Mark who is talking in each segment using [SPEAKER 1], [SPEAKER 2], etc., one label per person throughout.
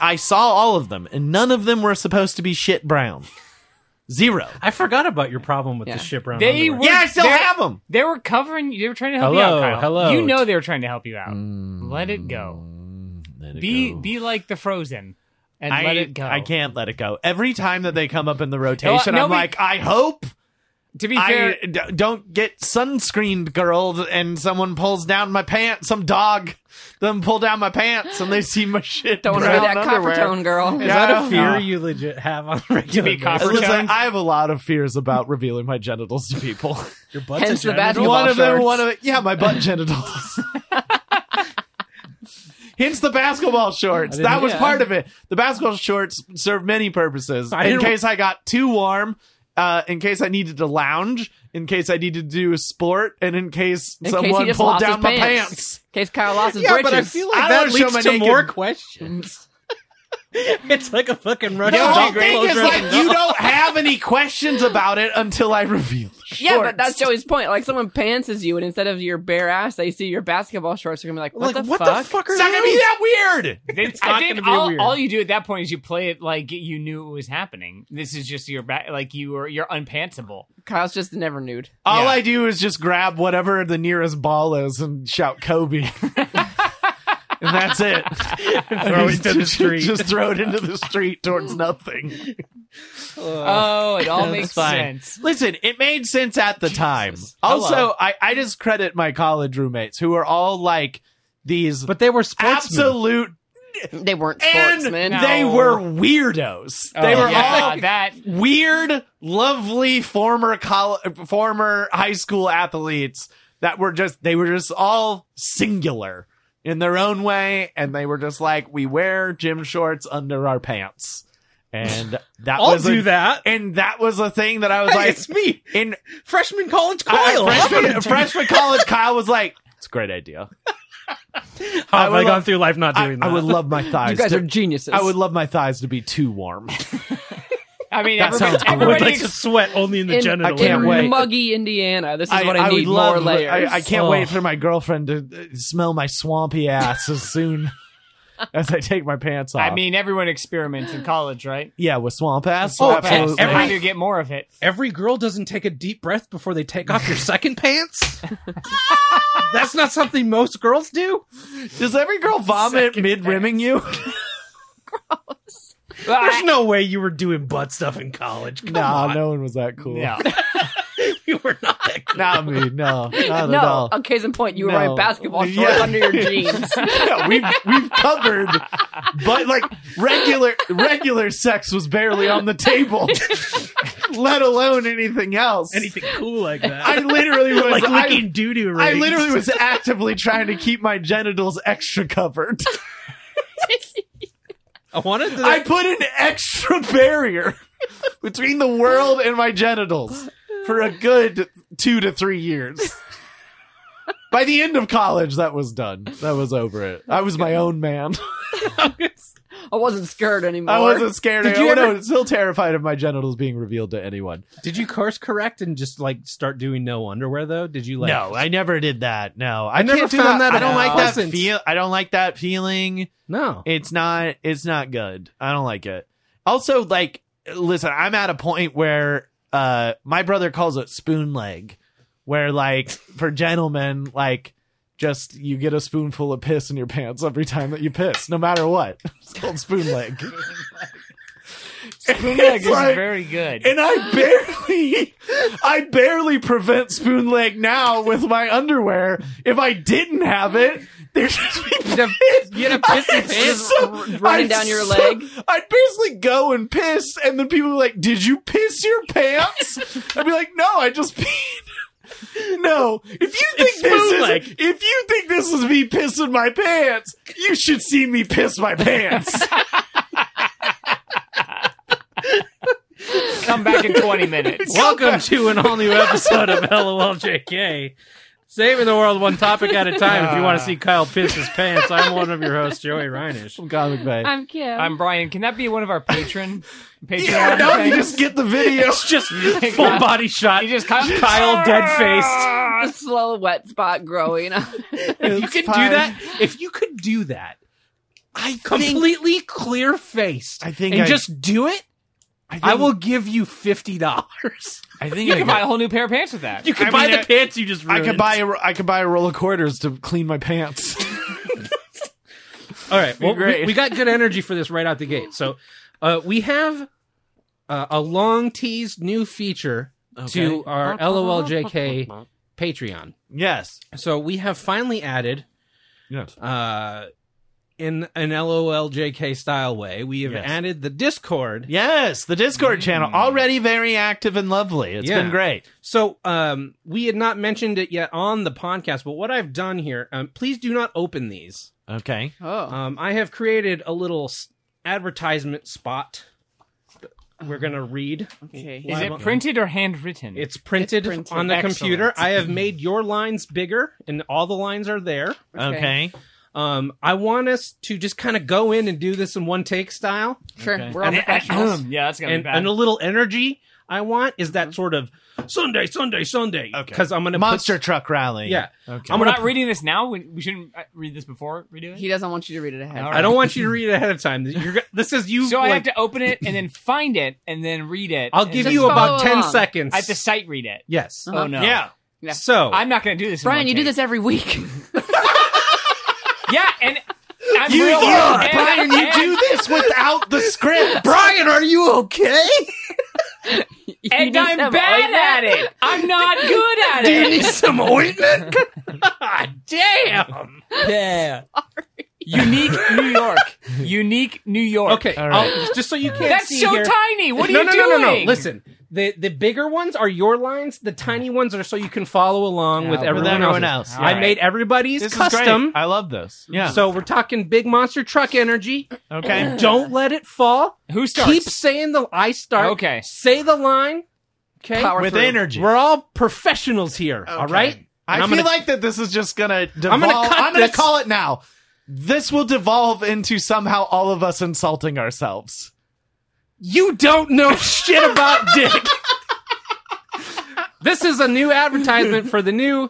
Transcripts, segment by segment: [SPEAKER 1] I saw all of them, and none of them were supposed to be shit brown. Zero.
[SPEAKER 2] I forgot about your problem with
[SPEAKER 3] Yeah.
[SPEAKER 2] the ship round.
[SPEAKER 3] They
[SPEAKER 2] underwear.
[SPEAKER 3] were-
[SPEAKER 1] Yeah, I still
[SPEAKER 3] They're-
[SPEAKER 1] have them.
[SPEAKER 3] They were covering you. They were trying to help
[SPEAKER 2] Hello,
[SPEAKER 3] you out, Kyle.
[SPEAKER 2] hello.
[SPEAKER 3] You know they were trying to help you out.
[SPEAKER 1] Hmm,
[SPEAKER 3] Let it go. Be be like the Frozen, and
[SPEAKER 1] I,
[SPEAKER 3] let it go.
[SPEAKER 1] I can't let it go. Every time that they come up in the rotation,
[SPEAKER 3] no,
[SPEAKER 1] I'm
[SPEAKER 3] we-
[SPEAKER 1] like, I hope
[SPEAKER 3] To be fair,
[SPEAKER 1] I d- don't get sunscreened, girl, and someone pulls down my pants. Some dog, them pull down my pants, and they see my shit.
[SPEAKER 4] Don't wear
[SPEAKER 1] brown
[SPEAKER 4] that copper
[SPEAKER 1] underwear.
[SPEAKER 4] tone, girl.
[SPEAKER 1] Yeah.
[SPEAKER 2] Is that
[SPEAKER 1] No.
[SPEAKER 2] a fear you legit have on a regular?
[SPEAKER 3] be
[SPEAKER 2] basis?
[SPEAKER 3] copper-
[SPEAKER 1] Listen,
[SPEAKER 3] Overtone.
[SPEAKER 1] I have a lot of fears about revealing my genitals to people.
[SPEAKER 2] Your butt's
[SPEAKER 4] Hence
[SPEAKER 2] a
[SPEAKER 4] the
[SPEAKER 2] genital.
[SPEAKER 4] basketball
[SPEAKER 1] one of them,
[SPEAKER 4] shorts.
[SPEAKER 1] one of yeah, my butt genitals. Hence the basketball shorts.
[SPEAKER 2] I didn't-
[SPEAKER 1] That was
[SPEAKER 4] yeah.
[SPEAKER 1] part of it. The basketball shorts serve many purposes.
[SPEAKER 2] I
[SPEAKER 1] in
[SPEAKER 2] didn't-
[SPEAKER 1] case I got too warm, uh, in case I needed to lounge, in case I needed to do a sport, and in case
[SPEAKER 4] In case
[SPEAKER 1] someone
[SPEAKER 4] he just
[SPEAKER 1] pulled
[SPEAKER 4] lost
[SPEAKER 1] down
[SPEAKER 4] his
[SPEAKER 1] my
[SPEAKER 4] pants.
[SPEAKER 1] pants.
[SPEAKER 4] In case Kyle lost his
[SPEAKER 2] Yeah,
[SPEAKER 4] britches.
[SPEAKER 2] but I feel
[SPEAKER 1] I don't
[SPEAKER 2] like that
[SPEAKER 1] show
[SPEAKER 2] leads
[SPEAKER 1] my
[SPEAKER 2] to
[SPEAKER 1] naked-
[SPEAKER 2] more questions. it's like a fucking Russian
[SPEAKER 1] The whole
[SPEAKER 2] doll.
[SPEAKER 1] thing
[SPEAKER 2] closed
[SPEAKER 1] is
[SPEAKER 2] Russian
[SPEAKER 1] like
[SPEAKER 2] doll.
[SPEAKER 1] you don't have any questions about it until I reveal. The shorts.
[SPEAKER 4] yeah, but that's Joey's point. Like someone pantses you, and instead of your bare ass, they see your basketball shorts. They're gonna be like, "What,
[SPEAKER 2] Like,
[SPEAKER 4] the,
[SPEAKER 2] what
[SPEAKER 4] fuck?
[SPEAKER 2] the fuck are
[SPEAKER 1] It's not gonna be
[SPEAKER 2] these?
[SPEAKER 1] that weird.
[SPEAKER 3] it's
[SPEAKER 2] not
[SPEAKER 3] I think
[SPEAKER 2] gonna be
[SPEAKER 3] all,
[SPEAKER 2] weird.
[SPEAKER 3] all you do at that point is you play it like you knew it was happening. This is just your back, like you were you're unpantsable.
[SPEAKER 4] Kyle's just never nude.
[SPEAKER 1] All
[SPEAKER 3] Yeah.
[SPEAKER 1] I do is just grab whatever the nearest ball is and shout Kobe. and that's it.
[SPEAKER 2] Throw it to the
[SPEAKER 1] Just-
[SPEAKER 2] street.
[SPEAKER 1] Just throw it into the street towards nothing.
[SPEAKER 3] Oh, it all
[SPEAKER 2] That's
[SPEAKER 3] makes
[SPEAKER 2] fine.
[SPEAKER 3] sense.
[SPEAKER 1] Listen, it made sense at the time.
[SPEAKER 2] Hello.
[SPEAKER 1] Also, I, I just credit my college roommates who are all like these
[SPEAKER 2] But they were sportsmen.
[SPEAKER 1] absolute
[SPEAKER 4] They weren't sportsmen.
[SPEAKER 1] and they
[SPEAKER 3] No.
[SPEAKER 1] were weirdos. they
[SPEAKER 3] Oh,
[SPEAKER 1] were
[SPEAKER 3] yeah,
[SPEAKER 1] all
[SPEAKER 3] that.
[SPEAKER 1] weird, lovely former col- former high school athletes that were just they were just all singular in their own way, and they were just like, we wear gym shorts under our pants, and that
[SPEAKER 2] I'll
[SPEAKER 1] was a-
[SPEAKER 2] do that.
[SPEAKER 1] and that was a thing that I was
[SPEAKER 2] Hey,
[SPEAKER 1] like,
[SPEAKER 2] it's me,
[SPEAKER 1] in
[SPEAKER 2] freshman college
[SPEAKER 1] I- I-
[SPEAKER 2] Kyle.
[SPEAKER 1] freshman, freshman college, Kyle was like, it's a great idea.
[SPEAKER 2] How
[SPEAKER 1] I
[SPEAKER 2] have
[SPEAKER 1] would
[SPEAKER 2] I gone
[SPEAKER 1] love-
[SPEAKER 2] through life not
[SPEAKER 1] I,
[SPEAKER 2] doing that?
[SPEAKER 1] I would love my
[SPEAKER 4] you
[SPEAKER 1] thighs.
[SPEAKER 4] guys
[SPEAKER 1] to-
[SPEAKER 4] are geniuses.
[SPEAKER 1] I would love my thighs to be too warm.
[SPEAKER 3] I mean,
[SPEAKER 1] That
[SPEAKER 3] everybody,
[SPEAKER 1] sounds
[SPEAKER 2] I would
[SPEAKER 3] everybody
[SPEAKER 2] like
[SPEAKER 3] ex-
[SPEAKER 2] to sweat only in the
[SPEAKER 4] in,
[SPEAKER 2] genital.
[SPEAKER 1] I can't
[SPEAKER 4] in
[SPEAKER 2] area.
[SPEAKER 1] wait.
[SPEAKER 4] muggy Indiana. This is what I,
[SPEAKER 1] would
[SPEAKER 4] need. more layers.
[SPEAKER 1] I, I can't
[SPEAKER 2] Oh.
[SPEAKER 1] wait for my girlfriend to uh, smell my swampy ass as soon as I take my pants off.
[SPEAKER 3] I mean, everyone experiments in college, right?
[SPEAKER 1] yeah, with swamp ass.
[SPEAKER 2] Oh,
[SPEAKER 1] absolutely.
[SPEAKER 2] Every-
[SPEAKER 3] Every you get more of it.
[SPEAKER 2] Every girl doesn't take a deep breath before they take off your second pants. That's not something most girls do.
[SPEAKER 1] Does every girl vomit mid rimming you?
[SPEAKER 3] Well, I-
[SPEAKER 2] There's no way you were doing butt stuff in college. Come
[SPEAKER 1] nah,
[SPEAKER 2] on.
[SPEAKER 1] no one was that cool.
[SPEAKER 3] no.
[SPEAKER 2] you were not. That cool.
[SPEAKER 1] Not me, no. Not at
[SPEAKER 4] No,
[SPEAKER 1] all.
[SPEAKER 4] on case in point, you were
[SPEAKER 1] No.
[SPEAKER 4] wearing basketball shorts
[SPEAKER 1] Yeah.
[SPEAKER 4] under your jeans.
[SPEAKER 1] yeah, we've we've covered but like regular regular sex was barely on the table. let alone anything else.
[SPEAKER 2] Anything cool like that?
[SPEAKER 1] I literally was
[SPEAKER 2] like
[SPEAKER 1] I-
[SPEAKER 2] licking doo doo.
[SPEAKER 1] I literally was actively trying to keep my genitals extra covered.
[SPEAKER 2] I wanted. To,
[SPEAKER 1] I put an extra barrier between the world and my genitals for a good two to three years. By the end of college, that was done. That was over it. I was my own man.
[SPEAKER 4] I wasn't scared anymore.
[SPEAKER 1] I wasn't scared.
[SPEAKER 2] Did
[SPEAKER 1] I-
[SPEAKER 2] you
[SPEAKER 1] oh,
[SPEAKER 2] ever-
[SPEAKER 1] no, still terrified of my genitals being revealed to anyone.
[SPEAKER 2] Did you course correct and just like start doing no underwear though? Did you like?
[SPEAKER 1] I never did that. No, I,
[SPEAKER 2] never
[SPEAKER 1] can't do
[SPEAKER 2] found that
[SPEAKER 1] I don't like that
[SPEAKER 2] pleasant.
[SPEAKER 1] feel. I don't like that feeling.
[SPEAKER 2] No.
[SPEAKER 1] it's not it's not good i don't like it also like listen i'm at a point where uh my brother calls it spoon leg where like for gentlemen like just you get a spoonful of piss in your pants every time that you piss no matter what it's called spoon leg
[SPEAKER 3] Spoon leg
[SPEAKER 1] It's
[SPEAKER 3] is
[SPEAKER 1] like-
[SPEAKER 3] very good.
[SPEAKER 1] and i barely i barely prevent spoon leg now with my underwear if i didn't have it there'd just be
[SPEAKER 4] You had a pissy
[SPEAKER 1] It's
[SPEAKER 4] pants
[SPEAKER 1] so-
[SPEAKER 4] r- running
[SPEAKER 1] I'd
[SPEAKER 4] down your
[SPEAKER 1] so-
[SPEAKER 4] leg.
[SPEAKER 1] I'd basically go and piss, and then people were like, "Did you piss your pants?" I'd be like, "No, I just peed." No, if you think this is
[SPEAKER 2] spoon-like.
[SPEAKER 1] if you think this is me pissing my pants, you should see me piss my pants.
[SPEAKER 3] Come back in 20 minutes.
[SPEAKER 2] Welcome to an all new episode of LOLJK. Saving the world one topic at a time. If you
[SPEAKER 1] Ah.
[SPEAKER 2] want to see Kyle piss his pants, I'm one of your hosts, Joey Reinish.
[SPEAKER 1] Comic Bay.
[SPEAKER 4] I'm Kim.
[SPEAKER 3] I'm Brian. Can that be one of our patron? Patreon
[SPEAKER 1] Yeah, no, you
[SPEAKER 3] things?
[SPEAKER 1] just get the video.
[SPEAKER 2] It's just full body shot.
[SPEAKER 3] You just kind of-
[SPEAKER 2] Kyle dead faced.
[SPEAKER 4] the slow wet spot growing.
[SPEAKER 2] If you could do that, if you could do that,
[SPEAKER 1] I think,
[SPEAKER 2] completely clear faced,
[SPEAKER 1] I think
[SPEAKER 2] and
[SPEAKER 1] I-
[SPEAKER 2] just do it.
[SPEAKER 1] I, think,
[SPEAKER 2] I will give you fifty dollars.
[SPEAKER 1] I think
[SPEAKER 3] You
[SPEAKER 1] I
[SPEAKER 3] can
[SPEAKER 1] got-
[SPEAKER 3] buy a whole new pair of pants with that.
[SPEAKER 2] You could
[SPEAKER 1] I
[SPEAKER 2] buy
[SPEAKER 1] mean,
[SPEAKER 2] the
[SPEAKER 1] I-
[SPEAKER 2] pants you just.
[SPEAKER 1] I
[SPEAKER 2] Ruined.
[SPEAKER 1] could buy a, I could buy a roll of quarters to clean my pants.
[SPEAKER 2] All right, well, we,
[SPEAKER 1] great.
[SPEAKER 2] we got good energy for this right out the gate. So, uh, we have uh, a long teased new feature to our LOLJK Patreon.
[SPEAKER 1] yes,
[SPEAKER 2] So we have finally added
[SPEAKER 1] yes,
[SPEAKER 2] uh, in an LOLJK style way. We have
[SPEAKER 1] Yes.
[SPEAKER 2] added the Discord.
[SPEAKER 1] yes. The Discord channel
[SPEAKER 3] Mm.
[SPEAKER 1] already very active and lovely. It's
[SPEAKER 2] Yeah.
[SPEAKER 1] been great.
[SPEAKER 2] So um, we had not mentioned it yet on the podcast, but what I've done here, um, please do not open these.
[SPEAKER 1] Okay.
[SPEAKER 4] Oh.
[SPEAKER 2] Um, I have created a little s- advertisement spot. that We're gonna read.
[SPEAKER 4] Okay.
[SPEAKER 3] Is
[SPEAKER 2] Why-
[SPEAKER 3] it printed or handwritten?
[SPEAKER 2] It's printed,
[SPEAKER 4] It's printed.
[SPEAKER 2] on the computer.
[SPEAKER 3] Excellent.
[SPEAKER 2] I have made your lines bigger, and all the lines are there.
[SPEAKER 1] Okay.
[SPEAKER 2] Um, I want us to just kind of go in and do this in one take style,
[SPEAKER 4] Sure.
[SPEAKER 1] Okay.
[SPEAKER 4] We're all
[SPEAKER 3] uh,
[SPEAKER 4] professionals.
[SPEAKER 3] yeah, that's gonna
[SPEAKER 2] and,
[SPEAKER 3] be bad.
[SPEAKER 2] and a little energy. I want is
[SPEAKER 4] Uh-huh.
[SPEAKER 2] that sort of Sunday, Sunday, Sunday.
[SPEAKER 1] Okay.
[SPEAKER 2] Because I'm gonna put-
[SPEAKER 1] Monster truck rally.
[SPEAKER 2] yeah,
[SPEAKER 1] Okay.
[SPEAKER 2] I'm
[SPEAKER 3] We're
[SPEAKER 2] gonna
[SPEAKER 3] not reading this now. We, we shouldn't uh, read this before we do it.
[SPEAKER 4] He doesn't want you to read it ahead.
[SPEAKER 3] All
[SPEAKER 2] I don't want you to read it ahead of time. You're, go- this is you.
[SPEAKER 3] so I have
[SPEAKER 2] like-
[SPEAKER 3] to open it and then find it and then read it.
[SPEAKER 2] I'll
[SPEAKER 3] and
[SPEAKER 2] give
[SPEAKER 3] then-
[SPEAKER 2] you
[SPEAKER 4] Just
[SPEAKER 2] about
[SPEAKER 4] follow
[SPEAKER 2] ten
[SPEAKER 4] along.
[SPEAKER 2] seconds.
[SPEAKER 3] I have to sight read it.
[SPEAKER 2] yes.
[SPEAKER 4] Uh-huh.
[SPEAKER 3] Oh no.
[SPEAKER 1] Yeah.
[SPEAKER 4] Yeah.
[SPEAKER 2] So
[SPEAKER 3] I'm not gonna do this. in
[SPEAKER 4] Brian,
[SPEAKER 3] one
[SPEAKER 4] you do
[SPEAKER 3] take.
[SPEAKER 4] this every week.
[SPEAKER 3] Yeah, and I'm
[SPEAKER 1] You,
[SPEAKER 3] real.
[SPEAKER 1] yeah,
[SPEAKER 3] and-
[SPEAKER 1] Brian, you
[SPEAKER 3] and-
[SPEAKER 1] do this without the script.
[SPEAKER 2] Brian, are you okay?
[SPEAKER 4] You
[SPEAKER 3] And
[SPEAKER 4] need
[SPEAKER 3] I'm
[SPEAKER 4] some
[SPEAKER 3] bad
[SPEAKER 4] ointment?
[SPEAKER 3] at it. I'm not good at
[SPEAKER 2] Do you
[SPEAKER 3] it.
[SPEAKER 2] need some ointment? God damn.
[SPEAKER 3] Yeah. Unique New York. Unique New York.
[SPEAKER 2] Okay,
[SPEAKER 1] All
[SPEAKER 2] I'll- just so you can't
[SPEAKER 3] That's
[SPEAKER 2] see
[SPEAKER 3] so
[SPEAKER 2] here.
[SPEAKER 3] tiny. What are
[SPEAKER 2] no,
[SPEAKER 3] you
[SPEAKER 2] no,
[SPEAKER 3] doing?
[SPEAKER 2] no, no, no. Listen, the the bigger ones are your lines. The tiny ones are so you can follow along
[SPEAKER 3] Yeah,
[SPEAKER 2] with
[SPEAKER 3] with
[SPEAKER 2] everyone,
[SPEAKER 1] everyone
[SPEAKER 2] else's.
[SPEAKER 1] else.
[SPEAKER 2] I
[SPEAKER 3] Alright.
[SPEAKER 2] made everybody's
[SPEAKER 1] This
[SPEAKER 2] custom.
[SPEAKER 1] is great. I love this. Yeah.
[SPEAKER 2] So we're talking big monster truck energy.
[SPEAKER 1] okay.
[SPEAKER 2] Don't let it fall.
[SPEAKER 3] Who starts?
[SPEAKER 2] Keep saying the I start.
[SPEAKER 3] Okay.
[SPEAKER 2] Say the line. Okay.
[SPEAKER 4] Power
[SPEAKER 1] With
[SPEAKER 4] through.
[SPEAKER 1] energy.
[SPEAKER 2] We're all professionals here. All right.
[SPEAKER 1] I
[SPEAKER 2] And I'm
[SPEAKER 1] feel
[SPEAKER 2] gonna-
[SPEAKER 1] like that this is just gonna devolve. I'm
[SPEAKER 2] I'm gonna
[SPEAKER 1] gonna,
[SPEAKER 2] cut this.
[SPEAKER 1] call it now. This will devolve into somehow all of us insulting ourselves.
[SPEAKER 2] You don't know shit about dick. this is a new advertisement for the new,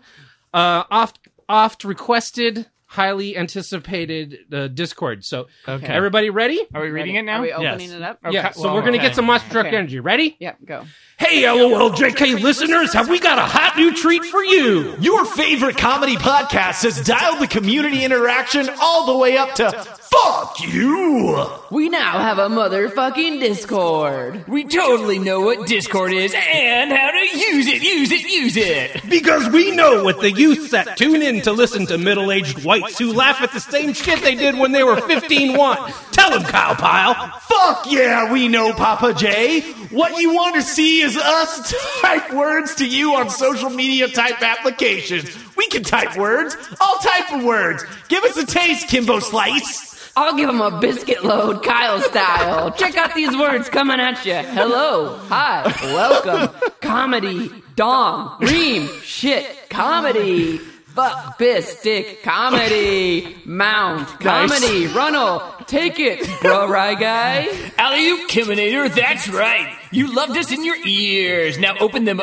[SPEAKER 2] uh, oft oft requested, highly anticipated uh, Discord. So
[SPEAKER 1] Okay.
[SPEAKER 2] everybody ready?
[SPEAKER 3] Are we reading it now?
[SPEAKER 4] Are we opening
[SPEAKER 1] Yes.
[SPEAKER 4] it up?
[SPEAKER 3] Okay,
[SPEAKER 2] Yeah. So
[SPEAKER 3] well,
[SPEAKER 2] we're gonna
[SPEAKER 3] okay.
[SPEAKER 2] get some monster truck energy. Ready?
[SPEAKER 4] Yep, go.
[SPEAKER 2] Hey, LOLJK listeners, have we got a hot new treat for you?
[SPEAKER 1] Your favorite comedy podcast has dialed the community interaction all the way up to fuck you.
[SPEAKER 4] We now have a motherfucking Discord.
[SPEAKER 3] We totally know what Discord is and how to use it, use it, use it.
[SPEAKER 2] Because we know what the youths that tune in to listen to middle aged whites who laugh at the same shit they did when they were 15 want. Tell them, Kyle Pyle.
[SPEAKER 1] Fuck yeah, we know Papa J. What you want to see is us type words to you on social media type applications. We can type words, all type of words. Give us a taste, Kimbo Slice.
[SPEAKER 4] I'll give him a biscuit load, Kyle style. Check out these words coming at you. Hello, hi, welcome, comedy, dom, ream, shit, comedy, fuck, bis, stick, comedy, mound, comedy, runnel, take it, bro, right guy?
[SPEAKER 3] Alley oop, Kiminator, that's right. You loved us in your ears. Now open them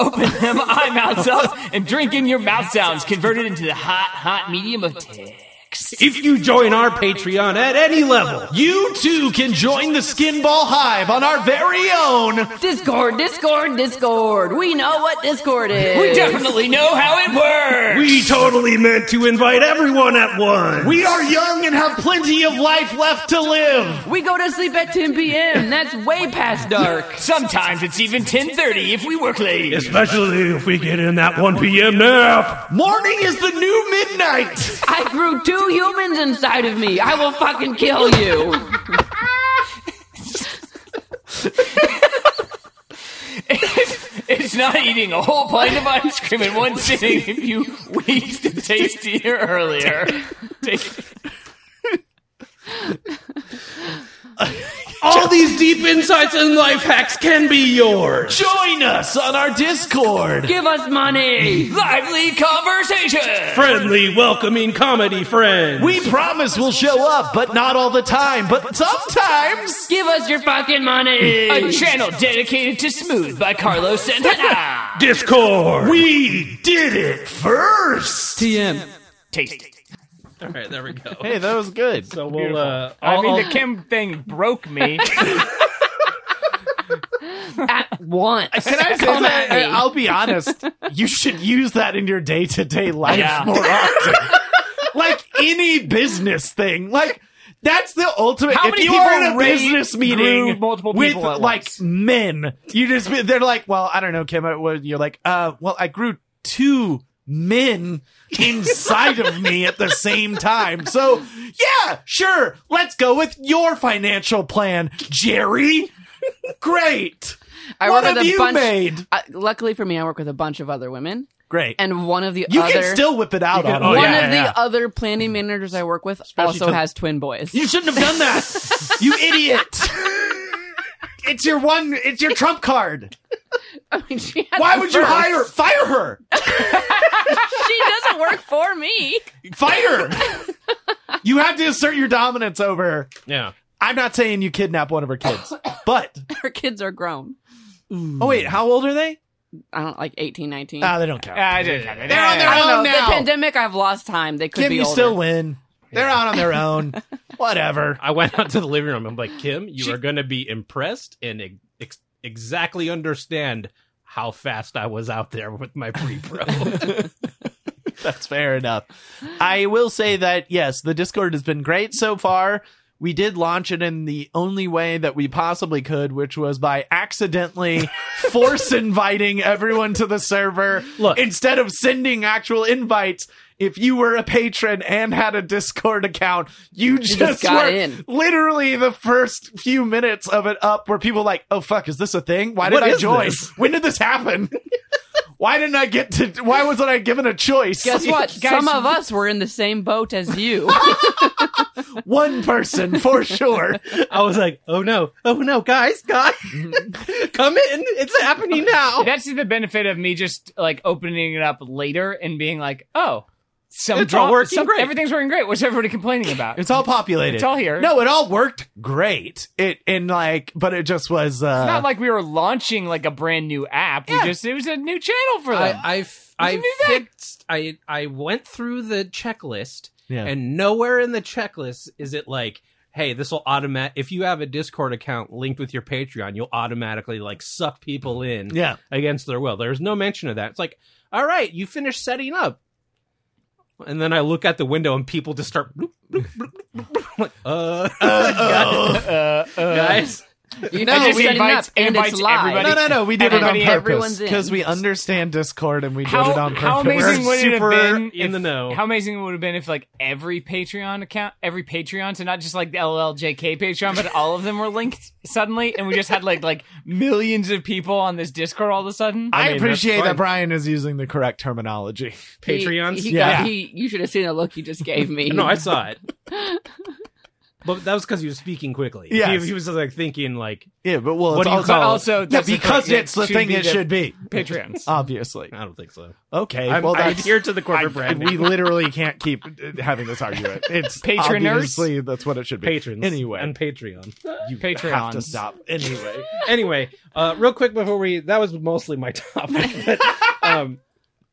[SPEAKER 3] Open them eye mouths up and drink in your mouth sounds converted into the hot, hot medium of text.
[SPEAKER 2] If you join our Patreon at any level,
[SPEAKER 1] You too can join the Skinball Hive on our very own.
[SPEAKER 4] Discord, Discord, Discord. We know what Discord is.
[SPEAKER 3] We definitely know how it works.
[SPEAKER 2] we totally meant to invite everyone at once.
[SPEAKER 1] We are young and have plenty of life left to live.
[SPEAKER 4] We go to sleep at 10 p.m. That's way past dark.
[SPEAKER 3] Sometimes it's even 10:30 if we work late.
[SPEAKER 2] Especially if we get in that 1 p.m. nap.
[SPEAKER 1] Morning is the new midnight.
[SPEAKER 4] I grew two humans inside of me. I will fucking kill you.
[SPEAKER 3] It's not eating a whole pint of ice cream in one sitting if you wheezed and tasted it earlier. Take-
[SPEAKER 2] All these deep insights and life hacks can be yours.
[SPEAKER 1] Join us on our Discord.
[SPEAKER 4] Give us money.
[SPEAKER 3] Lively conversation.
[SPEAKER 2] Friendly, welcoming comedy friends.
[SPEAKER 1] We promise we'll show up, but not all the time, but sometimes.
[SPEAKER 4] Give us your fucking money.
[SPEAKER 3] A channel dedicated to Smooth by Carlos Santana.
[SPEAKER 2] Discord.
[SPEAKER 1] We did it first.
[SPEAKER 3] Taste.
[SPEAKER 2] All right, there we go.
[SPEAKER 1] Hey, that was good.
[SPEAKER 2] So we'll. Uh,
[SPEAKER 3] I
[SPEAKER 2] I'll-
[SPEAKER 3] mean, the
[SPEAKER 2] I'll-
[SPEAKER 3] Kim thing broke me.
[SPEAKER 4] At once.
[SPEAKER 1] Can I say
[SPEAKER 4] Come
[SPEAKER 1] that?
[SPEAKER 4] at me.
[SPEAKER 1] I'll be honest. You should use that in your day to day life
[SPEAKER 3] Yeah.
[SPEAKER 1] more often. like any business thing. Like that's the ultimate.
[SPEAKER 3] How
[SPEAKER 1] if
[SPEAKER 3] many
[SPEAKER 1] you are in
[SPEAKER 3] people
[SPEAKER 1] a
[SPEAKER 3] rate
[SPEAKER 1] business
[SPEAKER 3] grew
[SPEAKER 1] meeting
[SPEAKER 3] multiple
[SPEAKER 1] with
[SPEAKER 3] people at
[SPEAKER 1] like
[SPEAKER 3] once?
[SPEAKER 1] men, you just be- they're like, well, I don't know, Kim. I- what- You're like, uh, well, I grew two men inside of me at the same time. So yeah, sure. Let's go with your financial plan, Jerry. Great.
[SPEAKER 4] I
[SPEAKER 1] what
[SPEAKER 4] work
[SPEAKER 1] have
[SPEAKER 4] with a
[SPEAKER 1] you
[SPEAKER 4] bunch.
[SPEAKER 1] made?
[SPEAKER 4] I- luckily for me, I work with a bunch of other women,
[SPEAKER 1] Great.
[SPEAKER 4] and one of the
[SPEAKER 1] you
[SPEAKER 4] other
[SPEAKER 1] can still whip it out
[SPEAKER 2] can-
[SPEAKER 1] on
[SPEAKER 2] oh,
[SPEAKER 1] them.
[SPEAKER 4] one
[SPEAKER 2] yeah,
[SPEAKER 4] of the other planning managers I work with also
[SPEAKER 1] to-
[SPEAKER 4] has twin boys.
[SPEAKER 1] You shouldn't have done that. you idiot. It's your one. It's your trump card.
[SPEAKER 4] I mean, she had
[SPEAKER 1] Why
[SPEAKER 4] the
[SPEAKER 1] would you
[SPEAKER 4] first.
[SPEAKER 1] hire? Fire her.
[SPEAKER 4] She doesn't work for me.
[SPEAKER 1] Fire. her. You have to assert your dominance over her.
[SPEAKER 2] yeah.
[SPEAKER 1] I'm not saying you kidnap one of her kids, but
[SPEAKER 4] Her kids are grown.
[SPEAKER 1] oh wait, how old are they?
[SPEAKER 4] I don't like 18, 19.
[SPEAKER 1] Ah, they don't count.
[SPEAKER 3] I didn't. They're on
[SPEAKER 1] their
[SPEAKER 4] I
[SPEAKER 1] own.
[SPEAKER 4] don't know.
[SPEAKER 1] now.
[SPEAKER 4] The pandemic, I've lost time. They could
[SPEAKER 1] Kim,
[SPEAKER 4] be
[SPEAKER 1] you
[SPEAKER 4] older.
[SPEAKER 1] still win. They're out on their own. Whatever.
[SPEAKER 2] I went out to the living room. I'm like, Kim, you are going to be impressed and e-, ex- exactly understand how fast I was out there with my pre pro.
[SPEAKER 1] That's fair enough. I will say that yes, the Discord has been great so far. We did launch it in the only way that we possibly could, which was by accidentally force inviting everyone to the server
[SPEAKER 2] Look.
[SPEAKER 1] instead of sending actual invites. If you were a patron and had a Discord account, you just,
[SPEAKER 4] got
[SPEAKER 1] were
[SPEAKER 4] in.
[SPEAKER 1] literally the first few minutes of it up were people like, "Oh fuck, is this a thing? Why did
[SPEAKER 2] What
[SPEAKER 1] I
[SPEAKER 2] is
[SPEAKER 1] join?
[SPEAKER 2] this?"
[SPEAKER 1] When did this happen?" Why didn't I get to? Why wasn't I given a choice?
[SPEAKER 4] Guess what?
[SPEAKER 1] Guys,
[SPEAKER 4] Some of us were in the same boat as you.
[SPEAKER 1] one person for sure.
[SPEAKER 2] I was like, oh no, oh no, guys, guys, come in. It's happening now.
[SPEAKER 3] That's the benefit of me just like opening it up later and being like, oh, some
[SPEAKER 2] It's all
[SPEAKER 3] drop-
[SPEAKER 2] working great.
[SPEAKER 3] Everything's working great. What's everybody complaining about?
[SPEAKER 1] It's all populated.
[SPEAKER 3] It's all here.
[SPEAKER 1] No, it all worked great. It and like, but it just was. Uh,
[SPEAKER 3] It's not like we were launching like a brand new app. We just it was a new channel for them.
[SPEAKER 2] I, I, f-
[SPEAKER 3] Did
[SPEAKER 2] I
[SPEAKER 3] you do that?
[SPEAKER 2] fixed, I, I went through the checklist,
[SPEAKER 1] Yeah.
[SPEAKER 2] and nowhere in the checklist is it like, hey, this will automatic, if you have a Discord account linked with your Patreon, you'll automatically like suck people in.
[SPEAKER 1] yeah.
[SPEAKER 2] against their will. There's no mention of that. It's like, all right, you finished setting up. And then I look out the window and people just start. Bloop, bloop, bloop, bloop, bloop. I'm like, uh,
[SPEAKER 1] Oh
[SPEAKER 2] guys.
[SPEAKER 4] You
[SPEAKER 1] No,
[SPEAKER 4] know,
[SPEAKER 1] just
[SPEAKER 4] we setting
[SPEAKER 3] invites-
[SPEAKER 4] up, and
[SPEAKER 3] invites
[SPEAKER 4] it's live.
[SPEAKER 3] everybody.
[SPEAKER 1] No, no, no. We did it on
[SPEAKER 3] Everybody-
[SPEAKER 1] purpose
[SPEAKER 4] everyone's in.
[SPEAKER 1] because we understand Discord and we did
[SPEAKER 3] How-
[SPEAKER 1] it on purpose.
[SPEAKER 3] how amazing
[SPEAKER 1] We're
[SPEAKER 3] would it have
[SPEAKER 1] super-
[SPEAKER 3] been
[SPEAKER 2] in
[SPEAKER 3] if-
[SPEAKER 2] the know.
[SPEAKER 3] How amazing it would have been if like every Patreon account, every Patreon, so not just like the LLJK Patreon, but all of them were linked suddenly, and we just had like like millions of people on this Discord all of a sudden.
[SPEAKER 1] I,
[SPEAKER 2] I mean,
[SPEAKER 1] appreciate
[SPEAKER 2] that's
[SPEAKER 1] that
[SPEAKER 2] fine.
[SPEAKER 1] Brian is using the correct terminology.
[SPEAKER 4] He-
[SPEAKER 2] Patreons?
[SPEAKER 4] He,
[SPEAKER 1] Yeah.
[SPEAKER 4] got, he, you should have seen the look you just gave me.
[SPEAKER 2] no, I saw it. But that was because he was speaking quickly. Yeah,
[SPEAKER 1] Yes.
[SPEAKER 2] He, he was like thinking, like,
[SPEAKER 1] Yeah, but well, it's
[SPEAKER 2] What do you
[SPEAKER 1] also,
[SPEAKER 2] call
[SPEAKER 3] but also
[SPEAKER 1] yeah,
[SPEAKER 3] that's the
[SPEAKER 1] because
[SPEAKER 3] thing,
[SPEAKER 1] it's the
[SPEAKER 3] should
[SPEAKER 1] thing
[SPEAKER 3] be
[SPEAKER 1] it
[SPEAKER 3] the
[SPEAKER 1] should be.
[SPEAKER 3] Patreons.
[SPEAKER 1] Obviously,
[SPEAKER 2] I don't think so.
[SPEAKER 1] okay.
[SPEAKER 2] I'm,
[SPEAKER 1] well,
[SPEAKER 2] I
[SPEAKER 1] that's
[SPEAKER 2] adhere to the corporate
[SPEAKER 1] I-
[SPEAKER 2] brand.
[SPEAKER 1] we literally can't keep uh, having this argument. It's
[SPEAKER 3] Patroners?
[SPEAKER 1] obviously that's what it should be.
[SPEAKER 2] patrons.
[SPEAKER 1] anyway,
[SPEAKER 2] And Patreon.
[SPEAKER 1] you have
[SPEAKER 3] Patreons.
[SPEAKER 1] to stop anyway.
[SPEAKER 2] anyway, uh, real quick before we that was mostly my topic. But, um,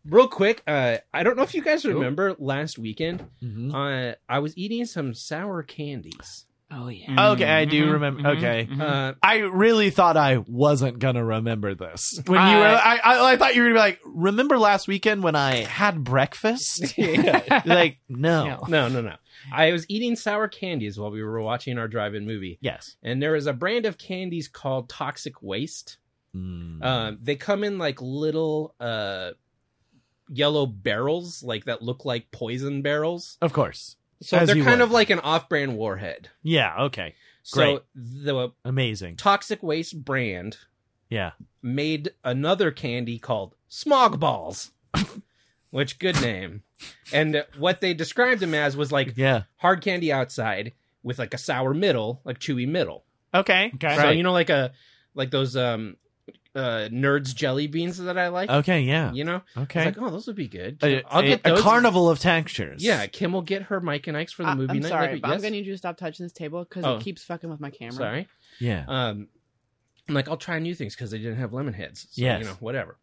[SPEAKER 2] real quick, uh, I don't know if you guys remember last weekend. Uh, I was eating some sour candies.
[SPEAKER 4] Oh, yeah.
[SPEAKER 1] Okay, I do
[SPEAKER 3] Mm-hmm,
[SPEAKER 1] remember. Okay.
[SPEAKER 2] Uh,
[SPEAKER 1] I really thought I wasn't gonna remember this when you
[SPEAKER 3] I-
[SPEAKER 1] were. I, I, I thought you were gonna be like, remember last weekend when I had breakfast?
[SPEAKER 2] yeah.
[SPEAKER 1] You're like, no.
[SPEAKER 3] No.
[SPEAKER 2] No, no, no. I was eating sour candies while we were watching our drive-in movie,
[SPEAKER 1] Yes.
[SPEAKER 2] and there is a brand of candies called Toxic Waste.
[SPEAKER 1] Mm.
[SPEAKER 2] Um, they come in like little uh, yellow barrels, like that look like poison barrels.
[SPEAKER 1] of course.
[SPEAKER 2] So
[SPEAKER 1] As
[SPEAKER 2] they're
[SPEAKER 1] you
[SPEAKER 2] kind
[SPEAKER 1] would.
[SPEAKER 2] of like an off-brand warhead.
[SPEAKER 1] Yeah. Okay. Great.
[SPEAKER 2] So the
[SPEAKER 1] Amazing.
[SPEAKER 2] Toxic Waste brand
[SPEAKER 1] Yeah.
[SPEAKER 2] made another candy called Smog Balls, which good name. And what they described them as was like
[SPEAKER 1] Yeah.
[SPEAKER 2] hard candy outside with like a sour middle, like chewy middle.
[SPEAKER 1] Okay. Okay.
[SPEAKER 2] So you know, like a like those um uh nerds jelly beans that I like.
[SPEAKER 1] okay. Oh, Yeah.
[SPEAKER 2] You know,
[SPEAKER 1] Okay.
[SPEAKER 2] it's like oh, those would be good.
[SPEAKER 1] a,
[SPEAKER 2] I'll
[SPEAKER 1] a-
[SPEAKER 2] get
[SPEAKER 1] a
[SPEAKER 2] those.
[SPEAKER 1] carnival of textures.
[SPEAKER 2] Yeah, Kim will get her Mike and Ike's for the
[SPEAKER 4] I-
[SPEAKER 2] movie
[SPEAKER 4] I'm
[SPEAKER 2] night.
[SPEAKER 4] sorry,
[SPEAKER 2] like,
[SPEAKER 4] but I'm
[SPEAKER 2] yes.
[SPEAKER 4] gonna need you to stop touching this table because
[SPEAKER 2] Oh.
[SPEAKER 4] it keeps fucking with my camera.
[SPEAKER 2] Sorry.
[SPEAKER 1] Yeah.
[SPEAKER 2] um I'm like I'll try new things because they didn't have lemon heads. So,
[SPEAKER 1] Yes.
[SPEAKER 2] you know, whatever.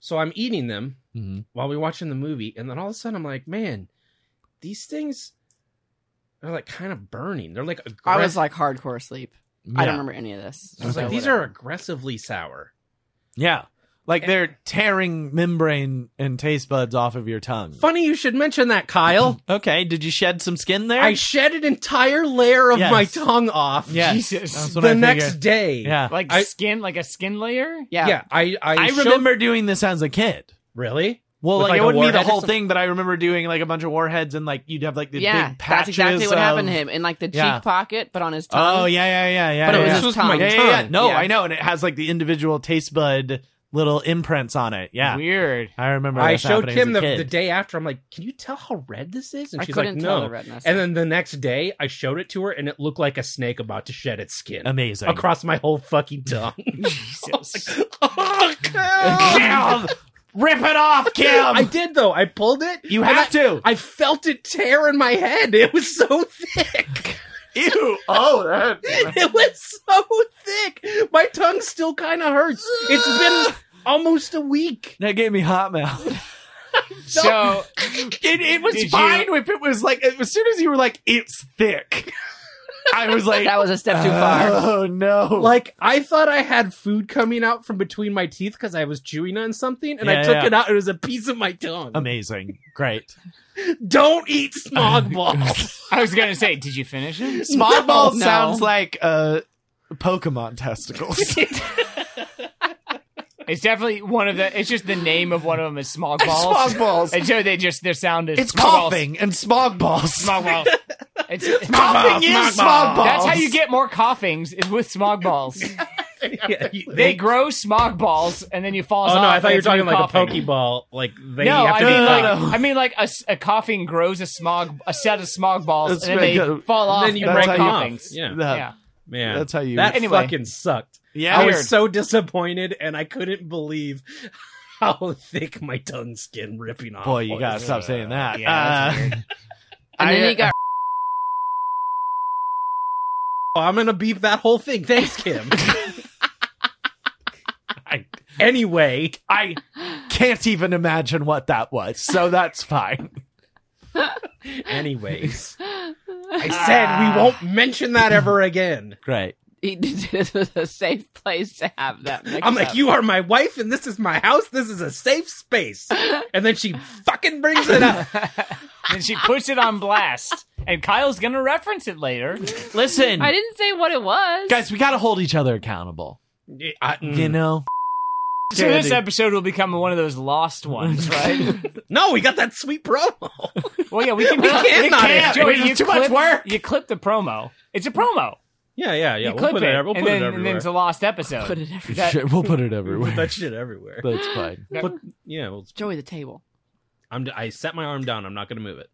[SPEAKER 2] So I'm eating them
[SPEAKER 1] Mhm.
[SPEAKER 2] while we're watching the movie, and then all of a sudden I'm like, man, these things They're like kind of burning. They're like aggressive.
[SPEAKER 4] I was like hardcore asleep. I
[SPEAKER 1] Yeah.
[SPEAKER 4] don't remember any of this.
[SPEAKER 2] I was like,
[SPEAKER 4] So
[SPEAKER 2] these
[SPEAKER 4] whatever.
[SPEAKER 2] are aggressively sour.
[SPEAKER 1] Yeah. Eh. Like they're tearing membrane and taste buds off of your tongue.
[SPEAKER 2] Funny you should mention that, Kyle.
[SPEAKER 1] Okay, did you shed some skin there?
[SPEAKER 2] I shed an entire layer of
[SPEAKER 1] Yes.
[SPEAKER 2] my tongue off
[SPEAKER 1] yes.
[SPEAKER 3] Jesus.
[SPEAKER 1] That's what
[SPEAKER 2] the
[SPEAKER 1] I
[SPEAKER 2] next
[SPEAKER 1] figured.
[SPEAKER 2] day.
[SPEAKER 1] Yeah.
[SPEAKER 3] Like
[SPEAKER 2] I-
[SPEAKER 3] skin, like a skin layer.
[SPEAKER 4] yeah.
[SPEAKER 2] Yeah. I, I,
[SPEAKER 1] I
[SPEAKER 2] showed-
[SPEAKER 1] remember doing this as a kid.
[SPEAKER 2] Really?
[SPEAKER 1] Well,
[SPEAKER 2] With,
[SPEAKER 1] like,
[SPEAKER 2] like,
[SPEAKER 1] it
[SPEAKER 2] a
[SPEAKER 1] wouldn't be the
[SPEAKER 2] warhead or
[SPEAKER 1] whole
[SPEAKER 2] something?
[SPEAKER 1] thing, but I remember doing like a bunch of warheads and like you'd have like the
[SPEAKER 4] Yeah,
[SPEAKER 1] big patches.
[SPEAKER 4] that's exactly what
[SPEAKER 1] of-
[SPEAKER 4] happened to him in like the cheek
[SPEAKER 1] Yeah.
[SPEAKER 4] pocket, but on his tongue.
[SPEAKER 1] Oh yeah, yeah, yeah, yeah.
[SPEAKER 4] but it
[SPEAKER 1] yeah.
[SPEAKER 4] was
[SPEAKER 2] This
[SPEAKER 4] his
[SPEAKER 2] was
[SPEAKER 4] tongue.
[SPEAKER 2] my
[SPEAKER 1] yeah, yeah, yeah.
[SPEAKER 2] tongue.
[SPEAKER 1] No,
[SPEAKER 4] Yeah.
[SPEAKER 1] I know, and it has like the individual taste bud little imprints on it. Yeah,
[SPEAKER 3] Weird.
[SPEAKER 1] I remember.
[SPEAKER 2] I
[SPEAKER 1] this
[SPEAKER 2] showed
[SPEAKER 1] happening as
[SPEAKER 2] Kim
[SPEAKER 1] a
[SPEAKER 2] the,
[SPEAKER 1] kid.
[SPEAKER 2] the day after. I'm like, can you tell how red this is? And
[SPEAKER 4] I
[SPEAKER 2] she's like,
[SPEAKER 4] couldn't tell
[SPEAKER 2] no.
[SPEAKER 4] the redness.
[SPEAKER 2] And then the next day, I showed it to her, and it looked like a snake about to shed its skin
[SPEAKER 1] Amazing.
[SPEAKER 2] across my whole fucking tongue.
[SPEAKER 3] Jesus.
[SPEAKER 2] oh,
[SPEAKER 1] Kim, rip it off,
[SPEAKER 2] I
[SPEAKER 1] Kim.
[SPEAKER 2] did though. I pulled it.
[SPEAKER 1] You
[SPEAKER 2] and
[SPEAKER 1] have
[SPEAKER 2] I,
[SPEAKER 1] to.
[SPEAKER 2] I felt it tear in my head. It was so thick.
[SPEAKER 1] Ew. Oh, that.
[SPEAKER 2] It was so thick. My tongue still kind of hurts. It's been almost a week.
[SPEAKER 1] That gave me hot mouth.
[SPEAKER 3] so
[SPEAKER 1] It, it was
[SPEAKER 3] Did you-
[SPEAKER 1] fine if it was like as soon as you were like it's thick. I was like,
[SPEAKER 4] that was a step too far.
[SPEAKER 2] Uh.
[SPEAKER 1] Oh no!
[SPEAKER 2] Like I thought I had food coming out from between my teeth because I was chewing on something, and
[SPEAKER 1] Yeah,
[SPEAKER 2] I took
[SPEAKER 1] yeah.
[SPEAKER 2] it out. It was a piece of my tongue.
[SPEAKER 1] amazing, great.
[SPEAKER 2] Don't eat smog balls.
[SPEAKER 3] I was gonna say, did you finish it?
[SPEAKER 1] Smog
[SPEAKER 4] No,
[SPEAKER 1] ball
[SPEAKER 4] no.
[SPEAKER 1] sounds like uh, Pokemon testicles.
[SPEAKER 3] It's definitely one of the. It's just the name of one of them is smog balls.
[SPEAKER 1] Smog balls.
[SPEAKER 3] And so they just their sound is
[SPEAKER 1] It's
[SPEAKER 3] smog balls.
[SPEAKER 1] coughing and smog balls.
[SPEAKER 3] Smog balls. It's,
[SPEAKER 1] coughing is smog balls.
[SPEAKER 3] That's how you get more coughings is with smog balls.
[SPEAKER 2] Yeah, you-
[SPEAKER 3] They grow smog balls, and then you fall.
[SPEAKER 2] Oh no! I thought you were talking like
[SPEAKER 3] coughing.
[SPEAKER 2] a pokeball. Like they
[SPEAKER 3] No,
[SPEAKER 2] have
[SPEAKER 3] I
[SPEAKER 2] to
[SPEAKER 3] mean,
[SPEAKER 2] be.
[SPEAKER 1] no,
[SPEAKER 3] like,
[SPEAKER 1] no, no.
[SPEAKER 3] I mean, like a, s- a coughing grows a smog, a set of smog balls,
[SPEAKER 1] That's
[SPEAKER 3] and then
[SPEAKER 1] right,
[SPEAKER 3] they
[SPEAKER 1] yeah.
[SPEAKER 3] fall off.
[SPEAKER 2] And then you
[SPEAKER 3] and
[SPEAKER 1] break
[SPEAKER 3] more
[SPEAKER 1] them off.
[SPEAKER 3] coughings.
[SPEAKER 2] Yeah.
[SPEAKER 3] yeah.
[SPEAKER 2] Man,
[SPEAKER 1] That's how you-
[SPEAKER 2] That
[SPEAKER 3] Anyway.
[SPEAKER 2] fucking sucked.
[SPEAKER 1] Yeah.
[SPEAKER 2] I
[SPEAKER 3] Weird.
[SPEAKER 2] was so disappointed, and I couldn't believe how thick my tongue skin ripping off.
[SPEAKER 1] Boy, you
[SPEAKER 2] was.
[SPEAKER 1] gotta stop saying that.
[SPEAKER 3] Yeah, that's
[SPEAKER 1] Uh,
[SPEAKER 3] weird.
[SPEAKER 4] And
[SPEAKER 1] I,
[SPEAKER 4] then
[SPEAKER 1] uh,
[SPEAKER 4] he got
[SPEAKER 2] Oh, I'm gonna beep that whole thing. Thanks, Kim. I- anyway,
[SPEAKER 1] I Uh, can't even imagine what that was, so that's fine.
[SPEAKER 2] anyways, I
[SPEAKER 3] Ah.
[SPEAKER 2] said we won't mention that ever again.
[SPEAKER 1] Great.
[SPEAKER 4] he this was a safe place to have that. mixed
[SPEAKER 2] I'm like,
[SPEAKER 4] up.
[SPEAKER 2] you are my wife, and this is my house. This is a safe space. And then she fucking brings it up.
[SPEAKER 3] Then she puts it on blast, and Kyle's gonna reference it later.
[SPEAKER 1] Listen,
[SPEAKER 4] I didn't say what it was.
[SPEAKER 1] guys, we gotta hold each other accountable.
[SPEAKER 2] I- mm.
[SPEAKER 1] You know,
[SPEAKER 3] So this
[SPEAKER 1] Candy.
[SPEAKER 3] episode will become one of those lost ones, right?
[SPEAKER 2] no, we got that sweet promo.
[SPEAKER 3] well, yeah, we can. We
[SPEAKER 2] can't not have it.
[SPEAKER 3] Joey,
[SPEAKER 2] It's
[SPEAKER 3] you
[SPEAKER 2] too
[SPEAKER 3] clip,
[SPEAKER 2] much work.
[SPEAKER 3] You clip the promo. It's a promo.
[SPEAKER 2] Yeah, yeah, yeah.
[SPEAKER 3] you clip it, and, then, and then it's a lost episode.
[SPEAKER 4] put it every-
[SPEAKER 3] That-
[SPEAKER 1] Sure, we'll put it
[SPEAKER 2] Put
[SPEAKER 1] everywhere.
[SPEAKER 2] that shit everywhere.
[SPEAKER 1] That's fine.
[SPEAKER 2] Put, yeah, well,
[SPEAKER 4] Joey the table.
[SPEAKER 2] I'm. I set my arm down. I'm not gonna move it.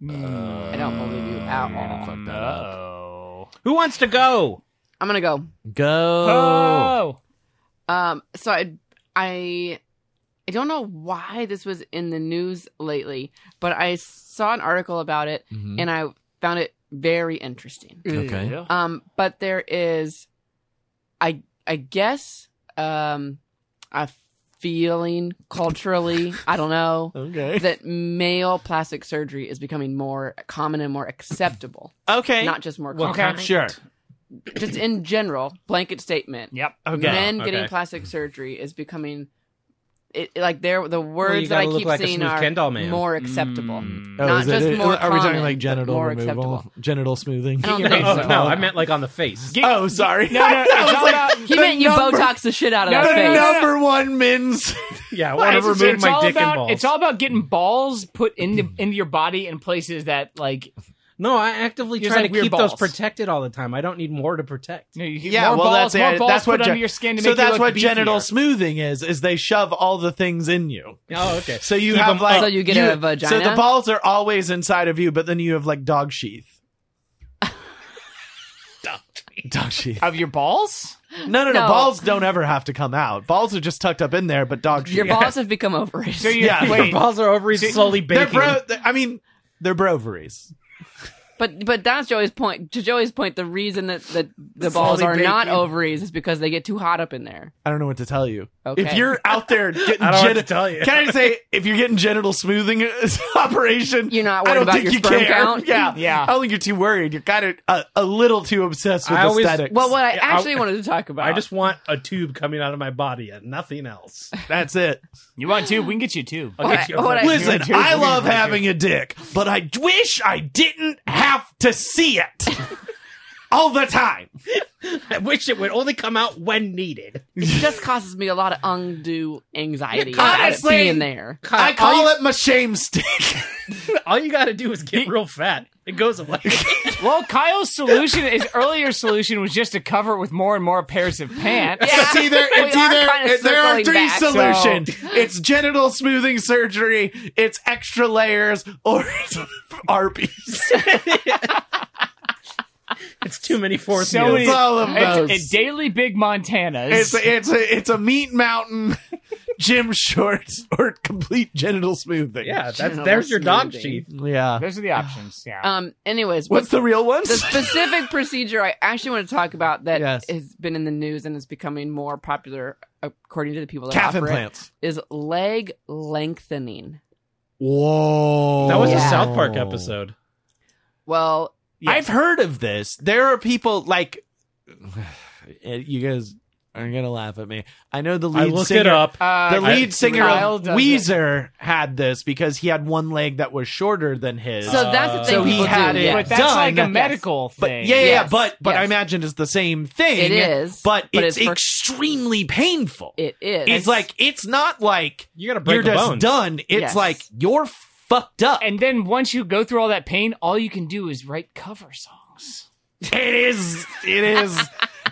[SPEAKER 3] Mm.
[SPEAKER 4] I don't believe you at all.
[SPEAKER 1] fuck that up.
[SPEAKER 3] no.
[SPEAKER 2] Who wants to go?
[SPEAKER 4] I'm gonna go.
[SPEAKER 1] Go.
[SPEAKER 3] Oh,
[SPEAKER 4] Um, so I, I, I don't know why this was in the news lately, but I saw an article about it
[SPEAKER 1] Mhm.
[SPEAKER 4] and I found it very interesting.
[SPEAKER 1] Okay.
[SPEAKER 3] Yeah.
[SPEAKER 4] Um, but there is, I I guess, um, a feeling culturally, I don't know,
[SPEAKER 1] Okay.
[SPEAKER 4] that male plastic surgery is becoming more common and more acceptable,
[SPEAKER 1] Okay.
[SPEAKER 4] not just more
[SPEAKER 2] Well,
[SPEAKER 4] common.
[SPEAKER 3] Okay.
[SPEAKER 1] sure.
[SPEAKER 4] Just in general, blanket statement.
[SPEAKER 3] Yep.
[SPEAKER 1] Okay.
[SPEAKER 4] Men getting
[SPEAKER 2] okay.
[SPEAKER 4] plastic surgery is becoming, it, it- like there the
[SPEAKER 2] Well,
[SPEAKER 4] words
[SPEAKER 2] you gotta
[SPEAKER 4] that I
[SPEAKER 2] look
[SPEAKER 4] keep
[SPEAKER 2] like a
[SPEAKER 4] seeing
[SPEAKER 2] smooth
[SPEAKER 4] are
[SPEAKER 2] Ken doll man.
[SPEAKER 4] more acceptable.
[SPEAKER 3] Mm.
[SPEAKER 1] Oh,
[SPEAKER 4] Not
[SPEAKER 1] is it-
[SPEAKER 4] just
[SPEAKER 1] it-
[SPEAKER 4] more
[SPEAKER 1] Are we talking
[SPEAKER 4] common,
[SPEAKER 1] like genital
[SPEAKER 4] more
[SPEAKER 1] removal,
[SPEAKER 4] acceptable.
[SPEAKER 1] genital smoothing?
[SPEAKER 4] I don't
[SPEAKER 3] Get your
[SPEAKER 4] think
[SPEAKER 2] Oh,
[SPEAKER 3] hands
[SPEAKER 4] so.
[SPEAKER 3] up.
[SPEAKER 2] no, I meant like on the face.
[SPEAKER 3] Get-
[SPEAKER 1] Oh, sorry.
[SPEAKER 3] No, no, it's all about.
[SPEAKER 4] He meant you
[SPEAKER 1] number-
[SPEAKER 4] Botox the shit out of
[SPEAKER 3] No, no,
[SPEAKER 4] that
[SPEAKER 3] no,
[SPEAKER 4] face.
[SPEAKER 3] no, no.
[SPEAKER 1] number one men's.
[SPEAKER 2] yeah, I want
[SPEAKER 3] it's,
[SPEAKER 2] to remove
[SPEAKER 3] it's
[SPEAKER 2] my
[SPEAKER 3] all
[SPEAKER 2] dick
[SPEAKER 3] about,
[SPEAKER 2] and balls.
[SPEAKER 3] It's all about getting balls put into into your body in places that like
[SPEAKER 2] no, I actively
[SPEAKER 3] It's
[SPEAKER 2] try
[SPEAKER 3] like
[SPEAKER 2] to
[SPEAKER 3] weird
[SPEAKER 2] keep
[SPEAKER 3] balls.
[SPEAKER 2] those protected all the time. I don't need more to protect.
[SPEAKER 3] you know, you get
[SPEAKER 1] Yeah,
[SPEAKER 3] more
[SPEAKER 1] well,
[SPEAKER 3] balls,
[SPEAKER 1] that's
[SPEAKER 3] more
[SPEAKER 1] it.
[SPEAKER 3] balls
[SPEAKER 1] that's
[SPEAKER 3] put
[SPEAKER 1] what
[SPEAKER 3] under
[SPEAKER 1] gen-
[SPEAKER 3] your skin to
[SPEAKER 1] so
[SPEAKER 3] make
[SPEAKER 1] that's
[SPEAKER 3] you look
[SPEAKER 1] what genital
[SPEAKER 3] beefier.
[SPEAKER 1] smoothing is: is they shove all the things in you.
[SPEAKER 2] Oh, okay.
[SPEAKER 1] So you
[SPEAKER 2] Keep
[SPEAKER 1] have
[SPEAKER 2] 'em
[SPEAKER 1] like
[SPEAKER 2] up.
[SPEAKER 4] So you get a vagina?
[SPEAKER 1] So the balls are always inside of you, but then you have like dog sheath. dog sheath.
[SPEAKER 3] of your balls.
[SPEAKER 1] No, no, no,
[SPEAKER 4] No.
[SPEAKER 1] Balls don't ever have to come out. Balls are just tucked up in there, but dog sheath.
[SPEAKER 4] Your balls have become ovaries.
[SPEAKER 3] So you
[SPEAKER 1] Yeah.
[SPEAKER 3] wait.
[SPEAKER 2] Your balls are ovaries slowly
[SPEAKER 1] They're
[SPEAKER 2] baking.
[SPEAKER 1] bro. they- I mean, they're broveries.
[SPEAKER 4] But but that's Joey's point. To Joey's point, the reason that the, the balls
[SPEAKER 1] only
[SPEAKER 4] are not
[SPEAKER 1] bacon.
[SPEAKER 4] ovaries is because they get too hot up in there.
[SPEAKER 1] I don't know what to tell you.
[SPEAKER 4] Okay.
[SPEAKER 1] If you're out there getting
[SPEAKER 2] I don't know what to
[SPEAKER 1] genital,
[SPEAKER 2] tell you.
[SPEAKER 1] can I say if you're getting genital smoothing operation,
[SPEAKER 4] You're not
[SPEAKER 1] I
[SPEAKER 4] worried
[SPEAKER 1] don't
[SPEAKER 4] about
[SPEAKER 1] think
[SPEAKER 4] your
[SPEAKER 1] you
[SPEAKER 4] sperm
[SPEAKER 1] care.
[SPEAKER 4] count?
[SPEAKER 1] Yeah,
[SPEAKER 3] Yeah.
[SPEAKER 1] I don't think you're too worried. You're kind of a, a little too obsessed with
[SPEAKER 2] I always-
[SPEAKER 1] aesthetics.
[SPEAKER 4] Well, what I
[SPEAKER 2] Yeah, I-
[SPEAKER 4] actually wanted to talk about.
[SPEAKER 2] I just want a tube coming out of my body and nothing else.
[SPEAKER 1] that's it.
[SPEAKER 3] You want two? We can get you two.
[SPEAKER 2] I'll get
[SPEAKER 4] What-
[SPEAKER 2] you a
[SPEAKER 4] what I-
[SPEAKER 2] fresh
[SPEAKER 1] Listen,
[SPEAKER 2] tube.
[SPEAKER 1] I love having a dick, but I wish I didn't have to see it all the time.
[SPEAKER 2] I wish it would only come out when needed.
[SPEAKER 4] it just causes me a lot of undue anxiety.
[SPEAKER 2] Yeah,
[SPEAKER 4] about it
[SPEAKER 1] honestly-
[SPEAKER 4] being there.
[SPEAKER 2] Kyle,
[SPEAKER 1] I
[SPEAKER 2] all,
[SPEAKER 1] call
[SPEAKER 2] you,
[SPEAKER 1] it my shame stick.
[SPEAKER 2] all you gotta do is get real fat. It goes away.
[SPEAKER 3] Well, Kyle's solution, his earlier solution was just to cover it with more and more pairs of pants.
[SPEAKER 1] It's either
[SPEAKER 4] We
[SPEAKER 1] it's
[SPEAKER 4] are
[SPEAKER 1] either
[SPEAKER 4] kinda
[SPEAKER 1] it- there are
[SPEAKER 4] circling
[SPEAKER 1] three
[SPEAKER 4] back, so-
[SPEAKER 1] solutions. It's genital smoothing surgery, it's extra layers, or it's Arby's.
[SPEAKER 2] it's too many fourth
[SPEAKER 3] So
[SPEAKER 2] meals.
[SPEAKER 3] many-
[SPEAKER 1] It's all of those.
[SPEAKER 3] It's, it's daily big Montanas.
[SPEAKER 1] It's a, it's a, it's a meat mountain, gym shorts, or complete genital smoothing.
[SPEAKER 2] yeah, that's
[SPEAKER 4] Gentlemen
[SPEAKER 2] there's your dog
[SPEAKER 4] smoothie.
[SPEAKER 2] sheet.
[SPEAKER 1] yeah.
[SPEAKER 3] Those are the options.
[SPEAKER 1] Uh,
[SPEAKER 3] Yeah.
[SPEAKER 4] Um. Anyways,
[SPEAKER 1] What's
[SPEAKER 4] what's
[SPEAKER 1] the real one?
[SPEAKER 4] the specific procedure I actually want to talk about that
[SPEAKER 1] Yes.
[SPEAKER 4] has been in the news and is becoming more popular according to the people that
[SPEAKER 1] Calf
[SPEAKER 4] offer
[SPEAKER 1] implants.
[SPEAKER 4] it is leg lengthening.
[SPEAKER 1] Whoa,
[SPEAKER 2] That was a
[SPEAKER 4] Yeah.
[SPEAKER 2] South Park episode.
[SPEAKER 4] Well,
[SPEAKER 1] I've heard of this. There are people like you guys are gonna laugh at me. I know the lead
[SPEAKER 2] I looked
[SPEAKER 1] singer.
[SPEAKER 2] it up.
[SPEAKER 3] Uh,
[SPEAKER 1] The lead singer
[SPEAKER 3] Kyle
[SPEAKER 1] of
[SPEAKER 3] does
[SPEAKER 1] Weezer had this because he had one leg that was shorter than his.
[SPEAKER 4] so
[SPEAKER 2] Uh,
[SPEAKER 4] that's the thing.
[SPEAKER 1] so he
[SPEAKER 4] people
[SPEAKER 1] had
[SPEAKER 4] do,
[SPEAKER 1] it
[SPEAKER 3] it.
[SPEAKER 4] yeah.
[SPEAKER 3] But that's
[SPEAKER 1] done.
[SPEAKER 3] like a
[SPEAKER 1] Yes.
[SPEAKER 3] medical
[SPEAKER 1] But yeah,
[SPEAKER 3] thing.
[SPEAKER 1] yeah, yeah,
[SPEAKER 4] Yes,
[SPEAKER 1] but but I
[SPEAKER 4] yes.
[SPEAKER 1] imagine it's the same thing.
[SPEAKER 4] It is,
[SPEAKER 1] but,
[SPEAKER 4] but
[SPEAKER 1] it's,
[SPEAKER 4] it's for-
[SPEAKER 1] extremely painful.
[SPEAKER 4] It is.
[SPEAKER 1] it's like it's not like
[SPEAKER 2] You gotta break
[SPEAKER 1] you're
[SPEAKER 2] a
[SPEAKER 1] just
[SPEAKER 2] bone.
[SPEAKER 1] done. It's
[SPEAKER 4] Yes.
[SPEAKER 1] like you're fucked up.
[SPEAKER 3] And then once you go through all that pain, all you can do is write cover songs.
[SPEAKER 1] It is. It is.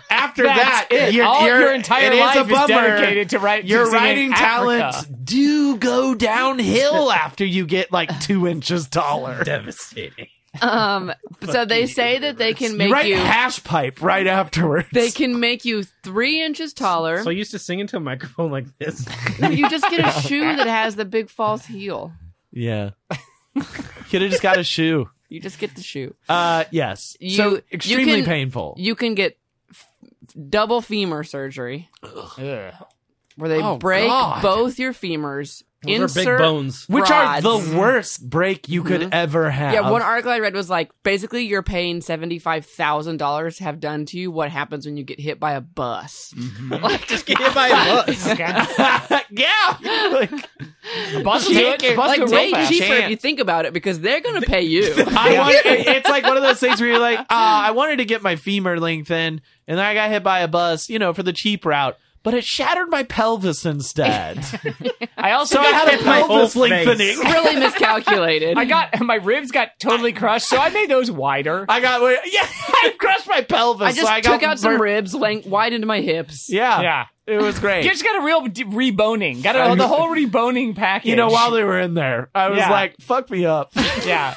[SPEAKER 1] After
[SPEAKER 3] That's
[SPEAKER 1] that,
[SPEAKER 3] it.
[SPEAKER 1] you're-
[SPEAKER 3] all
[SPEAKER 1] you're-
[SPEAKER 3] your entire
[SPEAKER 1] it is
[SPEAKER 3] life
[SPEAKER 1] a bummer.
[SPEAKER 3] dedicated to write.
[SPEAKER 1] Your
[SPEAKER 3] to singing
[SPEAKER 1] writing talents
[SPEAKER 3] Africa.
[SPEAKER 1] do go downhill after you get like two inches taller.
[SPEAKER 2] Devastating.
[SPEAKER 4] um. So they say that they can make
[SPEAKER 1] you write
[SPEAKER 4] you.
[SPEAKER 1] hash pipe right afterwards.
[SPEAKER 4] They can make you three inches taller.
[SPEAKER 2] So I used to sing into a microphone like this.
[SPEAKER 4] No, you just get a shoe that has the big false heel.
[SPEAKER 1] yeah. Could have just got a shoe.
[SPEAKER 4] You just get the shoe.
[SPEAKER 1] Uh, yes.
[SPEAKER 4] You-
[SPEAKER 1] so
[SPEAKER 4] you
[SPEAKER 1] extremely
[SPEAKER 4] can-
[SPEAKER 1] painful.
[SPEAKER 4] You can get f- double femur surgery
[SPEAKER 3] Ugh.
[SPEAKER 4] where they
[SPEAKER 1] Oh,
[SPEAKER 4] break
[SPEAKER 1] God.
[SPEAKER 4] both your femurs.
[SPEAKER 2] Those are big
[SPEAKER 4] insert-
[SPEAKER 2] bones.
[SPEAKER 1] which are
[SPEAKER 4] rods.
[SPEAKER 1] the worst break you could
[SPEAKER 4] Mhm.
[SPEAKER 1] ever have.
[SPEAKER 4] Yeah, one article I read was like basically you're paying seventy five thousand dollars to have done to you what happens when you get hit by a bus.
[SPEAKER 2] Just get hit by a bus.
[SPEAKER 3] Okay.
[SPEAKER 1] yeah. Like,
[SPEAKER 3] Bust do it. Bust
[SPEAKER 4] like
[SPEAKER 3] it
[SPEAKER 4] way
[SPEAKER 3] real fast.
[SPEAKER 4] cheaper if
[SPEAKER 1] Chance.
[SPEAKER 4] you think about it because they're gonna pay you.
[SPEAKER 1] I want, it's like one of those things where you're like, uh, I wanted to get my femur lengthened, and then I got hit by a bus, you know, for the cheap route, but it shattered my pelvis instead.
[SPEAKER 3] I also
[SPEAKER 1] so I
[SPEAKER 3] got
[SPEAKER 1] had a
[SPEAKER 3] hit by-
[SPEAKER 2] whole
[SPEAKER 1] pelvis
[SPEAKER 2] face.
[SPEAKER 1] lengthening.
[SPEAKER 4] really miscalculated.
[SPEAKER 3] I got my ribs got totally crushed, so I made those wider.
[SPEAKER 1] I got, yeah, I crushed my pelvis.
[SPEAKER 4] I just
[SPEAKER 1] so I
[SPEAKER 4] took
[SPEAKER 1] got
[SPEAKER 4] out some
[SPEAKER 1] burnt-
[SPEAKER 4] ribs, length wide into my hips.
[SPEAKER 1] Yeah,
[SPEAKER 3] yeah.
[SPEAKER 1] it was
[SPEAKER 3] You
[SPEAKER 1] great.
[SPEAKER 3] just got a real d- reboning. Got a, the whole reboning package.
[SPEAKER 1] You know, while they were in there, I was
[SPEAKER 3] Yeah.
[SPEAKER 1] like, fuck me up.
[SPEAKER 3] yeah.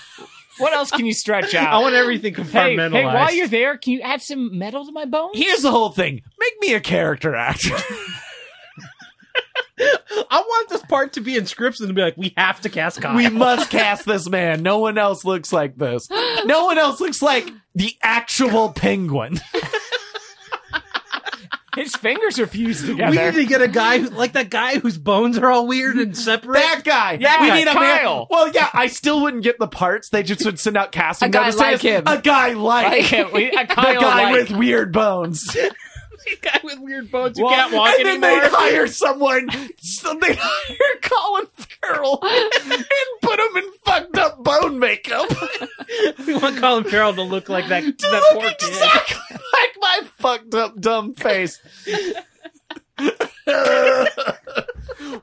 [SPEAKER 3] What else can you stretch out?
[SPEAKER 2] I want everything
[SPEAKER 3] hey,
[SPEAKER 2] compartmentalized.
[SPEAKER 3] hey, while you're there, can you add some metal to my bones?
[SPEAKER 1] Here's the whole thing make me a character actor.
[SPEAKER 2] I want this part to be in scripts and to be like, we have to cast Kyle.
[SPEAKER 1] we must cast this man. No one else looks like this. No one else looks like the actual penguin.
[SPEAKER 3] His fingers are fused
[SPEAKER 2] We need
[SPEAKER 3] together.
[SPEAKER 2] to get a guy who, like that guy whose bones are all weird and separate.
[SPEAKER 1] That guy.
[SPEAKER 3] Yeah,
[SPEAKER 1] we need a man.
[SPEAKER 3] Kyle.
[SPEAKER 1] Well, yeah, I still wouldn't get the parts. They just would send out casting
[SPEAKER 4] A guy
[SPEAKER 1] notices.
[SPEAKER 4] like him.
[SPEAKER 1] A guy like him.
[SPEAKER 3] Can't we- a
[SPEAKER 1] The
[SPEAKER 3] Kyle
[SPEAKER 1] guy
[SPEAKER 3] like-
[SPEAKER 1] with weird bones.
[SPEAKER 2] guy with weird bones who
[SPEAKER 1] Well,
[SPEAKER 2] can't walk
[SPEAKER 1] and then
[SPEAKER 2] anymore.
[SPEAKER 1] they hire someone. So they hire Colin Farrell and put him in fucked up bone makeup to
[SPEAKER 2] we want Colin Farrell to look like that. that
[SPEAKER 1] look
[SPEAKER 2] poor kid.
[SPEAKER 1] exactly like my fucked up dumb face.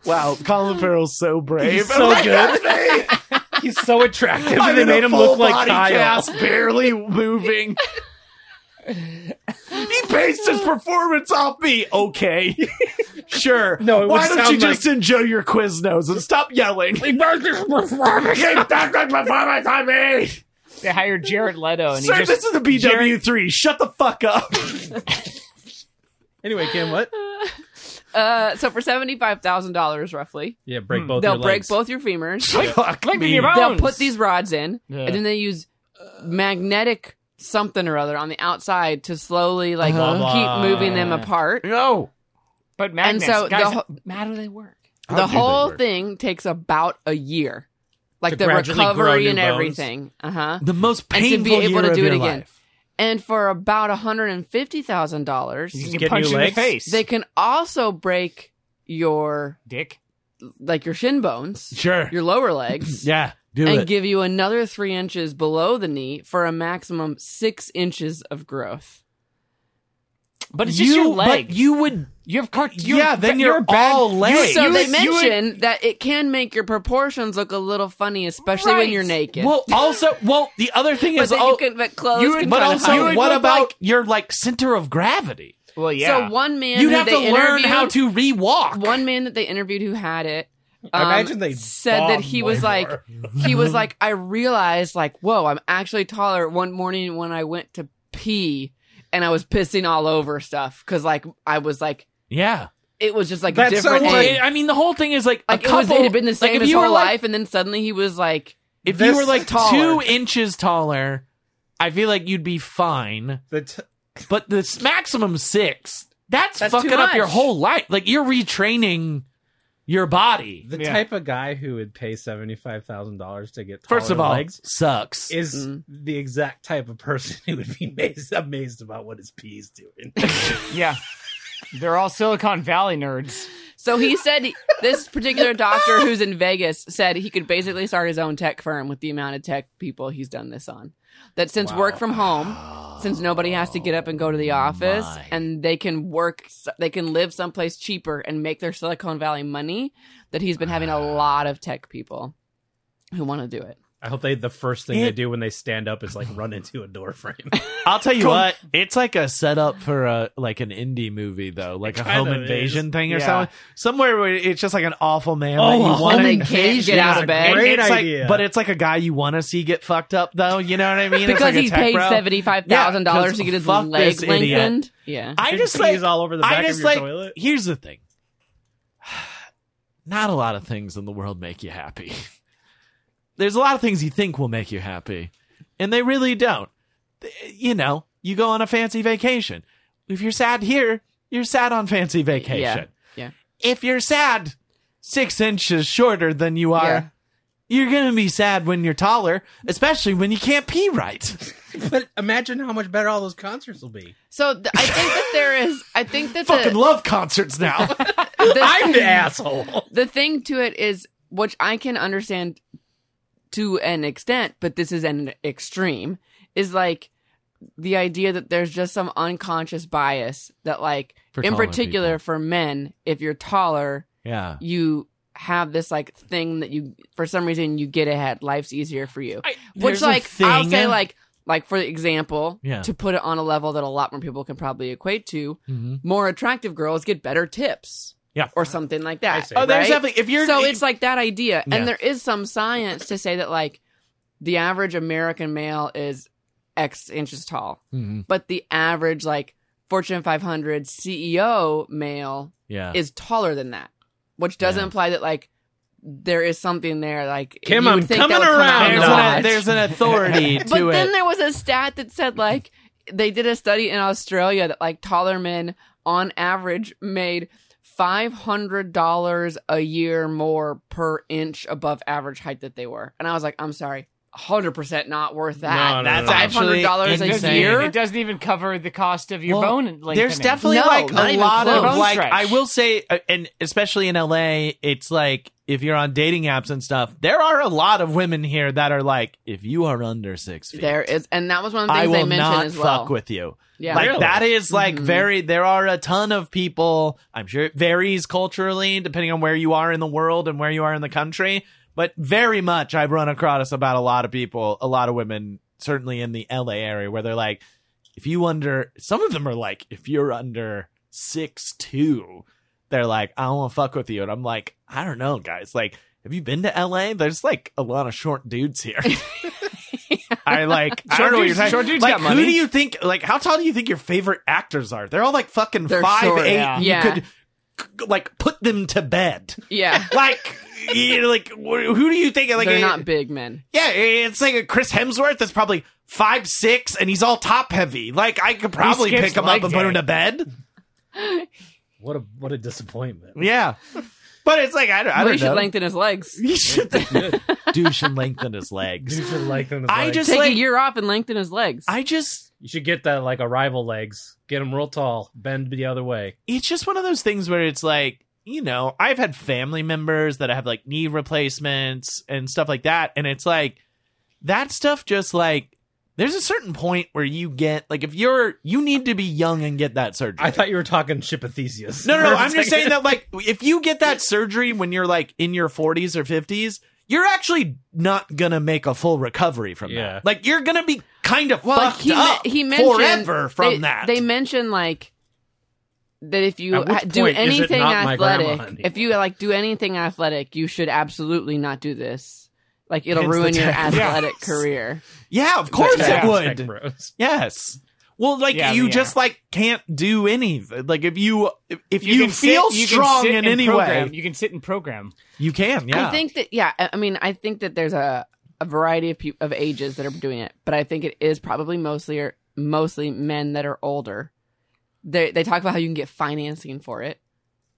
[SPEAKER 1] wow, Colin Farrell's so brave. Oh
[SPEAKER 2] He's so
[SPEAKER 1] Like,
[SPEAKER 2] good.
[SPEAKER 1] that's me.
[SPEAKER 2] He's so attractive.
[SPEAKER 1] I'm
[SPEAKER 2] and they
[SPEAKER 1] in a
[SPEAKER 2] made him look
[SPEAKER 1] full
[SPEAKER 2] like
[SPEAKER 1] body
[SPEAKER 2] Kyle.
[SPEAKER 1] cast, barely moving. he based his performance off me. Okay, sure.
[SPEAKER 2] No, it
[SPEAKER 1] why
[SPEAKER 2] would
[SPEAKER 1] don't you
[SPEAKER 2] sound like-
[SPEAKER 1] just enjoy your Quiznos and stop yelling? He based his performance. performance on me.
[SPEAKER 3] They hired Jared Leto, and
[SPEAKER 1] eh? Sir,
[SPEAKER 3] he
[SPEAKER 1] this
[SPEAKER 3] just
[SPEAKER 1] is a BW three. Shut the fuck up.
[SPEAKER 2] Anyway, Kim, what?
[SPEAKER 4] Uh, so for seventy five thousand dollars roughly,
[SPEAKER 2] Yeah,
[SPEAKER 1] Hmm.
[SPEAKER 2] break both.
[SPEAKER 4] they'll
[SPEAKER 2] your
[SPEAKER 4] break
[SPEAKER 2] legs.
[SPEAKER 4] both your femurs.
[SPEAKER 1] fuck
[SPEAKER 3] Look at
[SPEAKER 1] me.
[SPEAKER 3] your own-
[SPEAKER 4] They'll
[SPEAKER 3] Bones.
[SPEAKER 4] put these rods in,
[SPEAKER 3] Yeah.
[SPEAKER 4] and then they use uh, magnetic something or other on the outside to slowly like
[SPEAKER 1] Uh-huh.
[SPEAKER 4] keep moving them apart.
[SPEAKER 1] No.
[SPEAKER 3] But magnets,
[SPEAKER 4] so the
[SPEAKER 3] guys,
[SPEAKER 4] ho-
[SPEAKER 3] how do they work?
[SPEAKER 1] How
[SPEAKER 4] the
[SPEAKER 1] do they
[SPEAKER 4] whole
[SPEAKER 1] work?
[SPEAKER 4] thing takes about a year, like
[SPEAKER 5] To
[SPEAKER 4] the
[SPEAKER 5] gradually grow
[SPEAKER 4] recovery
[SPEAKER 5] new
[SPEAKER 4] and
[SPEAKER 5] bones?
[SPEAKER 4] everything. Uh huh.
[SPEAKER 1] The most
[SPEAKER 4] And to be
[SPEAKER 1] painful
[SPEAKER 4] able
[SPEAKER 1] year
[SPEAKER 4] to
[SPEAKER 1] of
[SPEAKER 4] do it
[SPEAKER 1] your
[SPEAKER 4] again.
[SPEAKER 1] life.
[SPEAKER 4] And for about hundred and fifty thousand dollars,
[SPEAKER 3] You
[SPEAKER 5] Just
[SPEAKER 3] can
[SPEAKER 5] get
[SPEAKER 3] punch
[SPEAKER 5] new
[SPEAKER 3] you in the
[SPEAKER 5] legs?
[SPEAKER 3] face.
[SPEAKER 4] they can also break your
[SPEAKER 3] Dick.
[SPEAKER 4] like your shin bones,
[SPEAKER 1] Sure.
[SPEAKER 4] your lower legs,
[SPEAKER 1] yeah. Do
[SPEAKER 4] and
[SPEAKER 1] it.
[SPEAKER 4] give you another three inches below the knee for a maximum six inches of growth.
[SPEAKER 3] But it's just your leg.
[SPEAKER 1] But you would.
[SPEAKER 3] you have cart. you
[SPEAKER 1] yeah. Then you're,
[SPEAKER 3] you're bad-
[SPEAKER 1] all leg.
[SPEAKER 4] So
[SPEAKER 3] You
[SPEAKER 4] they
[SPEAKER 3] would- you would-
[SPEAKER 4] mention that it can make your proportions look a little funny, especially
[SPEAKER 3] Right.
[SPEAKER 4] when you're naked.
[SPEAKER 1] well, also, well, the other thing
[SPEAKER 4] but
[SPEAKER 1] is,
[SPEAKER 4] then
[SPEAKER 1] oh,
[SPEAKER 4] you can, but clothes
[SPEAKER 3] you would-
[SPEAKER 4] can
[SPEAKER 1] but
[SPEAKER 4] kinda hide
[SPEAKER 1] also,
[SPEAKER 3] would
[SPEAKER 1] what
[SPEAKER 3] look
[SPEAKER 1] about
[SPEAKER 3] like-
[SPEAKER 1] your like center of gravity?
[SPEAKER 3] Well, yeah.
[SPEAKER 4] So one man
[SPEAKER 1] You'd
[SPEAKER 4] who
[SPEAKER 1] have
[SPEAKER 4] they
[SPEAKER 1] to learn
[SPEAKER 4] interviewed,
[SPEAKER 1] how to rewalk.
[SPEAKER 4] One man that they interviewed who had it. um,
[SPEAKER 2] Imagine they
[SPEAKER 4] said that
[SPEAKER 2] bombed
[SPEAKER 4] he was like
[SPEAKER 2] Labor.
[SPEAKER 4] he was like I realized like whoa I'm actually taller. One morning when I went to pee and I was pissing all over stuff because like I was like
[SPEAKER 1] yeah.
[SPEAKER 4] it was just like a
[SPEAKER 2] That's so
[SPEAKER 4] different.
[SPEAKER 2] funny.
[SPEAKER 4] age.
[SPEAKER 1] I mean, the whole thing is like,
[SPEAKER 4] Like
[SPEAKER 1] a
[SPEAKER 4] it was
[SPEAKER 1] couple-
[SPEAKER 4] it had been the
[SPEAKER 1] like,
[SPEAKER 4] same
[SPEAKER 1] if
[SPEAKER 4] his
[SPEAKER 1] you were,
[SPEAKER 4] whole
[SPEAKER 1] like,
[SPEAKER 4] life, and then suddenly he was like
[SPEAKER 1] If
[SPEAKER 2] This
[SPEAKER 1] you were like
[SPEAKER 4] taller.
[SPEAKER 1] two inches taller, I feel like you'd be fine.
[SPEAKER 2] The t-
[SPEAKER 1] But this maximum six, that's,
[SPEAKER 4] That's too
[SPEAKER 1] fucking up your
[SPEAKER 4] much.
[SPEAKER 1] whole life. Like you're retraining your body.
[SPEAKER 2] the
[SPEAKER 3] Yeah.
[SPEAKER 2] type of guy who would pay seventy five thousand dollars to get
[SPEAKER 1] First of
[SPEAKER 2] taller
[SPEAKER 1] all,
[SPEAKER 2] legs
[SPEAKER 1] sucks.
[SPEAKER 2] is
[SPEAKER 4] Mm.
[SPEAKER 2] the exact type of person who would be amazed, amazed about what his pee's doing.
[SPEAKER 3] yeah. They're all Silicon Valley nerds.
[SPEAKER 4] So he said this particular doctor who's in Vegas said he could basically start his own tech firm with the amount of tech people he's done this on. That since work from home, since nobody has to get up and go to the office
[SPEAKER 1] my.
[SPEAKER 4] and they can work they can live someplace cheaper and make their Silicon Valley money, that he's been having a lot of tech people who want to do it.
[SPEAKER 2] I hope they the first thing
[SPEAKER 1] It-
[SPEAKER 2] they do when they stand up is like run into a door frame.
[SPEAKER 1] I'll tell you what, it's like a setup for a like an indie movie though, like
[SPEAKER 2] It
[SPEAKER 1] a
[SPEAKER 2] kind
[SPEAKER 1] home
[SPEAKER 2] of
[SPEAKER 1] invasion
[SPEAKER 2] is.
[SPEAKER 1] thing or
[SPEAKER 3] Yeah.
[SPEAKER 1] something. Somewhere where it's just like an awful man
[SPEAKER 2] Oh,
[SPEAKER 1] that
[SPEAKER 2] a
[SPEAKER 1] you want
[SPEAKER 2] home
[SPEAKER 1] to
[SPEAKER 4] And they can't get out of bed.
[SPEAKER 2] great
[SPEAKER 1] it's like-
[SPEAKER 2] idea.
[SPEAKER 1] but it's like a guy you want to see get fucked up, though. You know what I mean? It's
[SPEAKER 4] Because
[SPEAKER 1] like a
[SPEAKER 4] he
[SPEAKER 1] tech
[SPEAKER 4] paid
[SPEAKER 1] bro.
[SPEAKER 4] seventy five thousand
[SPEAKER 1] Yeah,
[SPEAKER 4] dollars
[SPEAKER 1] 'cause
[SPEAKER 4] to get his
[SPEAKER 1] fuck
[SPEAKER 4] leg
[SPEAKER 1] this idiot.
[SPEAKER 4] lengthened. Yeah.
[SPEAKER 1] I
[SPEAKER 2] His
[SPEAKER 1] just like
[SPEAKER 2] pee's all over the
[SPEAKER 1] I
[SPEAKER 2] back of
[SPEAKER 1] just
[SPEAKER 2] your
[SPEAKER 1] like.
[SPEAKER 2] toilet.
[SPEAKER 1] Here's the thing. Not a lot of things in the world make you happy. There's a lot of things you think will make you happy, and they really don't. Th- You know, you go on a fancy vacation. If you're sad here, you're sad on fancy vacation.
[SPEAKER 4] Yeah.
[SPEAKER 1] If you're sad six inches shorter than you are, you're gonna be sad when you're taller, especially when you can't pee right.
[SPEAKER 2] But imagine how much better all those concerts will be.
[SPEAKER 4] So th- I think that there is I think that
[SPEAKER 1] fucking
[SPEAKER 4] the,
[SPEAKER 1] love concerts now.
[SPEAKER 4] the-
[SPEAKER 2] I'm the asshole.
[SPEAKER 4] the thing to it is which i can understand to an extent but this is an extreme is like the idea that there's just some unconscious bias that like
[SPEAKER 1] For
[SPEAKER 4] in
[SPEAKER 1] taller
[SPEAKER 4] particular
[SPEAKER 1] people.
[SPEAKER 4] for men if you're taller
[SPEAKER 1] yeah.
[SPEAKER 4] you have this like thing that you for some reason you get ahead life's easier for you
[SPEAKER 1] There's
[SPEAKER 4] which
[SPEAKER 1] a
[SPEAKER 4] like i'll
[SPEAKER 1] thing-
[SPEAKER 4] say like like for example
[SPEAKER 1] Yeah.
[SPEAKER 4] to put it on a level that a lot more people can probably equate to
[SPEAKER 2] Mm-hmm,
[SPEAKER 1] Mhm.
[SPEAKER 4] more attractive girls get better tips
[SPEAKER 1] Yeah.
[SPEAKER 4] or something like that
[SPEAKER 2] I see.
[SPEAKER 1] Oh, there's
[SPEAKER 4] right?
[SPEAKER 1] definitely if you're
[SPEAKER 4] so it's like that idea,
[SPEAKER 1] Yeah.
[SPEAKER 4] and there is some science to say that like the average American male is X inches tall,
[SPEAKER 2] mm-hmm.
[SPEAKER 1] Mhm.
[SPEAKER 4] but the average like Fortune 500 CEO E male
[SPEAKER 1] yeah.
[SPEAKER 4] is taller than that, which does
[SPEAKER 1] Yeah.
[SPEAKER 4] imply that like there is something there. Like
[SPEAKER 2] Kim,
[SPEAKER 4] you would
[SPEAKER 2] I'm
[SPEAKER 4] think that
[SPEAKER 2] coming
[SPEAKER 4] would come out
[SPEAKER 1] Oh,
[SPEAKER 4] in
[SPEAKER 1] there's,
[SPEAKER 4] the
[SPEAKER 1] an,
[SPEAKER 4] odds.
[SPEAKER 1] there's an authority to
[SPEAKER 4] but
[SPEAKER 1] it.
[SPEAKER 4] then there was a stat that said like they did a study in Australia that like taller men on average made five hundred dollars a year more per inch above average height that they were, and I was like, I'm sorry, hundred percent not worth
[SPEAKER 2] No,
[SPEAKER 4] that.
[SPEAKER 2] no,
[SPEAKER 1] That's
[SPEAKER 2] no, no.
[SPEAKER 4] Five hundred
[SPEAKER 1] It
[SPEAKER 4] dollars a
[SPEAKER 1] doesn't-
[SPEAKER 3] Doesn't-
[SPEAKER 4] year.
[SPEAKER 3] It doesn't even cover the cost of your
[SPEAKER 1] Well,
[SPEAKER 3] bone lengthening.
[SPEAKER 1] There's definitely
[SPEAKER 4] No,
[SPEAKER 1] like
[SPEAKER 4] not
[SPEAKER 1] a
[SPEAKER 4] even
[SPEAKER 1] lot
[SPEAKER 4] close.
[SPEAKER 1] of
[SPEAKER 4] Bone
[SPEAKER 1] like
[SPEAKER 3] stretch.
[SPEAKER 1] I will say, uh, and especially in LA, it's like if you're on dating apps and stuff, there are a lot of women here that are like, if you are under six feet,
[SPEAKER 4] There is, and that was one of the
[SPEAKER 1] I
[SPEAKER 4] things
[SPEAKER 1] will
[SPEAKER 4] they mentioned
[SPEAKER 1] not
[SPEAKER 4] as well.
[SPEAKER 1] fuck with you.
[SPEAKER 4] yeah,
[SPEAKER 1] Like
[SPEAKER 2] Really?
[SPEAKER 1] that is like
[SPEAKER 4] Mhm.
[SPEAKER 1] very there are a ton of people, I'm sure it varies culturally depending on where you are in the world and where you are in the country, but very much I've run across about a lot of people, a lot of women certainly in the LA area where they're like if you under some of them are like if you're under 6'2 they're like I don't want to fuck with you and I'm like I don't know guys like have you been to LA? There's like a lot of short dudes here. I like. I don't
[SPEAKER 3] Short
[SPEAKER 1] know what you're
[SPEAKER 3] dudes-
[SPEAKER 1] talking.
[SPEAKER 3] short dudes
[SPEAKER 1] like,
[SPEAKER 3] got money.
[SPEAKER 1] who do you think? Like, how tall do you think your favorite actors are? They're all like fucking
[SPEAKER 4] They're
[SPEAKER 1] five
[SPEAKER 4] short,
[SPEAKER 1] eight.
[SPEAKER 3] yeah.
[SPEAKER 1] You
[SPEAKER 4] Yeah.
[SPEAKER 1] could like put them to bed.
[SPEAKER 4] Yeah.
[SPEAKER 1] Like, you know, like wh- who do you think? Like,
[SPEAKER 4] They're
[SPEAKER 1] it-
[SPEAKER 4] not big men.
[SPEAKER 1] yeah, eh, it's like a Chris Hemsworth that's probably five six and he's all top heavy. Like I could probably
[SPEAKER 2] skips
[SPEAKER 1] pick him
[SPEAKER 2] leg
[SPEAKER 1] up and put him
[SPEAKER 2] day.
[SPEAKER 1] to bed.
[SPEAKER 2] What a what a disappointment.
[SPEAKER 1] Yeah, but it's like I don't, I
[SPEAKER 4] But
[SPEAKER 1] don't
[SPEAKER 4] he should
[SPEAKER 1] know.
[SPEAKER 4] lengthen his legs.
[SPEAKER 1] He should- Dude should lengthen his legs.
[SPEAKER 2] You should like them.
[SPEAKER 1] I just
[SPEAKER 4] Take
[SPEAKER 1] like
[SPEAKER 4] a year off and lengthen his legs.
[SPEAKER 1] I just
[SPEAKER 2] you should get that like arrival legs. Get them real tall. Bend the other way.
[SPEAKER 1] it's just one of those things where it's like you know i've had family members that have like knee replacements and stuff like that and it's like that stuff just like there's a certain point where you get like if you're you need to be young and get that surgery
[SPEAKER 2] I thought you were talking Shipathesius.
[SPEAKER 1] no no no i'm just saying that like if you get that surgery when you're like in your 40s or 50s you're actually not gonna make a full recovery from
[SPEAKER 2] Yeah.
[SPEAKER 1] that like you're gonna be kind of
[SPEAKER 4] well,
[SPEAKER 1] fucked
[SPEAKER 4] he me-
[SPEAKER 1] up
[SPEAKER 4] he mentioned
[SPEAKER 1] forever from
[SPEAKER 4] they,
[SPEAKER 1] that
[SPEAKER 4] They mentioned like that if you
[SPEAKER 2] At which
[SPEAKER 4] ha- do
[SPEAKER 2] point is it
[SPEAKER 4] anything
[SPEAKER 2] not my grandma
[SPEAKER 4] athletic,
[SPEAKER 2] anymore?
[SPEAKER 4] if you like do anything athletic, you should absolutely not do this. Like it'll
[SPEAKER 1] Hence the
[SPEAKER 4] ruin your
[SPEAKER 1] tech bros.
[SPEAKER 4] athletic career.
[SPEAKER 1] yeah of course it
[SPEAKER 2] Tech-
[SPEAKER 1] would
[SPEAKER 2] Tech Bros.
[SPEAKER 1] Yes. Well, like
[SPEAKER 3] Yeah,
[SPEAKER 1] you
[SPEAKER 3] yeah.
[SPEAKER 1] just like can't do anything. Like if you if, if you,
[SPEAKER 3] can sit-
[SPEAKER 1] feel
[SPEAKER 3] you can
[SPEAKER 1] strong
[SPEAKER 3] sit
[SPEAKER 1] in
[SPEAKER 3] and
[SPEAKER 1] any
[SPEAKER 3] program.
[SPEAKER 1] way,
[SPEAKER 3] You can sit and program.
[SPEAKER 1] you can. Yeah.
[SPEAKER 4] I think that yeah, I I mean, I think that there's a a variety of peop of ages that are doing it, but I think it is probably mostly or mostly men that are older. They they talk about how you can get financing for it,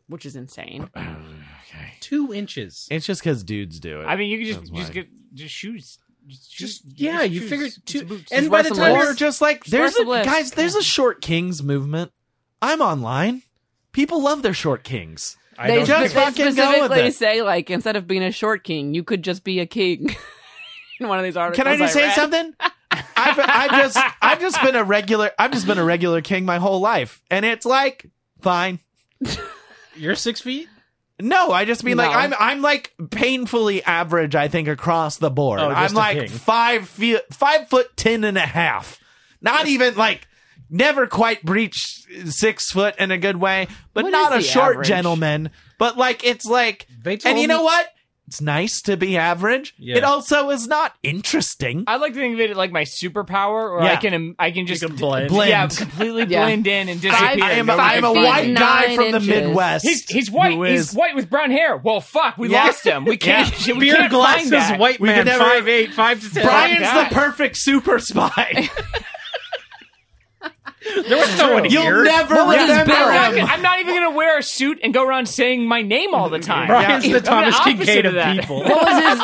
[SPEAKER 4] which is insane.
[SPEAKER 1] okay.
[SPEAKER 2] Two inches.
[SPEAKER 1] It's just because dudes do it.
[SPEAKER 3] I mean, you can just
[SPEAKER 1] That's
[SPEAKER 3] just
[SPEAKER 1] why.
[SPEAKER 3] get just shoes. Just, shoes.
[SPEAKER 2] Just yeah, you
[SPEAKER 3] shoes.
[SPEAKER 2] figured
[SPEAKER 3] It's
[SPEAKER 2] two.
[SPEAKER 3] boots.
[SPEAKER 2] And
[SPEAKER 4] Just
[SPEAKER 2] by
[SPEAKER 4] wear
[SPEAKER 2] the
[SPEAKER 4] some
[SPEAKER 2] time
[SPEAKER 4] lifts.
[SPEAKER 1] or just like
[SPEAKER 4] wear
[SPEAKER 1] there's a,
[SPEAKER 4] some lifts.
[SPEAKER 1] guys. There's a short kings movement. I'm online. People love their short kings.
[SPEAKER 2] I
[SPEAKER 4] they
[SPEAKER 2] don't
[SPEAKER 1] just
[SPEAKER 4] just
[SPEAKER 2] think-
[SPEAKER 1] fucking go with
[SPEAKER 4] specifically
[SPEAKER 1] it.
[SPEAKER 4] say like instead of being a short king, you could just be a king. In one of these articles,
[SPEAKER 1] Can I just say
[SPEAKER 4] read.
[SPEAKER 1] something? I've, I've just I've just been a regular I've just been a regular king my whole life, and it's like fine.
[SPEAKER 2] you're six feet.
[SPEAKER 1] No, I just mean like
[SPEAKER 4] No.
[SPEAKER 1] I'm I'm like painfully average, I think, across the board.
[SPEAKER 2] Oh, just
[SPEAKER 1] I'm
[SPEAKER 2] a
[SPEAKER 1] like
[SPEAKER 2] king.
[SPEAKER 1] five feet five foot ten and a half. Not even like never quite breached six foot in a good way, but
[SPEAKER 4] What
[SPEAKER 1] not
[SPEAKER 4] is
[SPEAKER 1] a
[SPEAKER 4] the
[SPEAKER 1] short
[SPEAKER 4] average?
[SPEAKER 1] gentleman. But like it's like
[SPEAKER 2] They told
[SPEAKER 1] and you know
[SPEAKER 2] me-
[SPEAKER 1] what? It's nice to be average.
[SPEAKER 2] Yeah.
[SPEAKER 1] It also is not interesting.
[SPEAKER 3] I like to think of it like my superpower, or I
[SPEAKER 1] Yeah.
[SPEAKER 3] can um, I can just
[SPEAKER 2] can blend.
[SPEAKER 3] yeah,
[SPEAKER 1] Blend.
[SPEAKER 3] completely
[SPEAKER 4] Yeah.
[SPEAKER 3] blend in and disappear.
[SPEAKER 1] I, I am a,
[SPEAKER 3] Nobody
[SPEAKER 1] I am a
[SPEAKER 3] can find
[SPEAKER 1] white
[SPEAKER 3] me.
[SPEAKER 4] nine
[SPEAKER 1] guy from the
[SPEAKER 4] inches.
[SPEAKER 1] Midwest.
[SPEAKER 3] He's he's white.
[SPEAKER 1] who
[SPEAKER 3] He's
[SPEAKER 1] is-
[SPEAKER 3] white with brown hair. Well, fuck, we
[SPEAKER 1] Yeah.
[SPEAKER 3] lost him. We can't. we
[SPEAKER 2] Beer
[SPEAKER 3] can't
[SPEAKER 2] glasses,
[SPEAKER 3] find that.
[SPEAKER 2] white
[SPEAKER 1] We
[SPEAKER 2] man,
[SPEAKER 1] could never-
[SPEAKER 2] five eight, five to ten.
[SPEAKER 1] Brian's
[SPEAKER 3] God.
[SPEAKER 1] the perfect super spy.
[SPEAKER 2] there was no one
[SPEAKER 1] You'll
[SPEAKER 2] here.
[SPEAKER 1] never
[SPEAKER 4] What was his
[SPEAKER 1] remember
[SPEAKER 3] I'm not,
[SPEAKER 1] him.
[SPEAKER 3] gonna- I'm not even gonna wear a suit and go around saying my name all the time.
[SPEAKER 2] Brian's
[SPEAKER 1] Yeah.
[SPEAKER 2] the Thomas
[SPEAKER 3] opposite
[SPEAKER 2] Kincaid
[SPEAKER 3] of
[SPEAKER 2] of
[SPEAKER 3] that.
[SPEAKER 2] people.
[SPEAKER 4] What was his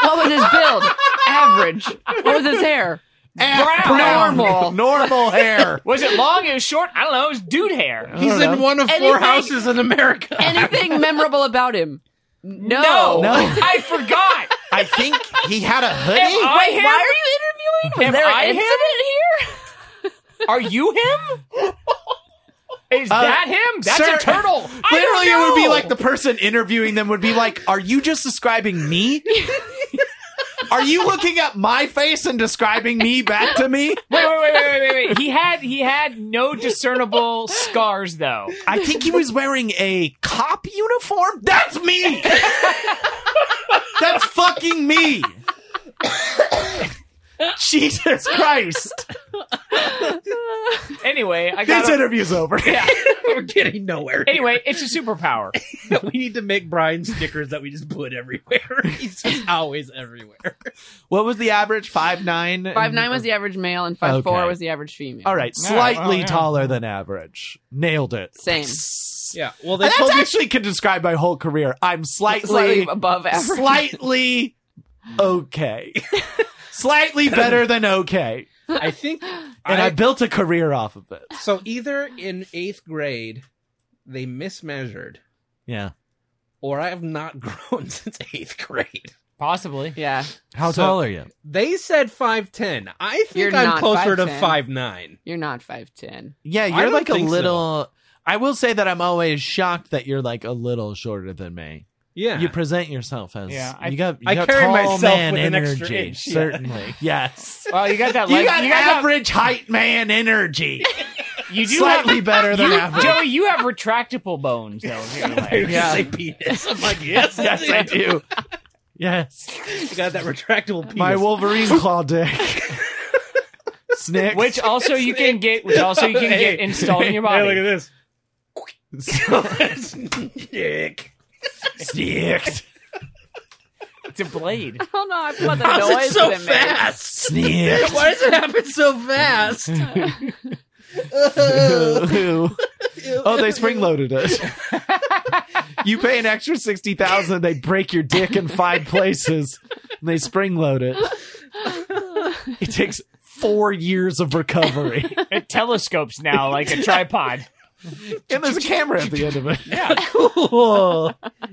[SPEAKER 4] What was his build? Average. What was his hair?
[SPEAKER 3] Brown.
[SPEAKER 4] Normal.
[SPEAKER 1] normal hair.
[SPEAKER 3] Was it long? It was short. I don't know. It was dude hair.
[SPEAKER 2] He's in one of
[SPEAKER 4] Anything-
[SPEAKER 2] four houses in America.
[SPEAKER 4] Anything memorable about him? No.
[SPEAKER 3] No,
[SPEAKER 1] No.
[SPEAKER 3] I forgot.
[SPEAKER 1] I think he had a hoodie.
[SPEAKER 3] Am I him?
[SPEAKER 4] Why are you interviewing? Was
[SPEAKER 3] Am
[SPEAKER 4] there an
[SPEAKER 3] I him?
[SPEAKER 4] incident here?
[SPEAKER 3] Are you him? Is that him? That's
[SPEAKER 1] Uh, sir-
[SPEAKER 3] a turtle.
[SPEAKER 1] Literally,
[SPEAKER 3] I
[SPEAKER 1] it
[SPEAKER 3] don't
[SPEAKER 1] would be
[SPEAKER 3] know.
[SPEAKER 1] like the person interviewing them would be like, "Are you just describing me? Are you looking at my face and describing me back to me?"
[SPEAKER 3] Wait, wait, wait, wait, wait, wait, wait. He had he had no discernible scars though.
[SPEAKER 1] I think he was wearing a cop uniform. That's me. That's fucking me. Jesus Christ!
[SPEAKER 3] Anyway, I
[SPEAKER 1] This
[SPEAKER 3] got.
[SPEAKER 1] interview's over.
[SPEAKER 2] We're getting nowhere.
[SPEAKER 3] Anyway, it's a superpower.
[SPEAKER 2] we need to make Brian stickers that we just put everywhere. He's just always everywhere.
[SPEAKER 1] What was the average? Five nine.
[SPEAKER 4] Five nine was the average male, and five four
[SPEAKER 1] Okay.
[SPEAKER 4] was the average female.
[SPEAKER 1] All right,
[SPEAKER 3] Yeah, well,
[SPEAKER 1] slightly
[SPEAKER 3] yeah.
[SPEAKER 1] taller than average. Nailed it.
[SPEAKER 4] Same.
[SPEAKER 2] Yeah. Well, they
[SPEAKER 1] And
[SPEAKER 2] told
[SPEAKER 1] that's
[SPEAKER 2] me
[SPEAKER 1] actually could describe my whole career. I'm
[SPEAKER 4] Slightly
[SPEAKER 1] slightly,
[SPEAKER 4] above average.
[SPEAKER 1] slightly okay, slightly better than okay,
[SPEAKER 2] I think,
[SPEAKER 1] and I, built a career off of it.
[SPEAKER 2] so either in eighth grade they mismeasured,
[SPEAKER 1] Yeah.
[SPEAKER 2] or I have not grown since eighth grade.
[SPEAKER 3] Possibly.
[SPEAKER 4] Yeah.
[SPEAKER 1] How
[SPEAKER 2] So-
[SPEAKER 1] tall are you?
[SPEAKER 2] They said five ten. I think
[SPEAKER 4] You're
[SPEAKER 2] I'm
[SPEAKER 4] not
[SPEAKER 2] closer to
[SPEAKER 4] 5'10".
[SPEAKER 2] five nine.
[SPEAKER 4] You're not five ten.
[SPEAKER 1] Yeah,
[SPEAKER 2] I
[SPEAKER 1] you're
[SPEAKER 2] don't
[SPEAKER 1] like a
[SPEAKER 2] think so.
[SPEAKER 1] little. I will say that I'm always shocked that you're like a little shorter than me.
[SPEAKER 2] Yeah.
[SPEAKER 1] You present yourself as
[SPEAKER 3] Yeah, I-
[SPEAKER 1] you got. You
[SPEAKER 2] I
[SPEAKER 1] got
[SPEAKER 2] carry
[SPEAKER 1] tall
[SPEAKER 2] myself
[SPEAKER 1] man
[SPEAKER 2] with an
[SPEAKER 1] energy,
[SPEAKER 2] extra inch, yeah.
[SPEAKER 1] certainly. Yes.
[SPEAKER 3] Well, you got that.
[SPEAKER 1] You
[SPEAKER 3] leg-
[SPEAKER 1] got
[SPEAKER 3] that-
[SPEAKER 1] average height man energy.
[SPEAKER 3] you do
[SPEAKER 1] Slightly
[SPEAKER 3] have.
[SPEAKER 1] better than
[SPEAKER 3] You,
[SPEAKER 1] average.
[SPEAKER 3] Joey, you have retractable bones though. in your leg.
[SPEAKER 1] Yeah.
[SPEAKER 2] Say penis. I'm like, yes,
[SPEAKER 1] yes, I do. Yes.
[SPEAKER 2] You got that retractable penis.
[SPEAKER 1] My Wolverine claw dick. Snick.
[SPEAKER 3] Which also you can get. Which also you can get installed in your
[SPEAKER 2] Hey, look
[SPEAKER 3] body.
[SPEAKER 2] at this. Dick.
[SPEAKER 1] Sneaked.
[SPEAKER 3] It's a blade.
[SPEAKER 4] I don't know. I what the
[SPEAKER 2] How's
[SPEAKER 4] noise
[SPEAKER 2] it so
[SPEAKER 4] that it makes.
[SPEAKER 2] fast?
[SPEAKER 1] Sneaked.
[SPEAKER 2] Why does it happen so fast?
[SPEAKER 1] Ew. oh, they spring loaded it. you pay an extra sixty thousand, they break your dick in five places, and they spring load it. It takes four years of recovery,
[SPEAKER 3] It telescopes now like a tripod.
[SPEAKER 1] and there's a camera at the end of it.
[SPEAKER 2] cool.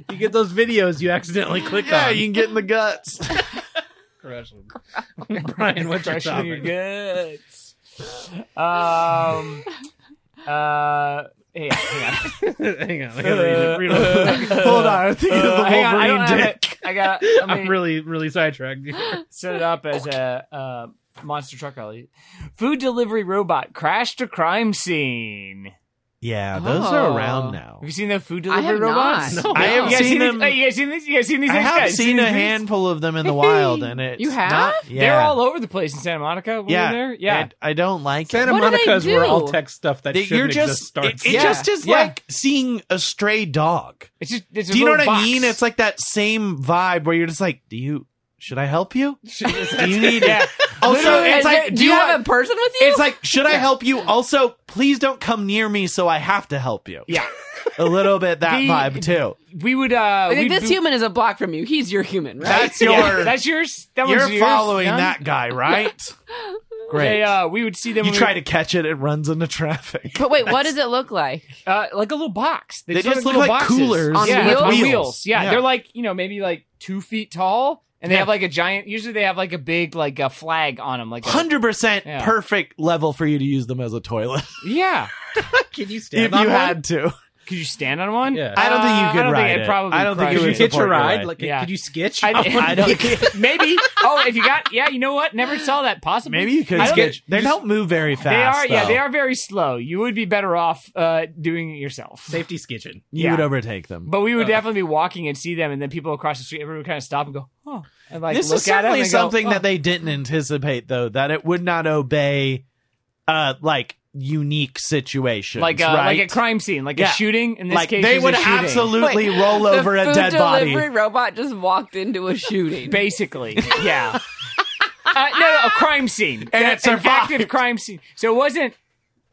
[SPEAKER 2] You get those videos you accidentally click
[SPEAKER 1] Yeah,
[SPEAKER 2] on.
[SPEAKER 1] you can get in the guts.
[SPEAKER 2] Crush them. Brian, what's your
[SPEAKER 3] Crushing your
[SPEAKER 2] topic?
[SPEAKER 3] guts. Um. Uh. Hang on. Hang on.
[SPEAKER 2] Hang on. I gotta read
[SPEAKER 3] Uh,
[SPEAKER 2] it. Read it.
[SPEAKER 1] Hold on, I think of
[SPEAKER 3] Uh,
[SPEAKER 1] the
[SPEAKER 3] hang on, I don't
[SPEAKER 1] Wolverine
[SPEAKER 3] have
[SPEAKER 1] dick.
[SPEAKER 3] it. I got. Let me
[SPEAKER 2] I'm really, really sidetracked. here.
[SPEAKER 3] set it up as a uh, monster truck rally. Food delivery robot crashed a crime scene.
[SPEAKER 1] Yeah,
[SPEAKER 4] those are around
[SPEAKER 1] now.
[SPEAKER 3] Have you seen the food
[SPEAKER 4] I
[SPEAKER 3] delivery
[SPEAKER 4] have
[SPEAKER 3] robots?
[SPEAKER 4] not.
[SPEAKER 2] No.
[SPEAKER 1] I have
[SPEAKER 3] You guys
[SPEAKER 1] seen
[SPEAKER 3] seen,
[SPEAKER 1] them-
[SPEAKER 3] these? Hey, you guys seen these? You guys seen these?
[SPEAKER 1] I
[SPEAKER 3] things?
[SPEAKER 1] have
[SPEAKER 3] Guys,
[SPEAKER 1] seen a
[SPEAKER 3] these things?
[SPEAKER 1] handful of them in the wild, and it's
[SPEAKER 4] You have?
[SPEAKER 1] Not, yeah.
[SPEAKER 3] They're all over the place in Santa Monica. Were you
[SPEAKER 1] yeah,
[SPEAKER 3] there? Yeah.
[SPEAKER 1] and I don't like it.
[SPEAKER 2] Santa
[SPEAKER 4] What do they
[SPEAKER 2] Monica is where
[SPEAKER 4] do?
[SPEAKER 2] all tech stuff that
[SPEAKER 1] That you're
[SPEAKER 2] shouldn't
[SPEAKER 1] just
[SPEAKER 2] exist starts.
[SPEAKER 1] It, it
[SPEAKER 3] Yeah.
[SPEAKER 1] just is
[SPEAKER 3] Yeah.
[SPEAKER 1] like seeing a stray dog.
[SPEAKER 3] it's just. It's a
[SPEAKER 1] Do you know
[SPEAKER 3] little
[SPEAKER 1] what
[SPEAKER 3] box.
[SPEAKER 1] I mean? It's like that same vibe where you're just like, do you? Should I help you? Do you need?
[SPEAKER 3] Yeah.
[SPEAKER 1] Also,
[SPEAKER 3] Literally,
[SPEAKER 1] it's
[SPEAKER 4] And
[SPEAKER 1] like,
[SPEAKER 4] there-
[SPEAKER 1] do
[SPEAKER 4] do you have a
[SPEAKER 1] want-
[SPEAKER 4] person with you?
[SPEAKER 1] It's like, should I help you? Also, please don't come near me, so I have to help you.
[SPEAKER 3] Yeah.
[SPEAKER 1] A little bit that
[SPEAKER 3] The-
[SPEAKER 1] vibe too.
[SPEAKER 3] We would. uh
[SPEAKER 4] I
[SPEAKER 3] we'd
[SPEAKER 4] think this
[SPEAKER 3] boot-
[SPEAKER 4] human is a block from you. He's your human, right?
[SPEAKER 1] That's your.
[SPEAKER 3] Yeah, that's yours. That
[SPEAKER 1] you're
[SPEAKER 3] one's yours.
[SPEAKER 1] following
[SPEAKER 3] Yeah.
[SPEAKER 1] that guy, right? Great.
[SPEAKER 3] They, uh, we would see them.
[SPEAKER 1] you
[SPEAKER 3] when
[SPEAKER 1] try to
[SPEAKER 3] we,
[SPEAKER 1] catch it, it runs into traffic.
[SPEAKER 4] but wait, what does it look like?
[SPEAKER 3] uh, like a little box.
[SPEAKER 1] They
[SPEAKER 3] sort
[SPEAKER 1] just
[SPEAKER 3] of
[SPEAKER 1] look
[SPEAKER 3] little
[SPEAKER 1] like
[SPEAKER 3] boxes.
[SPEAKER 1] coolers
[SPEAKER 4] On
[SPEAKER 3] yeah,
[SPEAKER 4] wheels?
[SPEAKER 3] on
[SPEAKER 1] Wheels.
[SPEAKER 3] wheels. Yeah,
[SPEAKER 1] Yeah.
[SPEAKER 3] they're like you know maybe like two feet tall, and they
[SPEAKER 1] Yeah.
[SPEAKER 3] have like a giant. Usually they have like a big like a flag on them. Like a,
[SPEAKER 1] Hundred percent
[SPEAKER 3] Yeah.
[SPEAKER 1] perfect level for you to use them as a toilet
[SPEAKER 3] yeah.
[SPEAKER 2] Can you stand
[SPEAKER 1] if you had to.
[SPEAKER 3] Could you stand on one?
[SPEAKER 2] Yeah.
[SPEAKER 1] I don't think you
[SPEAKER 3] Uh,
[SPEAKER 1] could
[SPEAKER 3] I don't
[SPEAKER 1] ride
[SPEAKER 3] think I'd
[SPEAKER 1] it.
[SPEAKER 3] probably
[SPEAKER 1] I don't think
[SPEAKER 3] crush
[SPEAKER 1] you
[SPEAKER 2] Could you
[SPEAKER 1] would
[SPEAKER 2] hitch a
[SPEAKER 1] support your
[SPEAKER 2] ride?
[SPEAKER 1] ride.
[SPEAKER 2] Like,
[SPEAKER 3] Yeah.
[SPEAKER 2] could you sketch?
[SPEAKER 3] I,
[SPEAKER 1] I don't-
[SPEAKER 3] maybe. Oh, if you got yeah, you know what? Never saw that. Possibly.
[SPEAKER 1] Maybe you could
[SPEAKER 3] I don't-
[SPEAKER 1] sketch. They don't move very
[SPEAKER 3] They
[SPEAKER 1] fast.
[SPEAKER 3] are yeah,
[SPEAKER 1] though.
[SPEAKER 3] they are very slow. You would be better off uh, doing it yourself.
[SPEAKER 2] Safety sketching.
[SPEAKER 1] You
[SPEAKER 3] yeah.
[SPEAKER 1] would overtake them.
[SPEAKER 3] But we would definitely be walking and see them, and then people across the street, everyone would kind of stop and go, "Huh," and like
[SPEAKER 1] this
[SPEAKER 3] look
[SPEAKER 1] is
[SPEAKER 3] at them
[SPEAKER 1] certainly
[SPEAKER 3] and go,
[SPEAKER 1] something
[SPEAKER 3] "Oh."
[SPEAKER 1] that they didn't anticipate, though, that it would not obey, uh, like unique situations,
[SPEAKER 3] like a,
[SPEAKER 1] right?
[SPEAKER 3] like a crime scene, like
[SPEAKER 1] Yeah.
[SPEAKER 3] a shooting. In this
[SPEAKER 1] Like,
[SPEAKER 3] case,
[SPEAKER 1] they
[SPEAKER 3] it's
[SPEAKER 1] would
[SPEAKER 3] a shooting.
[SPEAKER 1] absolutely roll
[SPEAKER 4] The
[SPEAKER 1] over a
[SPEAKER 4] food
[SPEAKER 1] dead
[SPEAKER 4] delivery
[SPEAKER 1] body.
[SPEAKER 4] robot just walked into a shooting.
[SPEAKER 3] basically, yeah. Uh, no, no, a crime scene,
[SPEAKER 1] And
[SPEAKER 3] An-
[SPEAKER 1] it
[SPEAKER 3] an active
[SPEAKER 1] survived.
[SPEAKER 3] crime scene. So it wasn't.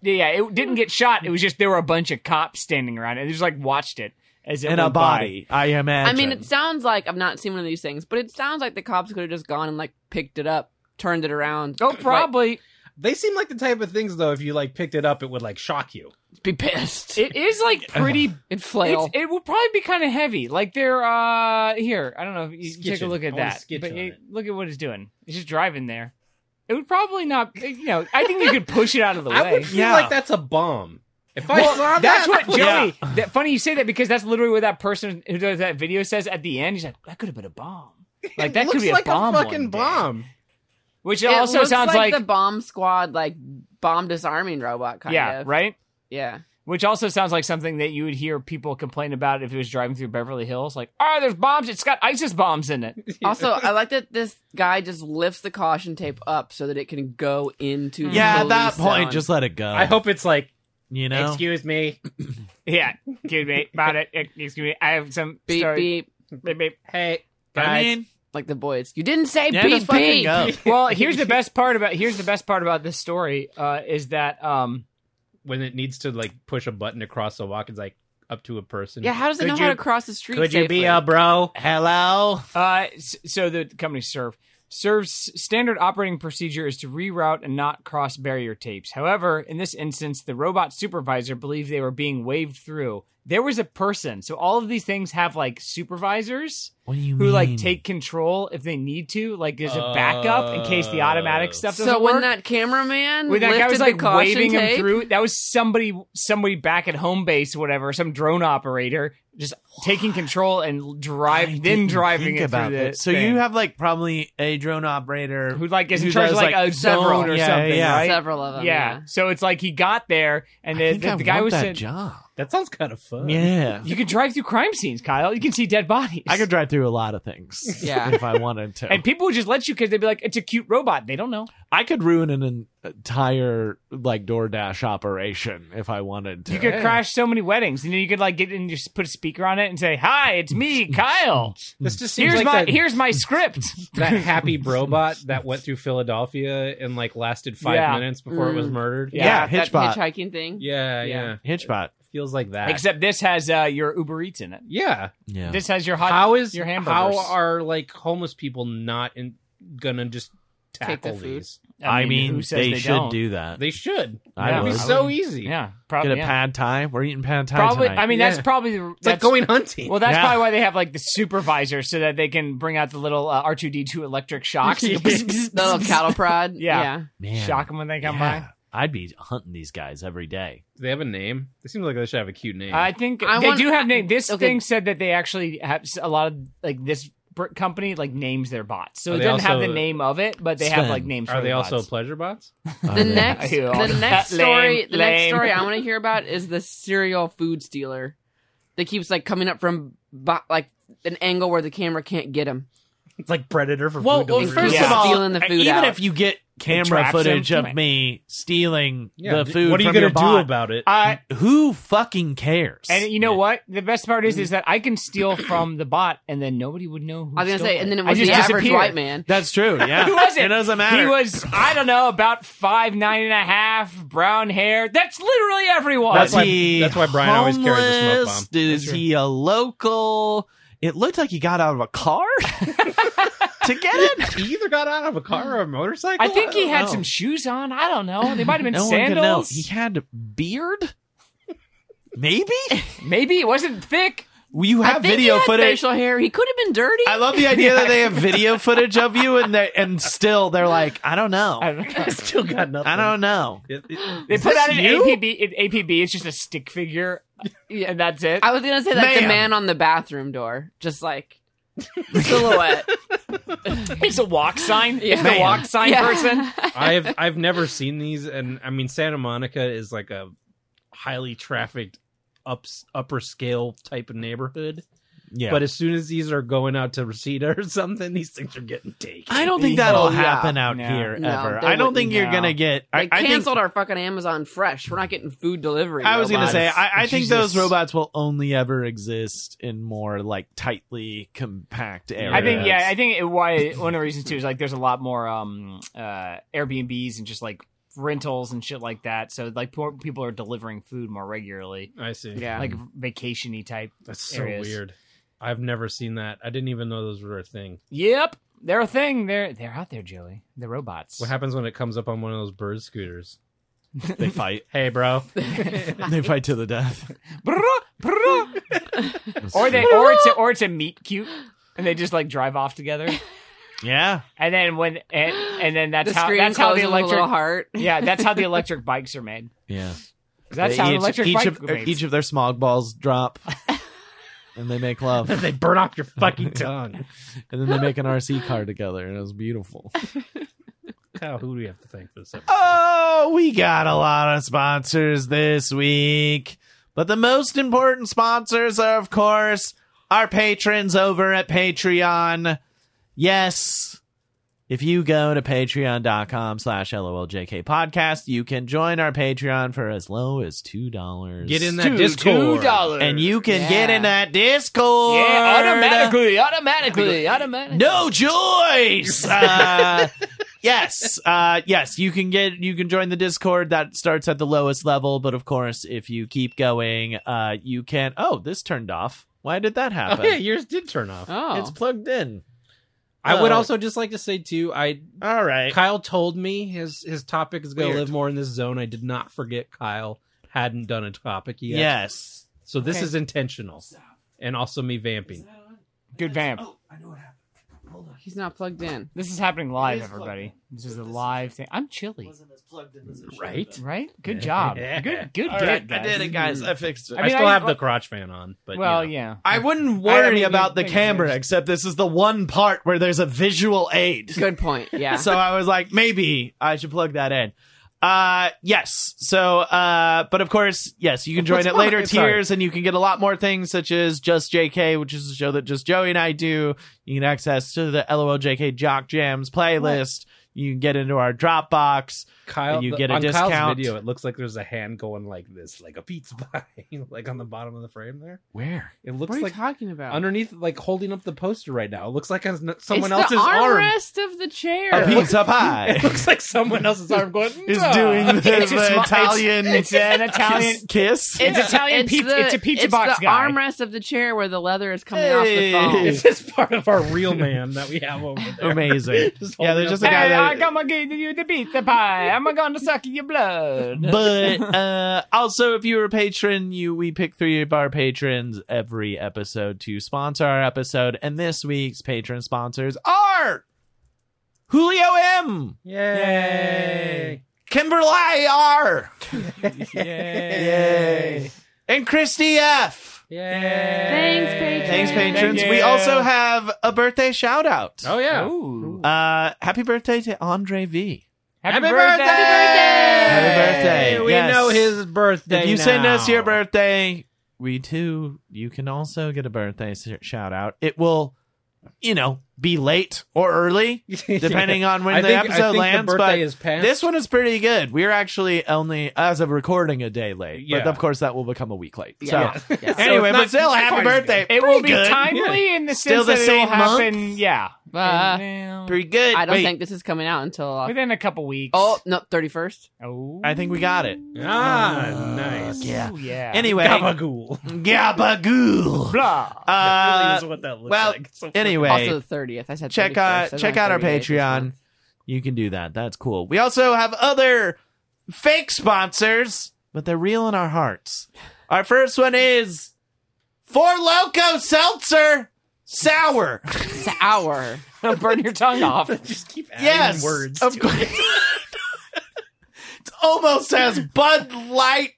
[SPEAKER 3] Yeah, it didn't get shot. It was just there were a bunch of cops standing around, and they just like watched it as it
[SPEAKER 1] In a
[SPEAKER 3] went
[SPEAKER 1] body, I
[SPEAKER 4] I
[SPEAKER 1] imagine.
[SPEAKER 4] mean, it sounds like I've not seen one of these things, but it sounds like the cops could have just gone and like picked it up, turned it around.
[SPEAKER 3] by. Oh, probably
[SPEAKER 2] They seem like the type of things though. If you like picked it up, it would like shock you.
[SPEAKER 4] Like, be pissed. It,
[SPEAKER 3] it is like pretty.
[SPEAKER 4] flail.
[SPEAKER 3] It's, it will probably be kind of heavy. Like they're uh here. I don't know. if You can
[SPEAKER 2] Skitch
[SPEAKER 3] take a
[SPEAKER 2] it.
[SPEAKER 3] look
[SPEAKER 2] I
[SPEAKER 3] at
[SPEAKER 2] wanna
[SPEAKER 3] that.
[SPEAKER 2] skitch
[SPEAKER 3] But
[SPEAKER 2] on
[SPEAKER 3] it-
[SPEAKER 2] it.
[SPEAKER 3] look at what it's doing. It's just driving there. It would probably not. You know, I think you could push it out of the way.
[SPEAKER 2] I would feel
[SPEAKER 1] Yeah.
[SPEAKER 2] like that's a bomb. If I
[SPEAKER 3] Well,
[SPEAKER 2] saw
[SPEAKER 3] that's
[SPEAKER 2] that,
[SPEAKER 3] what
[SPEAKER 2] I would-
[SPEAKER 3] Joey. That, funny you say that because that's literally what that person who does that video says at the end. He's like, that could have been a bomb. Like that
[SPEAKER 2] looks
[SPEAKER 3] could be
[SPEAKER 2] like
[SPEAKER 3] a bomb.
[SPEAKER 2] fucking
[SPEAKER 3] one day."
[SPEAKER 2] bomb.
[SPEAKER 3] Which
[SPEAKER 4] It
[SPEAKER 3] also
[SPEAKER 4] looks
[SPEAKER 3] sounds like,
[SPEAKER 4] the bomb squad, like bomb disarming robot kind
[SPEAKER 3] yeah,
[SPEAKER 4] of.
[SPEAKER 3] right.
[SPEAKER 4] Yeah.
[SPEAKER 3] Which also sounds like something that you would hear people complain about if it was driving through Beverly Hills. Like, oh, there's bombs. It's got ISIS bombs in it.
[SPEAKER 4] Also, I like that this guy just lifts the caution tape up so that it can go into.
[SPEAKER 3] Mm-hmm.
[SPEAKER 4] the
[SPEAKER 1] yeah, at that
[SPEAKER 4] police
[SPEAKER 1] point,
[SPEAKER 4] zone.
[SPEAKER 1] just let it go.
[SPEAKER 2] I hope it's like.
[SPEAKER 1] you know.
[SPEAKER 2] Excuse me.
[SPEAKER 3] Yeah, excuse me about it. Excuse me. I have some
[SPEAKER 4] beep
[SPEAKER 3] story.
[SPEAKER 4] beep,
[SPEAKER 3] Beep, beep.
[SPEAKER 2] Hey, guys.
[SPEAKER 1] I mean,
[SPEAKER 4] like the boys. You didn't say
[SPEAKER 1] yeah,
[SPEAKER 4] beep
[SPEAKER 1] just fucking
[SPEAKER 4] beep.
[SPEAKER 1] go.
[SPEAKER 3] Well, here's the best part about here's the best part about this story uh, is that um,
[SPEAKER 2] when it needs to like push a button to cross the walk, it's like up to a person.
[SPEAKER 4] Yeah, how does it
[SPEAKER 2] Could
[SPEAKER 4] know
[SPEAKER 2] you-
[SPEAKER 4] how to cross the street?
[SPEAKER 2] Could you be
[SPEAKER 4] safely?
[SPEAKER 2] a bro?
[SPEAKER 1] Hello.
[SPEAKER 3] Uh, s- so the company Serve Serve's standard operating procedure is to reroute and not cross barrier tapes. However, in this instance, the robot supervisor believed they were being waved through. There was a person, so all of these things have like supervisors
[SPEAKER 1] What do you
[SPEAKER 3] who
[SPEAKER 1] mean?
[SPEAKER 4] Hmm.
[SPEAKER 3] like take control if they need to. Like there's a backup in case the automatic stuff doesn't
[SPEAKER 4] So when
[SPEAKER 3] work.
[SPEAKER 4] that cameraman
[SPEAKER 3] when that
[SPEAKER 4] lifted
[SPEAKER 3] guy was
[SPEAKER 4] the
[SPEAKER 3] like
[SPEAKER 4] caution
[SPEAKER 3] waving
[SPEAKER 4] tape,
[SPEAKER 3] him through, that was somebody, somebody back at home base, whatever, some drone operator just taking control and
[SPEAKER 1] I
[SPEAKER 3] drive, then
[SPEAKER 1] didn't
[SPEAKER 3] driving
[SPEAKER 1] think
[SPEAKER 3] it
[SPEAKER 1] about
[SPEAKER 3] through the
[SPEAKER 1] that. So
[SPEAKER 3] thing.
[SPEAKER 1] you have like probably a drone operator
[SPEAKER 3] who like is in
[SPEAKER 1] who
[SPEAKER 3] charge of
[SPEAKER 1] does,
[SPEAKER 3] like,
[SPEAKER 1] like,
[SPEAKER 3] a
[SPEAKER 4] several.
[SPEAKER 3] zone or
[SPEAKER 1] Yeah,
[SPEAKER 3] something,
[SPEAKER 1] yeah.
[SPEAKER 3] right?
[SPEAKER 4] several of them.
[SPEAKER 3] yeah. So it's like he got there, and
[SPEAKER 1] I
[SPEAKER 3] the,
[SPEAKER 1] think
[SPEAKER 3] the,
[SPEAKER 1] I
[SPEAKER 3] the guy
[SPEAKER 1] want
[SPEAKER 3] was
[SPEAKER 1] that
[SPEAKER 3] sent,
[SPEAKER 1] job.
[SPEAKER 2] That sounds kind of fun.
[SPEAKER 1] Yeah.
[SPEAKER 3] You can drive through crime scenes, Kyle. You can see dead bodies.
[SPEAKER 1] I could drive through a lot of things.
[SPEAKER 4] Yeah.
[SPEAKER 1] If I wanted to.
[SPEAKER 3] And people would just let you because they'd be like, it's a cute robot. They don't know.
[SPEAKER 1] I could ruin an entire like DoorDash operation if I wanted to.
[SPEAKER 3] You could crash so many weddings. And then you could like get and just put a speaker on it and say, Hi, it's me, Kyle.
[SPEAKER 2] This just seems
[SPEAKER 3] Here's
[SPEAKER 2] like
[SPEAKER 3] my
[SPEAKER 2] that,
[SPEAKER 3] here's my script.
[SPEAKER 2] that happy brobot that went through Philadelphia and like lasted five
[SPEAKER 3] Yeah.
[SPEAKER 2] minutes before it was
[SPEAKER 4] Mm.
[SPEAKER 2] murdered.
[SPEAKER 3] Yeah,
[SPEAKER 4] that
[SPEAKER 1] Hitchbot.
[SPEAKER 4] hitchhiking thing.
[SPEAKER 2] Yeah, yeah,
[SPEAKER 3] Yeah.
[SPEAKER 1] Hitchbot.
[SPEAKER 2] Feels like that.
[SPEAKER 3] Except this has uh, your Uber Eats in it.
[SPEAKER 2] yeah.
[SPEAKER 1] Yeah.
[SPEAKER 3] This has your hot
[SPEAKER 2] how is
[SPEAKER 3] your hamburgers.
[SPEAKER 2] how are like homeless people not in, gonna just
[SPEAKER 4] Take the
[SPEAKER 2] tackle
[SPEAKER 4] food.
[SPEAKER 2] these?
[SPEAKER 1] I mean,
[SPEAKER 3] who says
[SPEAKER 1] they,
[SPEAKER 3] they
[SPEAKER 1] should
[SPEAKER 3] don't?
[SPEAKER 1] do that.
[SPEAKER 2] They should.
[SPEAKER 1] I
[SPEAKER 2] That would be
[SPEAKER 1] would.
[SPEAKER 2] so easy.
[SPEAKER 3] Yeah,
[SPEAKER 1] Get a
[SPEAKER 3] probably. yeah.
[SPEAKER 1] pad thai. We're eating pad thai
[SPEAKER 3] Probably.
[SPEAKER 1] tonight.
[SPEAKER 3] I mean, that's
[SPEAKER 2] Yeah.
[SPEAKER 3] probably the.
[SPEAKER 2] It's like
[SPEAKER 3] That's,
[SPEAKER 2] going hunting.
[SPEAKER 3] well, that's
[SPEAKER 1] Yeah.
[SPEAKER 3] probably why they have like the supervisor so that they can bring out the little uh, R2D2 electric shocks. You can
[SPEAKER 4] The little cattle prod.
[SPEAKER 3] Yeah.
[SPEAKER 1] Man.
[SPEAKER 3] Shock them when they come
[SPEAKER 1] Yeah. I'd be hunting these guys every day.
[SPEAKER 2] Do they have a name. They seem like they should have a cute name.
[SPEAKER 3] by. I think
[SPEAKER 4] I
[SPEAKER 3] they
[SPEAKER 4] want-
[SPEAKER 3] do have name. This
[SPEAKER 4] Okay.
[SPEAKER 3] thing said that they actually have s- a lot of like this br- company like names their bots, so
[SPEAKER 2] Are
[SPEAKER 3] it
[SPEAKER 2] they
[SPEAKER 3] doesn't have
[SPEAKER 2] also-
[SPEAKER 3] the name of it, but they have
[SPEAKER 1] Sven.
[SPEAKER 3] like names.
[SPEAKER 2] Are
[SPEAKER 3] for
[SPEAKER 2] they
[SPEAKER 3] their
[SPEAKER 2] also
[SPEAKER 3] bots.
[SPEAKER 2] pleasure bots?
[SPEAKER 1] Oh,
[SPEAKER 4] The next,
[SPEAKER 3] Ew.
[SPEAKER 4] the next story,
[SPEAKER 3] Lame,
[SPEAKER 4] the next
[SPEAKER 3] lame.
[SPEAKER 4] story I want to hear about is the serial food stealer that keeps like coming up from bo- like an angle where the camera can't get him.
[SPEAKER 2] It's like predator for
[SPEAKER 1] Well, well,
[SPEAKER 4] delivery.
[SPEAKER 1] first
[SPEAKER 3] Yeah.
[SPEAKER 1] of all,
[SPEAKER 4] Stealing the food
[SPEAKER 1] even
[SPEAKER 4] out.
[SPEAKER 1] if you get camera
[SPEAKER 3] traps
[SPEAKER 1] footage
[SPEAKER 3] them.
[SPEAKER 1] of me stealing the
[SPEAKER 2] d-
[SPEAKER 1] food
[SPEAKER 2] What are you
[SPEAKER 1] from your
[SPEAKER 2] gonna do
[SPEAKER 1] bot,
[SPEAKER 2] about it? Mm.
[SPEAKER 3] Uh,
[SPEAKER 1] who fucking cares?
[SPEAKER 3] and you know what? The best part is, is
[SPEAKER 1] Mm-hmm.
[SPEAKER 3] that I can steal from the bot, and then nobody would know. Who
[SPEAKER 4] I was gonna
[SPEAKER 3] stole
[SPEAKER 4] say, and then it
[SPEAKER 3] I
[SPEAKER 4] was
[SPEAKER 3] just
[SPEAKER 4] the average
[SPEAKER 3] disappear.
[SPEAKER 4] white man.
[SPEAKER 1] That's true. Yeah.
[SPEAKER 3] Who was it?
[SPEAKER 1] It doesn't matter.
[SPEAKER 3] He was, I don't know, about five nine and a half, brown hair. That's literally everyone.
[SPEAKER 2] That's
[SPEAKER 1] That's
[SPEAKER 2] why-
[SPEAKER 1] why.
[SPEAKER 2] that's why Brian always carries a smoke bomb.
[SPEAKER 1] Is
[SPEAKER 3] That's
[SPEAKER 1] he a local? It looked like he got out of a car to get it.
[SPEAKER 2] he either got out of a car or a motorcycle.
[SPEAKER 3] I think he
[SPEAKER 1] don't
[SPEAKER 3] had
[SPEAKER 1] know.
[SPEAKER 3] some shoes on. I don't know. They might have been
[SPEAKER 1] No one could know.
[SPEAKER 3] sandals.
[SPEAKER 1] He had a beard. Maybe
[SPEAKER 3] Maybe it wasn't thick.
[SPEAKER 1] you
[SPEAKER 4] I
[SPEAKER 1] have
[SPEAKER 4] think he
[SPEAKER 1] video
[SPEAKER 4] had
[SPEAKER 1] footage.
[SPEAKER 4] facial hair. He could have been dirty.
[SPEAKER 1] I love the idea that they have video footage of you, and they and still they're like, I don't know,
[SPEAKER 3] I don't know.
[SPEAKER 2] still got nothing.
[SPEAKER 1] I don't know.
[SPEAKER 2] It, it,
[SPEAKER 3] They
[SPEAKER 2] is
[SPEAKER 3] put
[SPEAKER 2] this
[SPEAKER 3] out an
[SPEAKER 2] you?
[SPEAKER 3] APB. An APB. It's just a stick figure, Yeah, and that's it.
[SPEAKER 4] I was gonna say like the
[SPEAKER 1] Ma'am.
[SPEAKER 4] man on the bathroom door, just like silhouette.
[SPEAKER 3] It's a walk sign.
[SPEAKER 4] Yeah.
[SPEAKER 3] It's the
[SPEAKER 1] Man.
[SPEAKER 3] walk sign
[SPEAKER 4] Yeah.
[SPEAKER 3] person.
[SPEAKER 2] I've I've never seen these, and I mean Santa Monica is like a highly trafficked ups, upper scale type of neighborhood.
[SPEAKER 1] Yeah,
[SPEAKER 2] But as soon as these are going out to Reseda or something, these things are getting taken.
[SPEAKER 1] I don't think that'll
[SPEAKER 4] Oh, yeah.
[SPEAKER 1] happen out
[SPEAKER 3] No.
[SPEAKER 1] here
[SPEAKER 4] No,
[SPEAKER 1] ever.
[SPEAKER 4] they
[SPEAKER 1] I don't
[SPEAKER 4] wouldn't,
[SPEAKER 1] think you're
[SPEAKER 3] no.
[SPEAKER 1] gonna get. I,
[SPEAKER 4] They
[SPEAKER 1] I think
[SPEAKER 4] canceled our fucking Amazon Fresh. We're not getting food delivery.
[SPEAKER 1] I was going to
[SPEAKER 4] robots.
[SPEAKER 1] say, I, I think those
[SPEAKER 3] Jesus.
[SPEAKER 1] robots will only ever exist in more like tightly compact areas.
[SPEAKER 3] I think yeah. I think it, why one of the reasons too is like there's a lot more um uh Airbnbs and just like rentals and shit like that. So like poor people are delivering food more regularly.
[SPEAKER 2] I see.
[SPEAKER 4] Yeah.
[SPEAKER 3] like vacationy type.
[SPEAKER 2] That's so
[SPEAKER 3] areas.
[SPEAKER 2] weird. I've never seen that. I didn't even know those were a thing.
[SPEAKER 3] Yep, they're a thing. They're they're out there, Joey. The robots.
[SPEAKER 2] What happens when it comes up on one of those bird scooters?
[SPEAKER 1] they fight.
[SPEAKER 2] Hey, bro.
[SPEAKER 1] They fight to the death.
[SPEAKER 3] Brrrr, brrrr. or they or it's a, or it's a meet cute, and they just like drive off together.
[SPEAKER 1] yeah.
[SPEAKER 3] And then when and, and then that's
[SPEAKER 4] the
[SPEAKER 3] how
[SPEAKER 4] screen
[SPEAKER 3] that's how the
[SPEAKER 4] closes with a little
[SPEAKER 3] electric
[SPEAKER 4] heart.
[SPEAKER 3] yeah that's how the electric bikes are made.
[SPEAKER 1] Yeah.
[SPEAKER 3] That's
[SPEAKER 1] They
[SPEAKER 3] how
[SPEAKER 1] each,
[SPEAKER 3] electric
[SPEAKER 1] each
[SPEAKER 3] bikes
[SPEAKER 1] of,
[SPEAKER 3] are made.
[SPEAKER 1] each of their smog balls drop and they make love.
[SPEAKER 2] they burn off your fucking tongue.
[SPEAKER 1] And then they make an RC car together and it was beautiful.
[SPEAKER 2] Kyle, who do we have to thank for this episode?
[SPEAKER 1] Oh, we got a lot of sponsors this week. But the most important sponsors are, of course, our patrons over at Patreon. Yes. If you go to patreon.com slash LOLJK podcast, you can join our Patreon for as low as $2.
[SPEAKER 2] Get in
[SPEAKER 1] there.
[SPEAKER 2] that
[SPEAKER 3] Two-
[SPEAKER 2] Discord.
[SPEAKER 3] two dollars
[SPEAKER 1] And you can
[SPEAKER 4] Yeah.
[SPEAKER 1] get in that Discord.
[SPEAKER 3] yeah automatically automatically automatically
[SPEAKER 1] No choice. Uh, yes, uh, yes. You can get you can join the Discord that starts at the lowest level, but of course, if you keep going, uh, you can. Oh, this turned off. Why did that
[SPEAKER 2] Oh,
[SPEAKER 1] happen?
[SPEAKER 2] yeah, yours did turn off.
[SPEAKER 4] Oh,
[SPEAKER 1] It's plugged in.
[SPEAKER 2] I would
[SPEAKER 1] Oh.
[SPEAKER 2] also just like to say too, Uh, I
[SPEAKER 1] All right.
[SPEAKER 2] Kyle told me his his topic is going to
[SPEAKER 3] Weird.
[SPEAKER 2] live more in this zone. I did not forget Kyle hadn't done a topic yet.
[SPEAKER 1] Yes.
[SPEAKER 2] So this
[SPEAKER 3] Okay.
[SPEAKER 2] is intentional, and also me vamping.
[SPEAKER 3] good vamp.
[SPEAKER 4] he's not plugged in.
[SPEAKER 3] This is happening live, everybody. This is a live thing. I'm chilly,
[SPEAKER 2] Right?
[SPEAKER 3] right? Good job.
[SPEAKER 2] Yeah.
[SPEAKER 3] Good, good
[SPEAKER 1] All
[SPEAKER 3] gig,
[SPEAKER 1] right. I
[SPEAKER 3] guys.
[SPEAKER 1] did it, guys. I fixed it.
[SPEAKER 2] I,
[SPEAKER 3] I mean,
[SPEAKER 2] still
[SPEAKER 3] I-
[SPEAKER 2] have the crotch fan on, but
[SPEAKER 3] Well,
[SPEAKER 2] you know.
[SPEAKER 3] yeah.
[SPEAKER 1] I wouldn't
[SPEAKER 3] I
[SPEAKER 1] worry
[SPEAKER 3] mean,
[SPEAKER 1] about the
[SPEAKER 3] thanks,
[SPEAKER 1] camera,
[SPEAKER 3] thanks.
[SPEAKER 1] except this is the one part where there's a visual aid.
[SPEAKER 4] Good point. Yeah.
[SPEAKER 1] So I was like, maybe I should plug that in. Uh, yes. So, uh, but of course, yes, you can join
[SPEAKER 2] What's
[SPEAKER 1] at
[SPEAKER 2] more?
[SPEAKER 1] later
[SPEAKER 2] Sorry.
[SPEAKER 1] tiers and you can get a lot more things such as Just JK, which is a show that just Joey and I do. You can access to the LOL JK Jock Jams playlist. You can get into our Dropbox.
[SPEAKER 2] Kyle,
[SPEAKER 1] You
[SPEAKER 2] the-
[SPEAKER 1] get a
[SPEAKER 2] on Kyle's
[SPEAKER 1] discount.
[SPEAKER 2] video, it looks like there's a hand going like this, like a pizza pie, like on the bottom of the frame there.
[SPEAKER 1] Where?
[SPEAKER 2] It looks
[SPEAKER 5] what are you
[SPEAKER 2] like
[SPEAKER 5] talking about?
[SPEAKER 2] underneath, like holding up the poster right now. It looks like an- someone
[SPEAKER 5] it's the
[SPEAKER 2] else's arm.
[SPEAKER 5] armrest of the chair.
[SPEAKER 1] A pizza
[SPEAKER 2] It
[SPEAKER 1] pie
[SPEAKER 2] looks like someone else's arm going.
[SPEAKER 1] is
[SPEAKER 2] "Nah."
[SPEAKER 1] doing the,
[SPEAKER 3] It's a
[SPEAKER 1] the
[SPEAKER 3] smi- it's-
[SPEAKER 1] Italian
[SPEAKER 3] It's an Italian.
[SPEAKER 1] kiss. kiss.
[SPEAKER 3] It's Italian pizza- it's a pizza
[SPEAKER 5] it's
[SPEAKER 3] box
[SPEAKER 5] the
[SPEAKER 3] guy.
[SPEAKER 5] armrest of the chair where the leather is coming
[SPEAKER 1] Hey.
[SPEAKER 5] off the phone.
[SPEAKER 2] It's just part of our real man that we have over there.
[SPEAKER 1] Amazing.
[SPEAKER 2] Just
[SPEAKER 1] yeah,
[SPEAKER 2] holding
[SPEAKER 1] there's
[SPEAKER 2] up
[SPEAKER 1] just a
[SPEAKER 3] Hey,
[SPEAKER 1] guy that.
[SPEAKER 3] I gonna give you the pizza pie. I'm gonna suck your blood.
[SPEAKER 1] but uh, also if you're a patron you we pick three of our patrons every episode to sponsor our episode and this week's patron sponsors are julio m
[SPEAKER 2] Yay!
[SPEAKER 1] kimberly r
[SPEAKER 2] Yay!
[SPEAKER 1] and christy f
[SPEAKER 5] Thanks, patrons.
[SPEAKER 1] thanks
[SPEAKER 5] Thank
[SPEAKER 1] patrons we
[SPEAKER 3] you.
[SPEAKER 1] also have a birthday shout out
[SPEAKER 2] Oh yeah!
[SPEAKER 3] Ooh.
[SPEAKER 1] uh, happy birthday to andre v
[SPEAKER 3] Happy,
[SPEAKER 2] Happy
[SPEAKER 3] birthday!
[SPEAKER 2] birthday!
[SPEAKER 1] Happy birthday.
[SPEAKER 2] We
[SPEAKER 1] Yes.
[SPEAKER 2] know his birthday.
[SPEAKER 1] if you
[SPEAKER 2] now.
[SPEAKER 1] send us your birthday we too you can also get a birthday shout out it will you know be late or early depending on when
[SPEAKER 2] I
[SPEAKER 1] the
[SPEAKER 2] think, I
[SPEAKER 1] episode
[SPEAKER 2] think
[SPEAKER 1] lands
[SPEAKER 2] the
[SPEAKER 1] but
[SPEAKER 2] birthday is past.
[SPEAKER 1] this one is pretty good we're actually only as of recording a day late but
[SPEAKER 2] Yeah.
[SPEAKER 1] of course that will become a week late
[SPEAKER 5] Yeah.
[SPEAKER 1] so
[SPEAKER 5] Yeah.
[SPEAKER 2] So
[SPEAKER 1] anyway
[SPEAKER 2] it's not-
[SPEAKER 1] but still
[SPEAKER 2] not
[SPEAKER 1] happy
[SPEAKER 2] quite as good.
[SPEAKER 1] birthday
[SPEAKER 3] It
[SPEAKER 1] Pretty
[SPEAKER 3] will be
[SPEAKER 1] good.
[SPEAKER 3] timely in the sense
[SPEAKER 1] Still the
[SPEAKER 3] that
[SPEAKER 1] same
[SPEAKER 3] it'll happen. Yeah,
[SPEAKER 5] Uh,
[SPEAKER 3] And, um,
[SPEAKER 1] pretty good
[SPEAKER 5] I don't
[SPEAKER 1] Wait,
[SPEAKER 5] think this is coming out until uh,
[SPEAKER 3] within a couple weeks.
[SPEAKER 5] oh no, thirty first.
[SPEAKER 3] Oh.
[SPEAKER 1] i think we got it
[SPEAKER 2] Ah, nice.
[SPEAKER 1] yeah
[SPEAKER 3] Ooh, yeah.
[SPEAKER 1] anyway
[SPEAKER 2] Gabagool.
[SPEAKER 1] gabagool
[SPEAKER 3] Blah.
[SPEAKER 2] That really
[SPEAKER 1] uh,
[SPEAKER 2] is what that looks
[SPEAKER 1] well,
[SPEAKER 2] like. So
[SPEAKER 1] anyway
[SPEAKER 5] Also the thirtieth. I said
[SPEAKER 1] check
[SPEAKER 5] 31st.
[SPEAKER 1] out
[SPEAKER 5] That's
[SPEAKER 1] check
[SPEAKER 5] my
[SPEAKER 1] out our
[SPEAKER 5] 30th this
[SPEAKER 1] Patreon.
[SPEAKER 5] month.
[SPEAKER 1] You can do that. That's cool. We also have other fake sponsors, but they're real in our hearts. Our first one is Four Loco Seltzer Sour.
[SPEAKER 5] It's an hour.
[SPEAKER 3] Burn your tongue off.
[SPEAKER 2] just keep adding
[SPEAKER 1] yes,
[SPEAKER 2] words.
[SPEAKER 1] of
[SPEAKER 2] to
[SPEAKER 1] course.
[SPEAKER 2] it.
[SPEAKER 1] It almost as Bud Light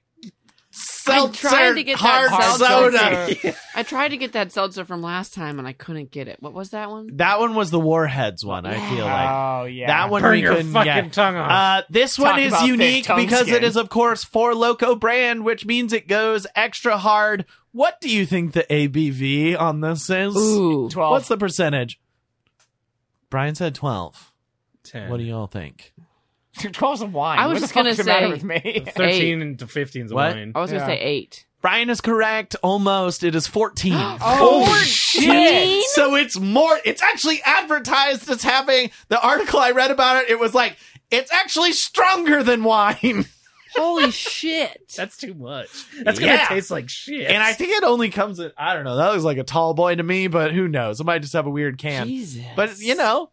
[SPEAKER 1] Seltzer
[SPEAKER 5] trying to get that
[SPEAKER 1] hard
[SPEAKER 5] hard
[SPEAKER 1] soda.
[SPEAKER 5] seltzer. I tried to get that seltzer from last time and I couldn't get it. What was that one?
[SPEAKER 1] That one was the Warheads one. I feel like
[SPEAKER 3] oh yeah.
[SPEAKER 1] that one
[SPEAKER 2] Burn
[SPEAKER 1] we
[SPEAKER 2] your
[SPEAKER 1] couldn't
[SPEAKER 2] fucking
[SPEAKER 1] get.
[SPEAKER 2] tongue off.
[SPEAKER 1] Uh, this
[SPEAKER 3] Talk
[SPEAKER 1] one is
[SPEAKER 3] about
[SPEAKER 1] unique
[SPEAKER 3] thick tongue
[SPEAKER 1] because it
[SPEAKER 3] skin.
[SPEAKER 1] is, of course, for Loco brand, which means it goes extra hard. What do you think the ABV on this is?
[SPEAKER 5] Ooh,
[SPEAKER 3] Twelve.
[SPEAKER 1] What's the percentage? Brian said 12.
[SPEAKER 2] Ten.
[SPEAKER 1] What do y'all think?
[SPEAKER 3] Twelve's of wine.
[SPEAKER 5] I was
[SPEAKER 3] What
[SPEAKER 5] just
[SPEAKER 3] the fuck
[SPEAKER 5] gonna
[SPEAKER 3] is the matter
[SPEAKER 5] say-
[SPEAKER 3] with me.
[SPEAKER 2] Thirteen and to fifteen is
[SPEAKER 1] What?
[SPEAKER 2] wine.
[SPEAKER 5] I was gonna
[SPEAKER 3] Yeah.
[SPEAKER 5] say eight.
[SPEAKER 1] Brian is correct. Almost. It is 14.
[SPEAKER 3] Oh
[SPEAKER 5] Teen?
[SPEAKER 1] So it's more, it's actually advertised as having the article I read about it. It was like, it's actually stronger than wine.
[SPEAKER 5] Holy shit!
[SPEAKER 2] That's too much. That's
[SPEAKER 1] Yeah.
[SPEAKER 2] gonna taste like shit.
[SPEAKER 1] And I think it only comes in, I don't know, that was like a tall boy to me, but who knows? It might just have a weird can.
[SPEAKER 5] Jesus.
[SPEAKER 1] But you know,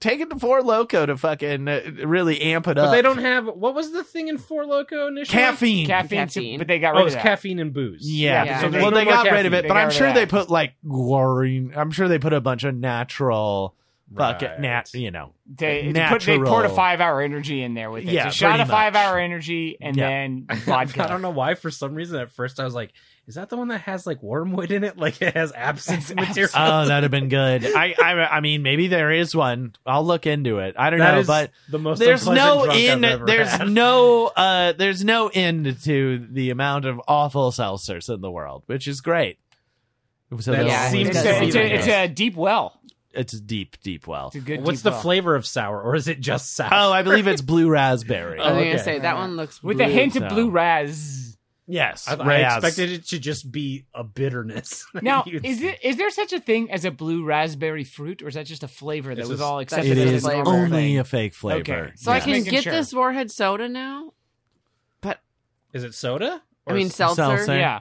[SPEAKER 1] take it to Four Loco to fucking uh, really amp it up.
[SPEAKER 2] but they don't have what was the thing in Four Loco initially?
[SPEAKER 1] caffeine.
[SPEAKER 3] Caffeine,
[SPEAKER 5] Caffeine.
[SPEAKER 3] but they got rid
[SPEAKER 2] Oh, it
[SPEAKER 3] of
[SPEAKER 2] was
[SPEAKER 3] that.
[SPEAKER 2] caffeine and booze.
[SPEAKER 1] Yeah.
[SPEAKER 5] Yeah. So
[SPEAKER 1] So they,
[SPEAKER 2] there's
[SPEAKER 1] well,
[SPEAKER 2] no
[SPEAKER 1] they
[SPEAKER 2] more
[SPEAKER 1] got rid of
[SPEAKER 2] caffeine.
[SPEAKER 1] it, but
[SPEAKER 3] They got
[SPEAKER 1] I'm
[SPEAKER 3] rid of
[SPEAKER 1] sure they
[SPEAKER 3] that.
[SPEAKER 1] put like guarine. I'm sure they put a bunch of natural fucking
[SPEAKER 2] Right.
[SPEAKER 1] nat. You know,
[SPEAKER 3] They, they put, they poured a
[SPEAKER 1] Natural.
[SPEAKER 3] five hour energy in there with it.
[SPEAKER 1] Yeah,
[SPEAKER 3] so shot
[SPEAKER 1] pretty
[SPEAKER 3] a five
[SPEAKER 1] much.
[SPEAKER 3] hour energy and
[SPEAKER 1] Yeah.
[SPEAKER 3] then
[SPEAKER 2] I don't
[SPEAKER 3] vodka.
[SPEAKER 2] know why. For some reason, at first I was like, "Is that the one that has like wormwood in it? Like it has absinthe
[SPEAKER 3] It's
[SPEAKER 2] material."
[SPEAKER 1] oh, that'd have been good. I, I, I mean, maybe there is one. I'll look into it. I don't
[SPEAKER 2] That
[SPEAKER 1] know,
[SPEAKER 2] is
[SPEAKER 1] but
[SPEAKER 2] the most
[SPEAKER 1] there's no
[SPEAKER 2] in
[SPEAKER 1] end. There's no, uh, there's no end to the amount of awful seltzers in the world, which is great. So
[SPEAKER 2] That
[SPEAKER 1] those
[SPEAKER 5] Yeah,
[SPEAKER 1] ones
[SPEAKER 5] seems
[SPEAKER 3] It's,
[SPEAKER 1] are
[SPEAKER 5] does
[SPEAKER 3] a,
[SPEAKER 5] seem
[SPEAKER 3] it's,
[SPEAKER 1] really
[SPEAKER 3] a,
[SPEAKER 2] like
[SPEAKER 3] it's a deep well.
[SPEAKER 1] it's a deep, deep well.
[SPEAKER 3] It's a good.
[SPEAKER 2] What's
[SPEAKER 3] deep
[SPEAKER 2] the
[SPEAKER 3] well.
[SPEAKER 2] flavor of sour, or is it just sour?
[SPEAKER 1] Oh, I believe it's blue raspberry.
[SPEAKER 5] I was
[SPEAKER 2] okay.
[SPEAKER 5] gonna say that one looks
[SPEAKER 3] With
[SPEAKER 5] blue.
[SPEAKER 3] a hint of
[SPEAKER 1] so.
[SPEAKER 3] blue raz.
[SPEAKER 1] yes,
[SPEAKER 2] I, I
[SPEAKER 1] Raz.
[SPEAKER 2] expected it to just be a bitterness.
[SPEAKER 3] Now,
[SPEAKER 2] You-
[SPEAKER 3] is it is there such a thing as a blue raspberry fruit, or is that just a flavor that
[SPEAKER 2] It's
[SPEAKER 3] was
[SPEAKER 2] just-
[SPEAKER 3] all
[SPEAKER 5] That's
[SPEAKER 3] accepted?
[SPEAKER 1] It
[SPEAKER 5] It's a
[SPEAKER 1] is
[SPEAKER 3] as
[SPEAKER 5] flavor.
[SPEAKER 3] normal
[SPEAKER 1] only
[SPEAKER 3] thing?
[SPEAKER 1] a fake flavor.
[SPEAKER 3] Okay.
[SPEAKER 5] So I
[SPEAKER 3] Just
[SPEAKER 5] can
[SPEAKER 3] making
[SPEAKER 5] get
[SPEAKER 3] sure.
[SPEAKER 5] this warhead soda now.
[SPEAKER 2] Is it soda?
[SPEAKER 5] I mean
[SPEAKER 2] is-
[SPEAKER 5] seltzer.
[SPEAKER 1] seltzer.
[SPEAKER 3] Yeah,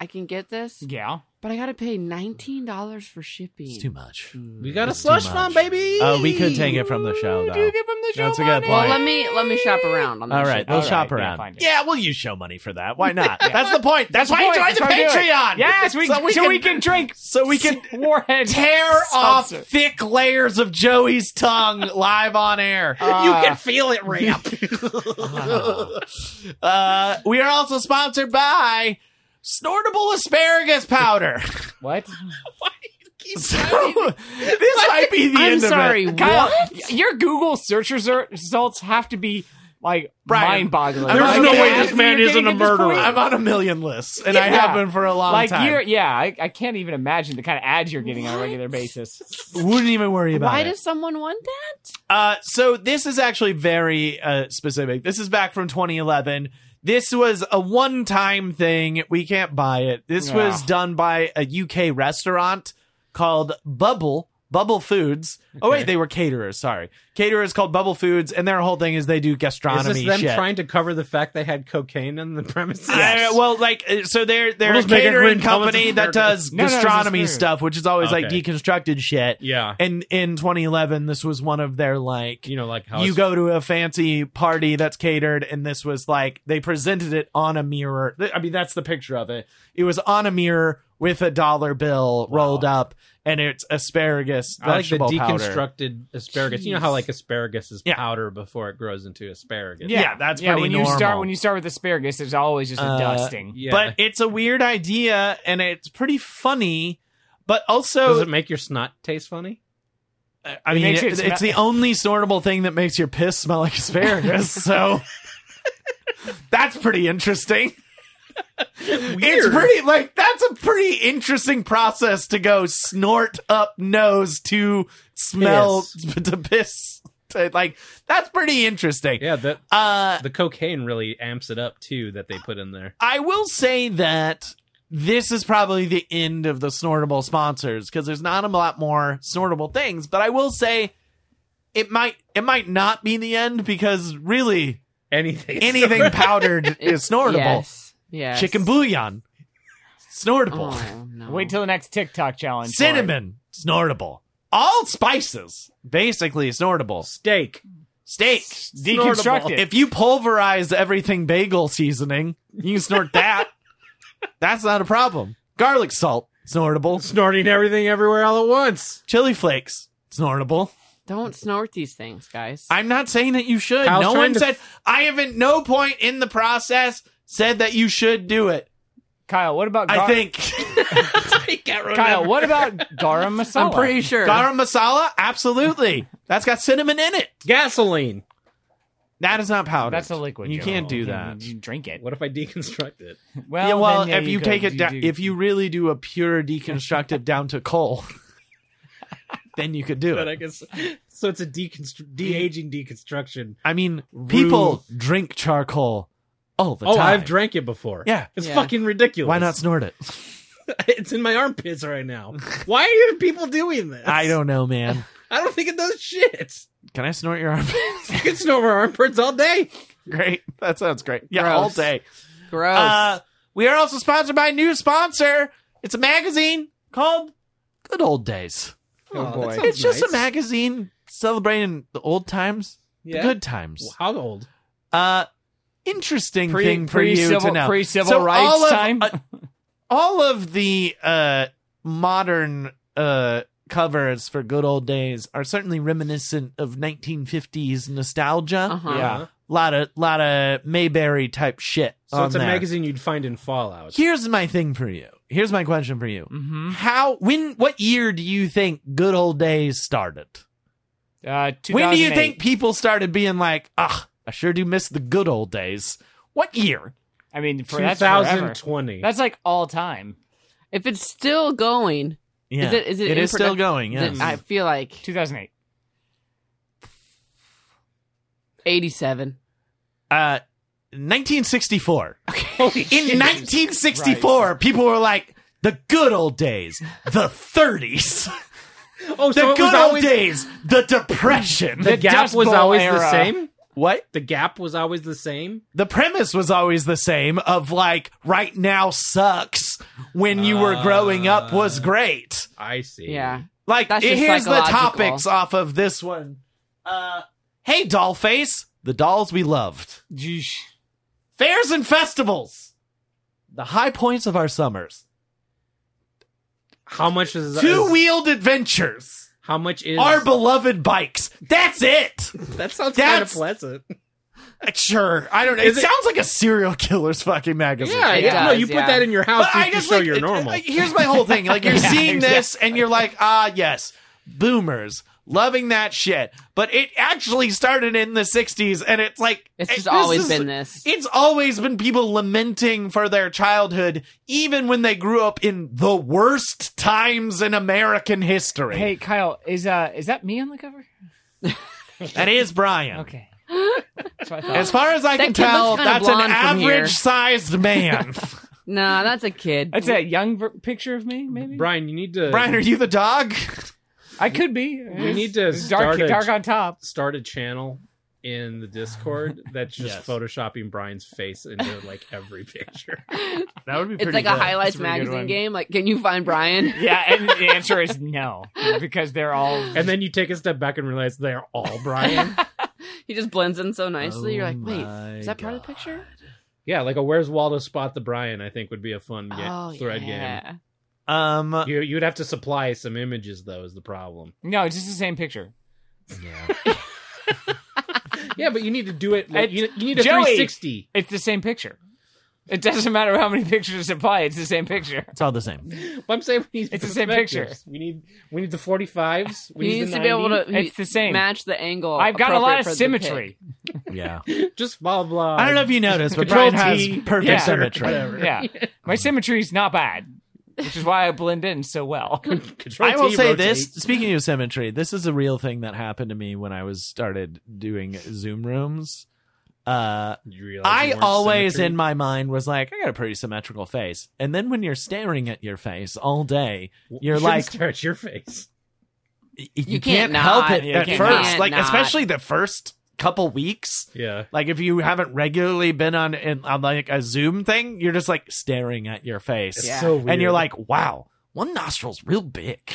[SPEAKER 5] I can get this,
[SPEAKER 3] yeah.
[SPEAKER 5] but I gotta pay nineteen dollars for shipping.
[SPEAKER 1] It's too much.
[SPEAKER 2] we got a
[SPEAKER 1] It's too
[SPEAKER 2] slush
[SPEAKER 1] much.
[SPEAKER 2] fund, baby.
[SPEAKER 1] Oh, we could take it from the show
[SPEAKER 3] Do you
[SPEAKER 1] though.
[SPEAKER 3] give them the show
[SPEAKER 1] That's a good
[SPEAKER 3] money?
[SPEAKER 5] Well,
[SPEAKER 1] point.
[SPEAKER 5] let me let me shop around on this.
[SPEAKER 1] All right,
[SPEAKER 5] shit.
[SPEAKER 1] we'll
[SPEAKER 3] All
[SPEAKER 1] shop
[SPEAKER 3] right, yeah,
[SPEAKER 1] around.
[SPEAKER 3] fine.
[SPEAKER 1] Yeah, we'll use show money for that. Why not? That's the point. That's, why you
[SPEAKER 3] Boy,
[SPEAKER 1] joined
[SPEAKER 3] that's
[SPEAKER 1] the
[SPEAKER 3] why we do it.
[SPEAKER 1] Patreon.
[SPEAKER 3] Yes, we,
[SPEAKER 1] so we can,
[SPEAKER 3] drink.
[SPEAKER 1] so we can
[SPEAKER 3] warhead
[SPEAKER 1] tear off
[SPEAKER 3] seltzer.
[SPEAKER 1] thick layers of Joey's tongue live on air.
[SPEAKER 2] you
[SPEAKER 3] Uh,
[SPEAKER 2] can feel it ramp.
[SPEAKER 1] Uh, we are also sponsored by Snortable asparagus powder.
[SPEAKER 3] what?
[SPEAKER 1] so, this might be the
[SPEAKER 5] I'm
[SPEAKER 1] end of it.
[SPEAKER 5] sorry.
[SPEAKER 3] Kyle,
[SPEAKER 5] What?
[SPEAKER 3] your Google search resor- results have to be like
[SPEAKER 1] Brian,
[SPEAKER 3] mind-boggling.
[SPEAKER 1] I'm
[SPEAKER 3] Like,
[SPEAKER 1] There's no
[SPEAKER 3] it
[SPEAKER 1] way
[SPEAKER 3] has
[SPEAKER 1] this
[SPEAKER 3] to be
[SPEAKER 2] man
[SPEAKER 3] your
[SPEAKER 2] isn't
[SPEAKER 3] thing
[SPEAKER 2] a
[SPEAKER 3] at this
[SPEAKER 2] murderer.
[SPEAKER 3] point.
[SPEAKER 1] I'm on a million lists, and I
[SPEAKER 3] Yeah.
[SPEAKER 1] have been for a long
[SPEAKER 3] like
[SPEAKER 1] time.
[SPEAKER 3] you're, yeah, I, I can't even imagine the kind of ads you're getting on a regular basis.
[SPEAKER 1] Wouldn't even worry about
[SPEAKER 5] Why
[SPEAKER 1] it.
[SPEAKER 5] does someone want that?
[SPEAKER 1] Uh, so this is actually very uh, specific. This is back from 2011. This was a one-time thing. We can't buy it. This
[SPEAKER 3] Yeah.
[SPEAKER 1] was done by a UK restaurant called Bubble Bubble Foods. Oh wait, they were caterers. Sorry, caterers called Bubble Foods, and their whole thing is they do
[SPEAKER 2] Is
[SPEAKER 1] gastronomy
[SPEAKER 2] this them
[SPEAKER 1] shit.
[SPEAKER 2] trying to cover the fact they had cocaine on the premises?
[SPEAKER 1] I- well, like uh, so, they're they're
[SPEAKER 2] We'll
[SPEAKER 1] a
[SPEAKER 2] just make
[SPEAKER 1] catering
[SPEAKER 2] everyone come with
[SPEAKER 1] company
[SPEAKER 2] us.
[SPEAKER 1] that does
[SPEAKER 3] No, no, it's just
[SPEAKER 1] gastronomy
[SPEAKER 3] food.
[SPEAKER 1] stuff, which is always like
[SPEAKER 2] Okay.
[SPEAKER 1] deconstructed shit.
[SPEAKER 2] yeah.
[SPEAKER 1] And in 2011, this was one of their like
[SPEAKER 2] You know, like how
[SPEAKER 1] you
[SPEAKER 2] it's-
[SPEAKER 1] go to a fancy party that's catered and this was like they presented it on a mirror Th- i mean that's the picture of it it was on a mirror with a dollar bill rolled up and it's asparagus
[SPEAKER 2] I like the
[SPEAKER 1] vegetable powder
[SPEAKER 2] deconstructed asparagus. You know how like asparagus is
[SPEAKER 1] Yeah.
[SPEAKER 2] powder before it grows into asparagus.
[SPEAKER 1] Yeah, that's
[SPEAKER 3] yeah.
[SPEAKER 1] pretty
[SPEAKER 3] When you start
[SPEAKER 1] normal.
[SPEAKER 3] when you start with asparagus, there's always just a
[SPEAKER 1] Uh,
[SPEAKER 3] dusting.
[SPEAKER 2] Yeah.
[SPEAKER 1] but it's a weird idea and it's pretty funny but
[SPEAKER 2] does
[SPEAKER 1] also uh,
[SPEAKER 2] it make your snot taste funny?
[SPEAKER 1] i mean
[SPEAKER 3] makes
[SPEAKER 1] it-
[SPEAKER 3] it
[SPEAKER 1] it's,
[SPEAKER 3] smell-
[SPEAKER 1] the only sortable thing that makes your piss smell like asparagus so that's pretty interesting It's pretty like that's a pretty interesting process to go snort up nose to smell to piss. To, like that's pretty interesting.
[SPEAKER 2] Yeah, the
[SPEAKER 1] Uh
[SPEAKER 2] the cocaine really amps it up too that they put in there.
[SPEAKER 1] I will say that this is probably the end of the snortable sponsors because there's not a lot more snortable things, but I will say it might it might not be the end because really
[SPEAKER 2] Anything.
[SPEAKER 1] anything powdered is snortable.
[SPEAKER 5] Yes. Yes.
[SPEAKER 1] Chicken bouillon snortable.
[SPEAKER 5] Oh, no.
[SPEAKER 3] Wait till the next TikTok challenge. for it.
[SPEAKER 1] cinnamon snortable all spices basically snortable
[SPEAKER 2] steak.
[SPEAKER 1] steak
[SPEAKER 3] Deconstruct it.
[SPEAKER 1] if you pulverize everything bagel seasoning you can snort that that's not a problem garlic salt snortable
[SPEAKER 2] Snorting everything everywhere all at once.
[SPEAKER 1] chili flakes snortable
[SPEAKER 5] Don't snort these things, guys.
[SPEAKER 1] i'm not saying that you should
[SPEAKER 2] Kyle's
[SPEAKER 1] no
[SPEAKER 2] trying
[SPEAKER 1] one
[SPEAKER 2] to-
[SPEAKER 1] said i haven't no point in the process said that you should do it
[SPEAKER 3] Kyle, what about
[SPEAKER 1] i
[SPEAKER 3] gar-
[SPEAKER 1] think
[SPEAKER 3] Kyle, what about garam masala?
[SPEAKER 5] I'm pretty sure.
[SPEAKER 1] garam masala absolutely that's got cinnamon in it
[SPEAKER 2] Gasoline.
[SPEAKER 1] that is not powder
[SPEAKER 3] That's a liquid.
[SPEAKER 1] you
[SPEAKER 3] Joe.
[SPEAKER 1] can't do
[SPEAKER 3] You
[SPEAKER 1] that
[SPEAKER 3] You drink it.
[SPEAKER 2] What if I deconstruct it?
[SPEAKER 3] Well,
[SPEAKER 1] yeah, well,
[SPEAKER 3] then, yeah,
[SPEAKER 1] if you,
[SPEAKER 3] could-
[SPEAKER 1] take it, down,
[SPEAKER 3] do-
[SPEAKER 1] if you really do a pure deconstructive down to coal, then you could do
[SPEAKER 2] But I
[SPEAKER 1] it.
[SPEAKER 2] guess so. It's a deconstru- de aging deconstruction.
[SPEAKER 1] I mean, people drink charcoal all the
[SPEAKER 2] Oh,
[SPEAKER 1] time.
[SPEAKER 2] I've drank it before.
[SPEAKER 1] Yeah.
[SPEAKER 2] it's
[SPEAKER 5] Yeah.
[SPEAKER 2] fucking ridiculous.
[SPEAKER 1] Why not snort it?
[SPEAKER 2] It's in my armpits right now. Why are people doing this?
[SPEAKER 1] I don't know, man.
[SPEAKER 2] I don't think it does shit.
[SPEAKER 1] Can I snort your arm?
[SPEAKER 2] You can snort my armpits all day.
[SPEAKER 1] great. That sounds great. Yeah,
[SPEAKER 5] Gross.
[SPEAKER 1] all day.
[SPEAKER 5] Gross.
[SPEAKER 1] Uh, we are also sponsored by a new sponsor. It's a magazine called Good Old Days.
[SPEAKER 2] Oh, that
[SPEAKER 3] boy.
[SPEAKER 2] sounds
[SPEAKER 1] It's just
[SPEAKER 2] nice.
[SPEAKER 1] a magazine celebrating the old times,
[SPEAKER 2] Yeah.
[SPEAKER 1] the good times.
[SPEAKER 2] How old?
[SPEAKER 1] uh interesting
[SPEAKER 3] Pre-
[SPEAKER 1] thing for you
[SPEAKER 3] pre-civil-
[SPEAKER 1] to know
[SPEAKER 3] pre-civil
[SPEAKER 1] So
[SPEAKER 3] rights
[SPEAKER 1] all of-
[SPEAKER 3] time?
[SPEAKER 1] uh, all of the uh modern uh covers for good old days are certainly reminiscent of 1950s nostalgia
[SPEAKER 5] Uh-huh.
[SPEAKER 3] yeah.
[SPEAKER 1] lot of lot of mayberry type shit
[SPEAKER 2] So
[SPEAKER 1] on
[SPEAKER 2] it's a
[SPEAKER 1] there.
[SPEAKER 2] magazine you'd find in Fallout.
[SPEAKER 1] here's my thing for you here's my question for you
[SPEAKER 3] Mm-hmm.
[SPEAKER 1] how when what year do you think good old days started
[SPEAKER 3] Uh,
[SPEAKER 1] when do you
[SPEAKER 3] 2008.
[SPEAKER 1] think people started being like ah i sure do miss the good old days what year
[SPEAKER 3] I mean, for, that's forever.
[SPEAKER 2] 2020.
[SPEAKER 3] That's like all time.
[SPEAKER 5] If it's still going,
[SPEAKER 1] yeah.
[SPEAKER 5] it- is it
[SPEAKER 1] it
[SPEAKER 5] in
[SPEAKER 1] is still
[SPEAKER 5] produc-
[SPEAKER 1] going yes
[SPEAKER 5] then I feel like
[SPEAKER 3] 2008.
[SPEAKER 5] 87.
[SPEAKER 1] Uh, 1964.
[SPEAKER 2] Oh, Holy
[SPEAKER 1] In 1964, people were like, the good old days, the 30s,
[SPEAKER 2] oh,
[SPEAKER 1] the
[SPEAKER 2] so it was
[SPEAKER 1] good old
[SPEAKER 2] always
[SPEAKER 1] days, the depression.
[SPEAKER 2] the gap
[SPEAKER 3] Dust
[SPEAKER 2] was
[SPEAKER 3] Bowl
[SPEAKER 2] always
[SPEAKER 3] era.
[SPEAKER 2] the same.
[SPEAKER 1] what?
[SPEAKER 2] The gap was always the same.
[SPEAKER 1] The premise was always the same of like, right now sucks. When you were growing up was
[SPEAKER 2] Uh.
[SPEAKER 1] great.
[SPEAKER 2] I see.
[SPEAKER 5] Yeah.
[SPEAKER 1] Like,
[SPEAKER 5] That's
[SPEAKER 1] it-
[SPEAKER 5] just
[SPEAKER 1] here's the
[SPEAKER 5] psychological.
[SPEAKER 1] topics off of this one. Uh, hey, Dollface, the dolls we loved.
[SPEAKER 3] Jeesh.
[SPEAKER 1] fairs and festivals the high points of our summers
[SPEAKER 2] How much is is-
[SPEAKER 1] two-wheeled adventures
[SPEAKER 2] How much is
[SPEAKER 1] our beloved bikes that's it
[SPEAKER 2] That sounds kind of
[SPEAKER 1] That's-
[SPEAKER 2] pleasant.
[SPEAKER 1] sure i don't know it,
[SPEAKER 2] Is it-
[SPEAKER 1] sounds like a serial killer's fucking magazine
[SPEAKER 2] Yeah,
[SPEAKER 5] It
[SPEAKER 2] yeah. No,
[SPEAKER 5] does,
[SPEAKER 2] you put
[SPEAKER 5] yeah.
[SPEAKER 2] that in your house
[SPEAKER 1] but
[SPEAKER 2] just
[SPEAKER 1] i
[SPEAKER 2] to
[SPEAKER 1] just
[SPEAKER 2] show
[SPEAKER 1] like,
[SPEAKER 2] you're
[SPEAKER 1] it- uh,
[SPEAKER 2] normal.
[SPEAKER 1] like, here's my whole thing like you're
[SPEAKER 3] Yeah,
[SPEAKER 1] seeing this and you're like ah yes boomers loving that shit. But it actually started in the 60s and it's like
[SPEAKER 4] It's
[SPEAKER 1] it-
[SPEAKER 4] just always
[SPEAKER 1] is-
[SPEAKER 4] been this.
[SPEAKER 1] It's always been people lamenting for their childhood even when they grew up in the worst times in American history.
[SPEAKER 3] Hey Kyle, is uh is that me on the cover?
[SPEAKER 1] That is Brian.
[SPEAKER 3] Okay. That's what I thought.
[SPEAKER 1] As far as I can
[SPEAKER 4] kid looks
[SPEAKER 1] tell,
[SPEAKER 4] kinda
[SPEAKER 1] that's an
[SPEAKER 4] blonde from here.
[SPEAKER 1] average-sized man.
[SPEAKER 4] No, that's a kid.
[SPEAKER 3] That's a young ver- picture of me, maybe.
[SPEAKER 2] Brian, you need to
[SPEAKER 1] Brian, are you the dog?
[SPEAKER 3] I could be.
[SPEAKER 2] we need to
[SPEAKER 3] It's dark,
[SPEAKER 2] start a,
[SPEAKER 3] dark on top.
[SPEAKER 2] start a channel in the Discord that's just
[SPEAKER 1] Yes.
[SPEAKER 2] photoshopping Brian's face into like every picture.
[SPEAKER 1] That would be
[SPEAKER 4] it's like a
[SPEAKER 3] It's
[SPEAKER 4] highlights
[SPEAKER 3] a pretty good
[SPEAKER 4] magazine
[SPEAKER 3] one.
[SPEAKER 4] game. Like, can you find Brian?
[SPEAKER 3] Yeah, and the answer is no because they're all.
[SPEAKER 2] and then you take a step back and realize they're all Brian.
[SPEAKER 4] he just blends in so nicely. You're like,
[SPEAKER 3] Oh
[SPEAKER 4] wait, is that part of the picture?
[SPEAKER 2] yeah, like a Where's Waldo spot the Brian, I think would be a fun ga-
[SPEAKER 4] oh,
[SPEAKER 2] thread game.
[SPEAKER 4] yeah.
[SPEAKER 1] Um,
[SPEAKER 2] You, you'd have to supply some images though is the problem.
[SPEAKER 3] No, it's just the same picture.
[SPEAKER 2] Yeah, but you need to do it. Like,
[SPEAKER 3] It's-
[SPEAKER 2] you, you need a
[SPEAKER 3] Joey!
[SPEAKER 2] 360.
[SPEAKER 3] It's the same picture. It doesn't matter how many pictures apply. It's the same picture.
[SPEAKER 1] it's all the same.
[SPEAKER 2] But I'm saying we need
[SPEAKER 3] It's the same picture.
[SPEAKER 2] perspectives. We need we need the 45s. We
[SPEAKER 4] He
[SPEAKER 2] need
[SPEAKER 4] needs
[SPEAKER 2] the
[SPEAKER 4] to be able
[SPEAKER 2] 90s.
[SPEAKER 4] to he-
[SPEAKER 3] It's the same.
[SPEAKER 4] match the angle.
[SPEAKER 3] I've got a lot of
[SPEAKER 4] appropriate for the pic.
[SPEAKER 3] symmetry.
[SPEAKER 1] Yeah.
[SPEAKER 2] just blah blah.
[SPEAKER 1] I don't know if you noticed, but
[SPEAKER 2] Control
[SPEAKER 1] Brian has
[SPEAKER 2] T,
[SPEAKER 1] perfect
[SPEAKER 3] yeah,
[SPEAKER 1] symmetry.
[SPEAKER 2] whatever.
[SPEAKER 3] Yeah, my symmetry's not bad, which is why I blend in so well.
[SPEAKER 2] Control
[SPEAKER 1] I will
[SPEAKER 2] T,
[SPEAKER 1] say
[SPEAKER 2] rotate.
[SPEAKER 1] this: speaking of symmetry, this is a real thing that happened to me when I was started doing Zoom rooms. Uh,
[SPEAKER 2] You realize you
[SPEAKER 1] I
[SPEAKER 2] weren't
[SPEAKER 1] always
[SPEAKER 2] symmetry?
[SPEAKER 1] in my mind was like, I got a pretty symmetrical face, and then when you're staring at your face all day,
[SPEAKER 2] You
[SPEAKER 1] you're
[SPEAKER 2] shouldn't
[SPEAKER 1] like-
[SPEAKER 2] stare at your face.
[SPEAKER 1] y- you,
[SPEAKER 4] can't
[SPEAKER 1] help
[SPEAKER 4] not.
[SPEAKER 1] it
[SPEAKER 3] You
[SPEAKER 1] at
[SPEAKER 3] can't
[SPEAKER 1] first, like
[SPEAKER 4] not.
[SPEAKER 1] especially the first couple weeks.
[SPEAKER 2] Yeah.
[SPEAKER 1] Like if you haven't regularly been on in, on like a Zoom thing, you're just like staring at your face,
[SPEAKER 2] It's
[SPEAKER 4] Yeah.
[SPEAKER 2] so weird.
[SPEAKER 1] and you're like, wow, one nostril's real big.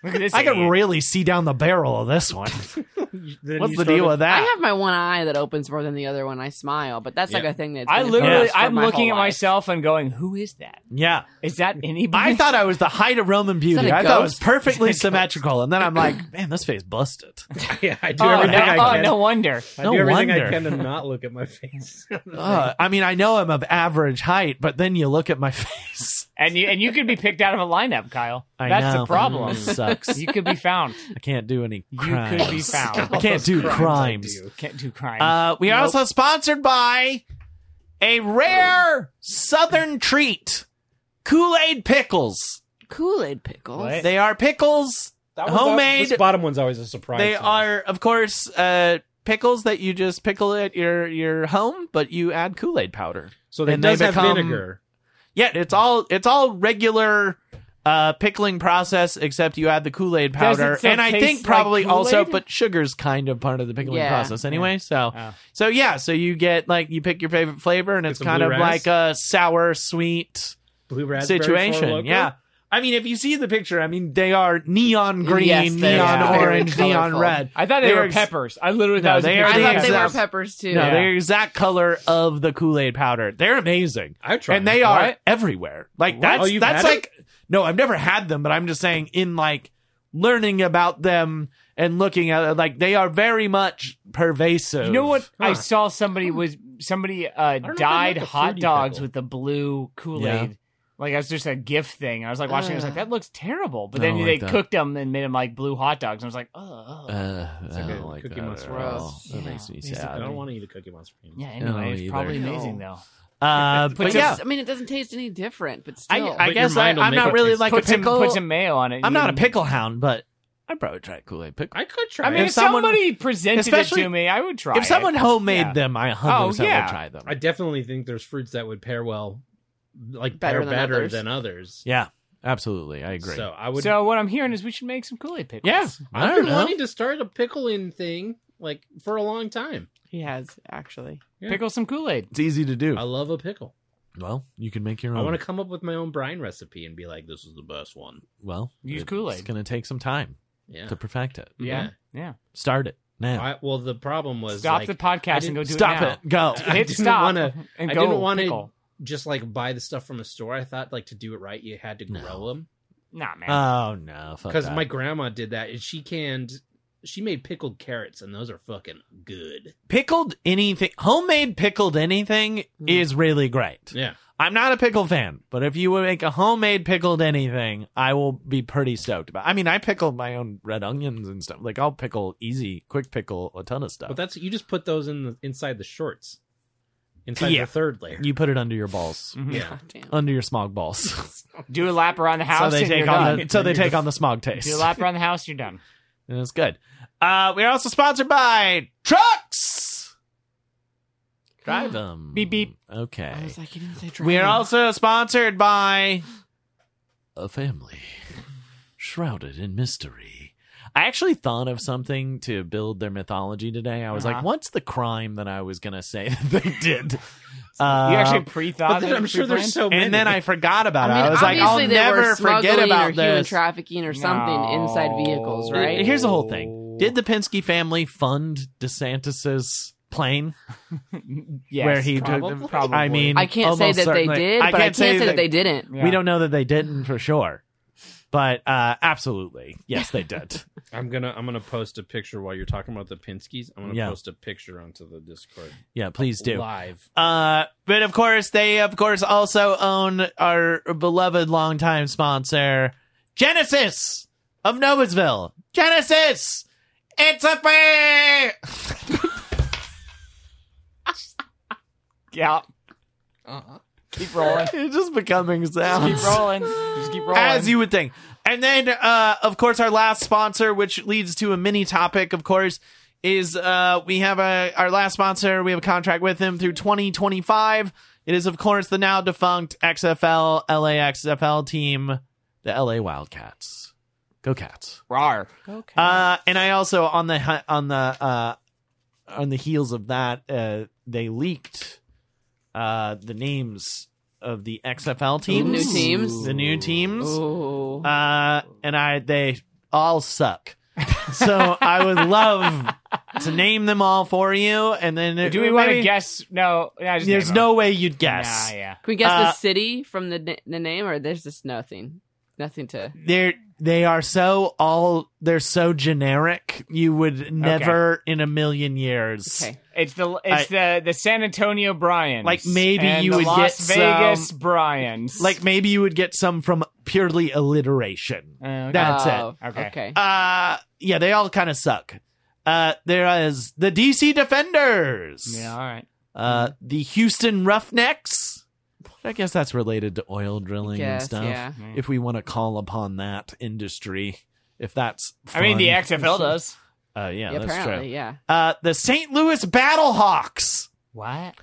[SPEAKER 3] Look at this.
[SPEAKER 1] I can
[SPEAKER 3] idiot.
[SPEAKER 1] really see down the barrel of this one.
[SPEAKER 2] Then
[SPEAKER 1] What's
[SPEAKER 2] you
[SPEAKER 1] the
[SPEAKER 2] sort
[SPEAKER 1] deal
[SPEAKER 2] of-
[SPEAKER 1] with
[SPEAKER 4] I
[SPEAKER 1] that?
[SPEAKER 4] have my one eye that opens more than the other one. I smile, but that's like
[SPEAKER 2] Yeah.
[SPEAKER 4] a thing that's.
[SPEAKER 3] I
[SPEAKER 4] been
[SPEAKER 3] literally,
[SPEAKER 4] imposed for
[SPEAKER 3] I'm
[SPEAKER 4] my
[SPEAKER 3] looking
[SPEAKER 4] whole
[SPEAKER 3] at
[SPEAKER 4] life.
[SPEAKER 3] myself and going, "Who is that?
[SPEAKER 1] yeah.
[SPEAKER 3] Is that anybody?"
[SPEAKER 1] I thought I was the height of Roman beauty.
[SPEAKER 4] a
[SPEAKER 1] I thought it was
[SPEAKER 4] ghost?
[SPEAKER 1] perfectly symmetrical. And then I'm like, man, this face busted.
[SPEAKER 2] Yeah, I do
[SPEAKER 3] Oh,
[SPEAKER 2] everything
[SPEAKER 3] no,
[SPEAKER 2] I
[SPEAKER 3] oh,
[SPEAKER 2] can.
[SPEAKER 3] no wonder.
[SPEAKER 2] I
[SPEAKER 1] No
[SPEAKER 2] do everything I
[SPEAKER 1] wonder.
[SPEAKER 2] can to not look at my face.
[SPEAKER 1] Uh, I mean, I know I'm of average height, but then you look at my face.
[SPEAKER 3] And you and you could be picked out of a lineup, Kyle.
[SPEAKER 1] I
[SPEAKER 3] That's
[SPEAKER 1] know.
[SPEAKER 3] the problem.
[SPEAKER 1] Mm, sucks.
[SPEAKER 3] You could be found.
[SPEAKER 1] I can't do any
[SPEAKER 3] You
[SPEAKER 1] crimes.
[SPEAKER 3] could be found.
[SPEAKER 1] I can't do crimes.
[SPEAKER 3] Can't do crime.
[SPEAKER 1] Uh, we are also sponsored by a rare southern treat, Kool-Aid pickles.
[SPEAKER 4] Kool Aid pickles.
[SPEAKER 3] What?
[SPEAKER 1] They are pickles
[SPEAKER 2] That
[SPEAKER 1] one's al- Homemade-
[SPEAKER 2] This bottom one's always a surprise.
[SPEAKER 1] They
[SPEAKER 2] to me.
[SPEAKER 1] are, of course, uh, pickles that you just pickle at your your home, but you add Kool Aid powder.
[SPEAKER 2] So they
[SPEAKER 1] and they
[SPEAKER 2] does have
[SPEAKER 1] become-
[SPEAKER 2] vinegar.
[SPEAKER 1] Yeah, it's all it's all regular uh, pickling process, except you add the Kool Aid
[SPEAKER 3] Does it
[SPEAKER 1] powder,
[SPEAKER 3] still
[SPEAKER 1] and I
[SPEAKER 3] taste
[SPEAKER 1] think
[SPEAKER 3] like
[SPEAKER 1] probably also,
[SPEAKER 3] Kool-Aid?
[SPEAKER 1] but sugar's kind of part of the pickling
[SPEAKER 4] Yeah.
[SPEAKER 1] process anyway. So,
[SPEAKER 3] Oh.
[SPEAKER 1] so yeah, so you get like you pick your favorite flavor, and
[SPEAKER 2] Get
[SPEAKER 1] it's
[SPEAKER 2] some
[SPEAKER 1] kind
[SPEAKER 2] blue
[SPEAKER 1] of
[SPEAKER 2] razz?
[SPEAKER 1] like a sour sweet
[SPEAKER 2] Blue raspberry Four
[SPEAKER 1] situation.
[SPEAKER 2] Loko?
[SPEAKER 1] Yeah. I mean, if you see the picture, I mean, they are neon green,
[SPEAKER 4] Yes, they
[SPEAKER 1] neon
[SPEAKER 3] are.
[SPEAKER 1] orange,
[SPEAKER 4] Very
[SPEAKER 1] neon
[SPEAKER 4] colorful.
[SPEAKER 1] red.
[SPEAKER 3] I thought they,
[SPEAKER 1] they
[SPEAKER 3] were
[SPEAKER 1] were ex-
[SPEAKER 3] peppers. I literally thought
[SPEAKER 1] No,
[SPEAKER 3] it was a
[SPEAKER 1] they
[SPEAKER 3] picture
[SPEAKER 1] are
[SPEAKER 3] of
[SPEAKER 4] I
[SPEAKER 1] the
[SPEAKER 4] thought
[SPEAKER 3] peppers.
[SPEAKER 4] they were
[SPEAKER 1] exact-
[SPEAKER 4] peppers too.
[SPEAKER 1] No,
[SPEAKER 3] Yeah.
[SPEAKER 1] they're exact color of the Kool Aid powder. They're amazing,
[SPEAKER 2] I tried.
[SPEAKER 1] and they are
[SPEAKER 3] What?
[SPEAKER 1] everywhere. Like
[SPEAKER 2] What?
[SPEAKER 1] that's
[SPEAKER 2] Oh, you've
[SPEAKER 1] that's
[SPEAKER 2] had it?
[SPEAKER 1] like no, I've never had them, but I'm just saying in like learning about them and looking at it, like they are very much pervasive.
[SPEAKER 3] You know what? I
[SPEAKER 2] Huh.
[SPEAKER 3] saw somebody was somebody uh,
[SPEAKER 2] know if I
[SPEAKER 3] dyed
[SPEAKER 2] like the
[SPEAKER 3] hot
[SPEAKER 2] fruity
[SPEAKER 3] dogs
[SPEAKER 2] pickle.
[SPEAKER 3] with the blue Kool Aid. Like I was just a gift thing. I was like watching. I was like,
[SPEAKER 4] Ugh.
[SPEAKER 3] that looks terrible. But
[SPEAKER 1] Uh. I
[SPEAKER 3] then
[SPEAKER 1] don't
[SPEAKER 3] they
[SPEAKER 1] like that.
[SPEAKER 3] cooked them and made them like blue hot dogs. And I was like, oh.
[SPEAKER 1] Uh, I
[SPEAKER 2] okay.
[SPEAKER 1] don't like
[SPEAKER 2] Cookie
[SPEAKER 1] that
[SPEAKER 2] Monster
[SPEAKER 1] at
[SPEAKER 2] Ross.
[SPEAKER 1] all. That
[SPEAKER 3] Yeah.
[SPEAKER 1] makes me
[SPEAKER 3] Basically,
[SPEAKER 2] I
[SPEAKER 1] sad.
[SPEAKER 2] don't want to eat a Cookie Monster.
[SPEAKER 3] yeah.
[SPEAKER 1] I
[SPEAKER 3] Anyway,
[SPEAKER 1] don't
[SPEAKER 3] it's
[SPEAKER 1] either.
[SPEAKER 3] probably
[SPEAKER 4] No.
[SPEAKER 3] amazing though.
[SPEAKER 1] Uh,
[SPEAKER 3] Put
[SPEAKER 1] but
[SPEAKER 3] some-
[SPEAKER 1] yeah,
[SPEAKER 4] I mean, it doesn't taste any different, but
[SPEAKER 1] I,
[SPEAKER 4] still.
[SPEAKER 1] I
[SPEAKER 2] your
[SPEAKER 1] guess I,
[SPEAKER 2] mind will
[SPEAKER 1] I'm
[SPEAKER 2] make
[SPEAKER 1] not
[SPEAKER 2] it
[SPEAKER 1] really
[SPEAKER 2] taste-
[SPEAKER 1] like
[SPEAKER 3] put
[SPEAKER 1] a
[SPEAKER 3] some
[SPEAKER 1] pickle.
[SPEAKER 3] put some mayo on it.
[SPEAKER 1] I'm not a
[SPEAKER 3] pickle.
[SPEAKER 1] pickle hound, but I'd probably try Kool Aid pickle.
[SPEAKER 2] I could try.
[SPEAKER 3] I mean,
[SPEAKER 1] If
[SPEAKER 3] if,
[SPEAKER 1] someone-
[SPEAKER 3] somebody presented it
[SPEAKER 1] especially-
[SPEAKER 3] to me, I would try.
[SPEAKER 1] if someone
[SPEAKER 3] it.
[SPEAKER 1] homemade
[SPEAKER 3] Yeah.
[SPEAKER 1] them, I 100%
[SPEAKER 3] yeah.
[SPEAKER 1] would try them.
[SPEAKER 2] I definitely think there's fruits that would pair well, like
[SPEAKER 4] Better
[SPEAKER 2] pair
[SPEAKER 4] than
[SPEAKER 2] better
[SPEAKER 4] others.
[SPEAKER 2] than others.
[SPEAKER 1] yeah, absolutely, I agree.
[SPEAKER 2] So I would.
[SPEAKER 3] so what I'm hearing is we should make some Kool-Aid pickles.
[SPEAKER 1] yeah, I
[SPEAKER 2] I've
[SPEAKER 1] don't
[SPEAKER 2] been
[SPEAKER 1] know.
[SPEAKER 2] wanting to start a pickle in thing like for a long time.
[SPEAKER 4] he has actually.
[SPEAKER 2] Yeah.
[SPEAKER 3] pickle some Kool-Aid.
[SPEAKER 1] It's easy to do.
[SPEAKER 2] I love a pickle.
[SPEAKER 1] Well, you can make your
[SPEAKER 2] I
[SPEAKER 1] own.
[SPEAKER 2] want to come up with my own brine recipe and be like, "This is the best one."
[SPEAKER 1] well,
[SPEAKER 3] Use
[SPEAKER 1] it's
[SPEAKER 3] Kool-Aid.
[SPEAKER 1] going to take some time
[SPEAKER 2] Yeah.
[SPEAKER 1] to perfect it.
[SPEAKER 3] Yeah, yeah.
[SPEAKER 1] Start it now.
[SPEAKER 2] I, well, the problem was
[SPEAKER 3] Stop
[SPEAKER 2] like,
[SPEAKER 3] the
[SPEAKER 2] I
[SPEAKER 3] podcast and
[SPEAKER 2] didn't-
[SPEAKER 3] go do
[SPEAKER 1] Stop
[SPEAKER 3] it.
[SPEAKER 1] it. Go.
[SPEAKER 3] now.
[SPEAKER 2] I
[SPEAKER 3] Hit
[SPEAKER 2] didn't
[SPEAKER 3] stop
[SPEAKER 2] wanna-
[SPEAKER 3] and
[SPEAKER 2] I
[SPEAKER 3] go
[SPEAKER 2] didn't wanna-
[SPEAKER 3] pickle.
[SPEAKER 2] just like buy the stuff from a store. I thought like to do it right, you had to grow
[SPEAKER 1] No.
[SPEAKER 2] them
[SPEAKER 3] Nah, man.
[SPEAKER 1] Oh no, fuck
[SPEAKER 2] because
[SPEAKER 1] that.
[SPEAKER 2] my grandma did that and she canned she made pickled carrots, and those are fucking good.
[SPEAKER 1] Pickled anything, homemade pickled anything
[SPEAKER 3] Mm.
[SPEAKER 1] is really great.
[SPEAKER 2] Yeah.
[SPEAKER 1] I'm not a pickle fan, but if you would make a homemade pickled anything, I will be pretty stoked about. I mean, I pickle my own red onions and stuff. Like I'll pickle easy, quick pickle a ton of stuff.
[SPEAKER 2] But that's you just put those in the inside the shorts, inside
[SPEAKER 1] Yeah.
[SPEAKER 2] the third layer.
[SPEAKER 1] you put it under your balls,
[SPEAKER 3] Mm.
[SPEAKER 2] yeah,
[SPEAKER 4] Damn.
[SPEAKER 1] under your smog balls.
[SPEAKER 3] Do a lap around the
[SPEAKER 1] so
[SPEAKER 3] house.
[SPEAKER 1] they
[SPEAKER 3] and
[SPEAKER 1] take
[SPEAKER 3] you're
[SPEAKER 1] on
[SPEAKER 3] done.
[SPEAKER 1] the, so they take on the smog taste.
[SPEAKER 3] Do a lap around the house. You're done.
[SPEAKER 1] And it's good. Uh, we're also sponsored by trucks. Drive them.
[SPEAKER 3] Beep, beep.
[SPEAKER 1] Okay.
[SPEAKER 4] I was like, you didn't say dragon.
[SPEAKER 1] We are also sponsored by a family shrouded in mystery. I actually thought of something to build their mythology today. I was like,
[SPEAKER 3] Uh-huh.
[SPEAKER 1] what's the crime that I was going to say that they did? Uh,
[SPEAKER 3] You actually pre-thought.
[SPEAKER 2] but then
[SPEAKER 3] it,
[SPEAKER 2] I'm sure there's
[SPEAKER 3] pre-planned?
[SPEAKER 2] so many.
[SPEAKER 1] and then I forgot about
[SPEAKER 4] I
[SPEAKER 1] it.
[SPEAKER 4] mean,
[SPEAKER 1] I was like,
[SPEAKER 4] obviously
[SPEAKER 1] I'll
[SPEAKER 4] they
[SPEAKER 1] never forget
[SPEAKER 4] were smuggling
[SPEAKER 1] about
[SPEAKER 4] or human
[SPEAKER 1] this.
[SPEAKER 4] trafficking or something
[SPEAKER 3] No.
[SPEAKER 4] inside vehicles, right?
[SPEAKER 1] Here's the whole thing. Did the Penske family fund DeSantis's plane?
[SPEAKER 3] Yes,
[SPEAKER 1] where he
[SPEAKER 3] probably.
[SPEAKER 1] took them. I mean,
[SPEAKER 4] I can't say
[SPEAKER 1] almost
[SPEAKER 4] that they
[SPEAKER 1] certainly-
[SPEAKER 4] did, but I can't say that they didn't.
[SPEAKER 1] We don't know that they didn't for sure, but uh, absolutely, yes, they did.
[SPEAKER 2] I'm gonna I'm gonna post a picture while you're talking about the Pinskys. I'm gonna
[SPEAKER 1] Yeah.
[SPEAKER 2] post a picture onto the Discord
[SPEAKER 1] Yeah, please do.
[SPEAKER 2] live.
[SPEAKER 1] Uh, but of course, they of course also own our beloved longtime sponsor, Genesis of Noblesville. Genesis, it's a bear.
[SPEAKER 3] Yeah.
[SPEAKER 2] Uh-huh.
[SPEAKER 3] Keep rolling.
[SPEAKER 1] it's just becoming sounds.
[SPEAKER 3] Keep rolling. Just keep rolling.
[SPEAKER 1] as you would think. And then, uh, of course, our last sponsor, which leads to a mini topic, of course, is uh, we have a our last sponsor. We have a contract with them through 2025. It is, of course, the now defunct XFL LAXFL team, the LA Wildcats. Go Cats!
[SPEAKER 3] Rar.
[SPEAKER 4] Okay.
[SPEAKER 1] Uh, and I also on the hi- on the uh, on the heels of that, uh, they leaked uh, the names of the XFL
[SPEAKER 4] The
[SPEAKER 1] teams,
[SPEAKER 4] new teams.
[SPEAKER 1] the new teams.
[SPEAKER 4] Ooh.
[SPEAKER 1] Uh, and I they all suck. So I would love to name them all for you, and then
[SPEAKER 3] Do we want to
[SPEAKER 1] maybe-
[SPEAKER 3] guess? No. yeah, just
[SPEAKER 1] There's
[SPEAKER 3] name 'em.
[SPEAKER 1] no way you'd guess.
[SPEAKER 3] Nah, yeah.
[SPEAKER 4] Can we guess
[SPEAKER 1] Uh,
[SPEAKER 4] the city from the, na- the name, or there's just nothing? Nothing to.
[SPEAKER 1] They're they are so all they're so generic. You would never in a million years.
[SPEAKER 4] Okay.
[SPEAKER 3] It's the it's the the San Antonio Bryans.
[SPEAKER 1] Like, maybe
[SPEAKER 3] and
[SPEAKER 1] you
[SPEAKER 3] the
[SPEAKER 1] would
[SPEAKER 3] Las
[SPEAKER 1] get some-
[SPEAKER 3] Vegas Bryans.
[SPEAKER 1] Like maybe you would get some from purely alliteration.
[SPEAKER 3] Uh, okay.
[SPEAKER 1] That's
[SPEAKER 4] oh,
[SPEAKER 1] it.
[SPEAKER 3] Okay.
[SPEAKER 4] Okay.
[SPEAKER 1] Uh yeah, they all kind of suck. Uh, there is the DC Defenders.
[SPEAKER 3] yeah. All right.
[SPEAKER 1] Uh,
[SPEAKER 4] Mm-hmm.
[SPEAKER 1] the Houston Roughnecks. I guess that's related to oil drilling and
[SPEAKER 4] Guess,
[SPEAKER 1] stuff.
[SPEAKER 4] yeah.
[SPEAKER 1] If we want to call upon that industry, if that's
[SPEAKER 3] I mean, the
[SPEAKER 1] fun.
[SPEAKER 3] XFL does.
[SPEAKER 1] Uh, yeah, that's
[SPEAKER 4] apparently,
[SPEAKER 1] true.
[SPEAKER 4] yeah.
[SPEAKER 1] Uh, the St. Louis Battlehawks.
[SPEAKER 3] What?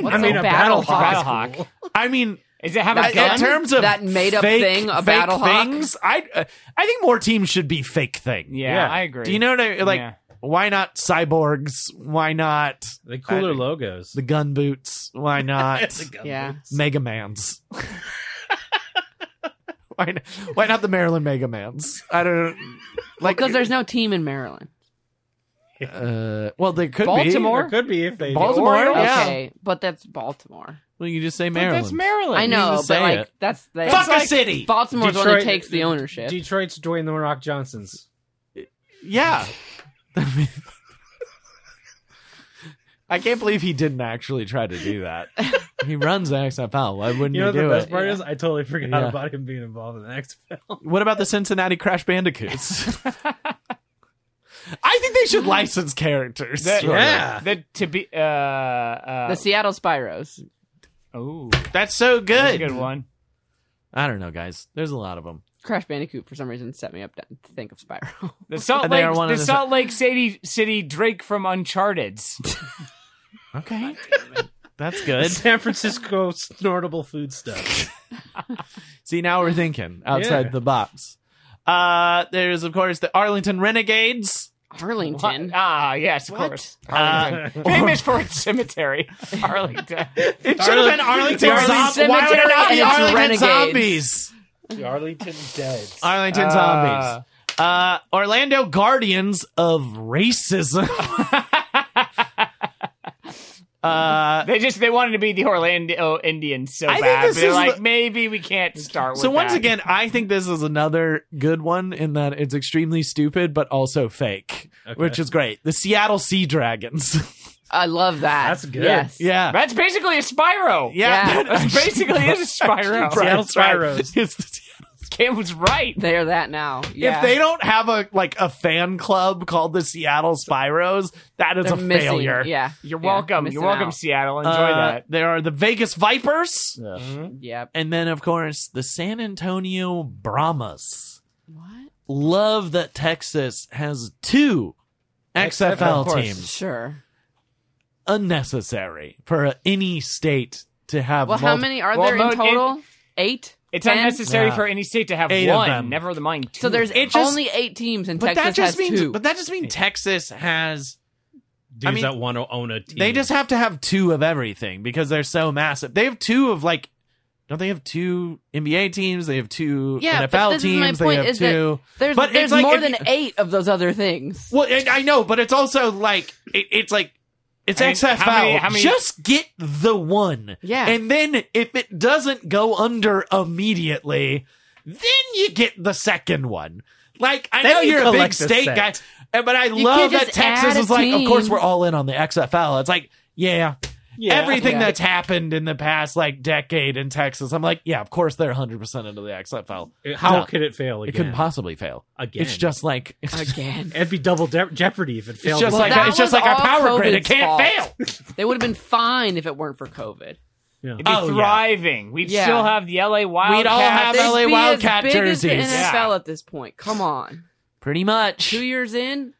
[SPEAKER 4] What's
[SPEAKER 2] I mean,
[SPEAKER 4] a
[SPEAKER 2] a
[SPEAKER 4] battle
[SPEAKER 2] battle
[SPEAKER 4] hawk?
[SPEAKER 2] hawk.
[SPEAKER 3] Battlehawk.
[SPEAKER 1] I mean,
[SPEAKER 3] Is it have
[SPEAKER 4] That
[SPEAKER 3] a
[SPEAKER 1] I- in
[SPEAKER 4] gun?
[SPEAKER 3] gun?
[SPEAKER 1] terms of
[SPEAKER 4] That made-up
[SPEAKER 1] fake-
[SPEAKER 4] thing, a
[SPEAKER 1] fake
[SPEAKER 4] Battlehawk?
[SPEAKER 1] things, I uh, I think more teams should be fake thing.
[SPEAKER 3] Yeah, I agree.
[SPEAKER 1] Do you know what I like?
[SPEAKER 3] Yeah.
[SPEAKER 1] Why not cyborgs? Why not
[SPEAKER 2] The cooler
[SPEAKER 1] I-
[SPEAKER 2] logos.
[SPEAKER 1] the gun boots? Why not
[SPEAKER 4] Yeah.
[SPEAKER 1] Mega Mans. why, not, why not the Maryland Mega Mans? I don't like
[SPEAKER 4] Because there's no team in Maryland.
[SPEAKER 1] uh, well, they could
[SPEAKER 3] Baltimore?
[SPEAKER 2] Or could be if they.
[SPEAKER 1] be Baltimore.
[SPEAKER 3] Orioles?
[SPEAKER 1] Oh, yeah.
[SPEAKER 4] Okay, but that's Baltimore.
[SPEAKER 1] Well, you just say
[SPEAKER 3] But
[SPEAKER 1] Maryland.
[SPEAKER 3] that's Maryland.
[SPEAKER 4] I know,
[SPEAKER 1] just
[SPEAKER 4] but
[SPEAKER 1] say
[SPEAKER 4] like
[SPEAKER 1] it.
[SPEAKER 4] that's the
[SPEAKER 1] Fuck a city.
[SPEAKER 4] Baltimore's the one that
[SPEAKER 2] Detroit-
[SPEAKER 4] takes the ownership.
[SPEAKER 2] Detroit's Dwayne the Rock Johnson's.
[SPEAKER 1] yeah. I mean- I can't believe he didn't actually try to do that. he runs the XFL. Why wouldn't
[SPEAKER 2] You know
[SPEAKER 1] he
[SPEAKER 2] what the
[SPEAKER 1] do
[SPEAKER 2] best
[SPEAKER 1] it?
[SPEAKER 2] part is? I totally forgot
[SPEAKER 1] Yeah.
[SPEAKER 2] about him being involved in the XFL.
[SPEAKER 1] What about the Cincinnati Crash Bandicoots? I think they should license characters.
[SPEAKER 3] That-
[SPEAKER 1] sort of.
[SPEAKER 2] Yeah.
[SPEAKER 3] The to be uh, uh
[SPEAKER 4] the Seattle Spyros.
[SPEAKER 3] oh
[SPEAKER 1] That's so
[SPEAKER 3] that's a
[SPEAKER 1] good.
[SPEAKER 3] good one.
[SPEAKER 1] I don't know, guys. There's a lot of them.
[SPEAKER 4] Crash Bandicoot for some reason set me up to to think of Spyro.
[SPEAKER 3] The Salt
[SPEAKER 1] And they
[SPEAKER 3] Lake
[SPEAKER 1] are one
[SPEAKER 3] the,
[SPEAKER 1] of the-
[SPEAKER 3] Salt Lake City City Drake from Uncharted's.
[SPEAKER 1] Okay. That's good.
[SPEAKER 2] San Francisco snortable food stuff.
[SPEAKER 1] See, now we're thinking outside
[SPEAKER 2] Yeah.
[SPEAKER 1] the box. Uh, there's, of course, the Arlington Renegades.
[SPEAKER 4] Arlington.
[SPEAKER 3] Ah, yes, of course.
[SPEAKER 1] Uh,
[SPEAKER 3] Famous for its cemetery, Arlington.
[SPEAKER 1] it should have been Arlington
[SPEAKER 4] Arlington
[SPEAKER 1] Zombies. Why would it not be
[SPEAKER 4] Cemetery and
[SPEAKER 1] Arlington
[SPEAKER 4] Renegades.
[SPEAKER 1] Zombies?
[SPEAKER 2] the Arlington Deads.
[SPEAKER 1] Arlington Zombies. Uh, Orlando Guardians of Racism. Uh,
[SPEAKER 3] They just they wanted to be the Orlando Indians so
[SPEAKER 1] I think
[SPEAKER 3] bad.
[SPEAKER 1] this
[SPEAKER 3] But they're
[SPEAKER 1] is
[SPEAKER 3] like,
[SPEAKER 1] the-
[SPEAKER 3] maybe we can't start.
[SPEAKER 1] so
[SPEAKER 3] with
[SPEAKER 1] once
[SPEAKER 3] that.
[SPEAKER 1] again, I think this is another good one in that it's extremely stupid but also fake,
[SPEAKER 2] Okay.
[SPEAKER 1] which is great. The Seattle Sea Dragons.
[SPEAKER 4] I love that.
[SPEAKER 2] That's good.
[SPEAKER 4] Yes.
[SPEAKER 1] yeah.
[SPEAKER 3] that's basically a Spyro.
[SPEAKER 1] Yeah.
[SPEAKER 4] Yeah.
[SPEAKER 3] that's basically is a Spyro.
[SPEAKER 2] Seattle
[SPEAKER 1] That's right.
[SPEAKER 2] Spyros.
[SPEAKER 1] It's the-
[SPEAKER 3] Cam was right.
[SPEAKER 4] They're that now. Yeah.
[SPEAKER 1] If they don't have a like a fan club called the Seattle Spyros, that is
[SPEAKER 4] They're
[SPEAKER 1] a
[SPEAKER 4] missing-
[SPEAKER 1] failure.
[SPEAKER 4] Yeah.
[SPEAKER 3] You're
[SPEAKER 4] Yeah,
[SPEAKER 3] welcome.
[SPEAKER 4] missing
[SPEAKER 3] You're welcome,
[SPEAKER 4] out.
[SPEAKER 3] Seattle. Enjoy
[SPEAKER 1] Uh,
[SPEAKER 3] that.
[SPEAKER 1] There are the Vegas Vipers,
[SPEAKER 2] Mm-hmm.
[SPEAKER 4] Yep.
[SPEAKER 1] and then of course the San Antonio Brahmas.
[SPEAKER 4] What?
[SPEAKER 1] Love that Texas has two
[SPEAKER 2] of
[SPEAKER 1] XFL
[SPEAKER 2] course.
[SPEAKER 1] teams.
[SPEAKER 4] Sure.
[SPEAKER 1] Unnecessary for any state to have.
[SPEAKER 4] Well, how
[SPEAKER 1] multi-
[SPEAKER 4] many are
[SPEAKER 3] well,
[SPEAKER 4] there
[SPEAKER 3] no, it-
[SPEAKER 4] in total? Eight.
[SPEAKER 3] It's
[SPEAKER 4] Ten?
[SPEAKER 3] unnecessary
[SPEAKER 1] Yeah.
[SPEAKER 3] for any state to have
[SPEAKER 1] Eight of them.
[SPEAKER 3] one. Never mind. Two.
[SPEAKER 4] So there's
[SPEAKER 1] It just-
[SPEAKER 4] only eight teams, and
[SPEAKER 1] But
[SPEAKER 4] Texas
[SPEAKER 1] that just
[SPEAKER 4] has
[SPEAKER 1] means.
[SPEAKER 4] two.
[SPEAKER 1] But that just means Texas has I
[SPEAKER 2] Dudes
[SPEAKER 1] mean,
[SPEAKER 2] that want to own a team.
[SPEAKER 1] They just have to have two of everything because they're so massive. They have two of like, don't they have two NBA teams? They have two
[SPEAKER 4] Yeah,
[SPEAKER 1] NFL
[SPEAKER 4] but this is
[SPEAKER 1] teams.
[SPEAKER 4] my
[SPEAKER 1] they
[SPEAKER 4] point,
[SPEAKER 1] have
[SPEAKER 4] is that
[SPEAKER 1] two.
[SPEAKER 4] there's
[SPEAKER 1] but
[SPEAKER 4] there's
[SPEAKER 1] it's like
[SPEAKER 4] more
[SPEAKER 1] if
[SPEAKER 4] than
[SPEAKER 1] you-
[SPEAKER 4] eight of those other things.
[SPEAKER 1] well, and I know, but it's also like it, it's like it's
[SPEAKER 3] I mean,
[SPEAKER 1] XFL.
[SPEAKER 3] how many- how many-
[SPEAKER 1] Just get the one,
[SPEAKER 4] Yeah.
[SPEAKER 1] and then if it doesn't go under immediately, then you get the second one. Like I
[SPEAKER 2] Then
[SPEAKER 1] know
[SPEAKER 2] you
[SPEAKER 1] you're a big
[SPEAKER 2] collect a
[SPEAKER 1] state
[SPEAKER 2] set.
[SPEAKER 1] guy, and- but I
[SPEAKER 4] can't
[SPEAKER 1] love that
[SPEAKER 4] just add
[SPEAKER 1] Texas
[SPEAKER 4] a
[SPEAKER 1] is like, of
[SPEAKER 4] team."
[SPEAKER 1] course we're all in on the XFL. It's like, yeah, everything
[SPEAKER 4] Yeah.
[SPEAKER 1] that's happened in the past like decade in Texas. I'm like, yeah, of course they're 100 percent into the XFL.
[SPEAKER 2] How
[SPEAKER 1] No.
[SPEAKER 2] could it fail again?
[SPEAKER 1] It couldn't possibly fail.
[SPEAKER 2] Again.
[SPEAKER 1] It's just like it's just-
[SPEAKER 4] Again,
[SPEAKER 2] It'd be double de- jeopardy if it
[SPEAKER 1] it's
[SPEAKER 2] failed.
[SPEAKER 1] just
[SPEAKER 4] Well,
[SPEAKER 1] like
[SPEAKER 4] that
[SPEAKER 1] it's just
[SPEAKER 4] was
[SPEAKER 1] like our
[SPEAKER 4] all
[SPEAKER 1] power grid. It
[SPEAKER 4] COVID's
[SPEAKER 1] can't
[SPEAKER 4] fault.
[SPEAKER 1] fail.
[SPEAKER 4] they would have been fine if it weren't for COVID.
[SPEAKER 3] It'd be
[SPEAKER 1] Oh, yeah.
[SPEAKER 3] thriving. We'd
[SPEAKER 4] Yeah.
[SPEAKER 3] still have the LA Wildcats.
[SPEAKER 1] all have
[SPEAKER 4] They'd
[SPEAKER 1] LA
[SPEAKER 4] be
[SPEAKER 1] Wildcat
[SPEAKER 4] as big
[SPEAKER 1] jerseys.
[SPEAKER 4] As the NFL at this point. Come on.
[SPEAKER 1] Pretty much.
[SPEAKER 4] Two years in,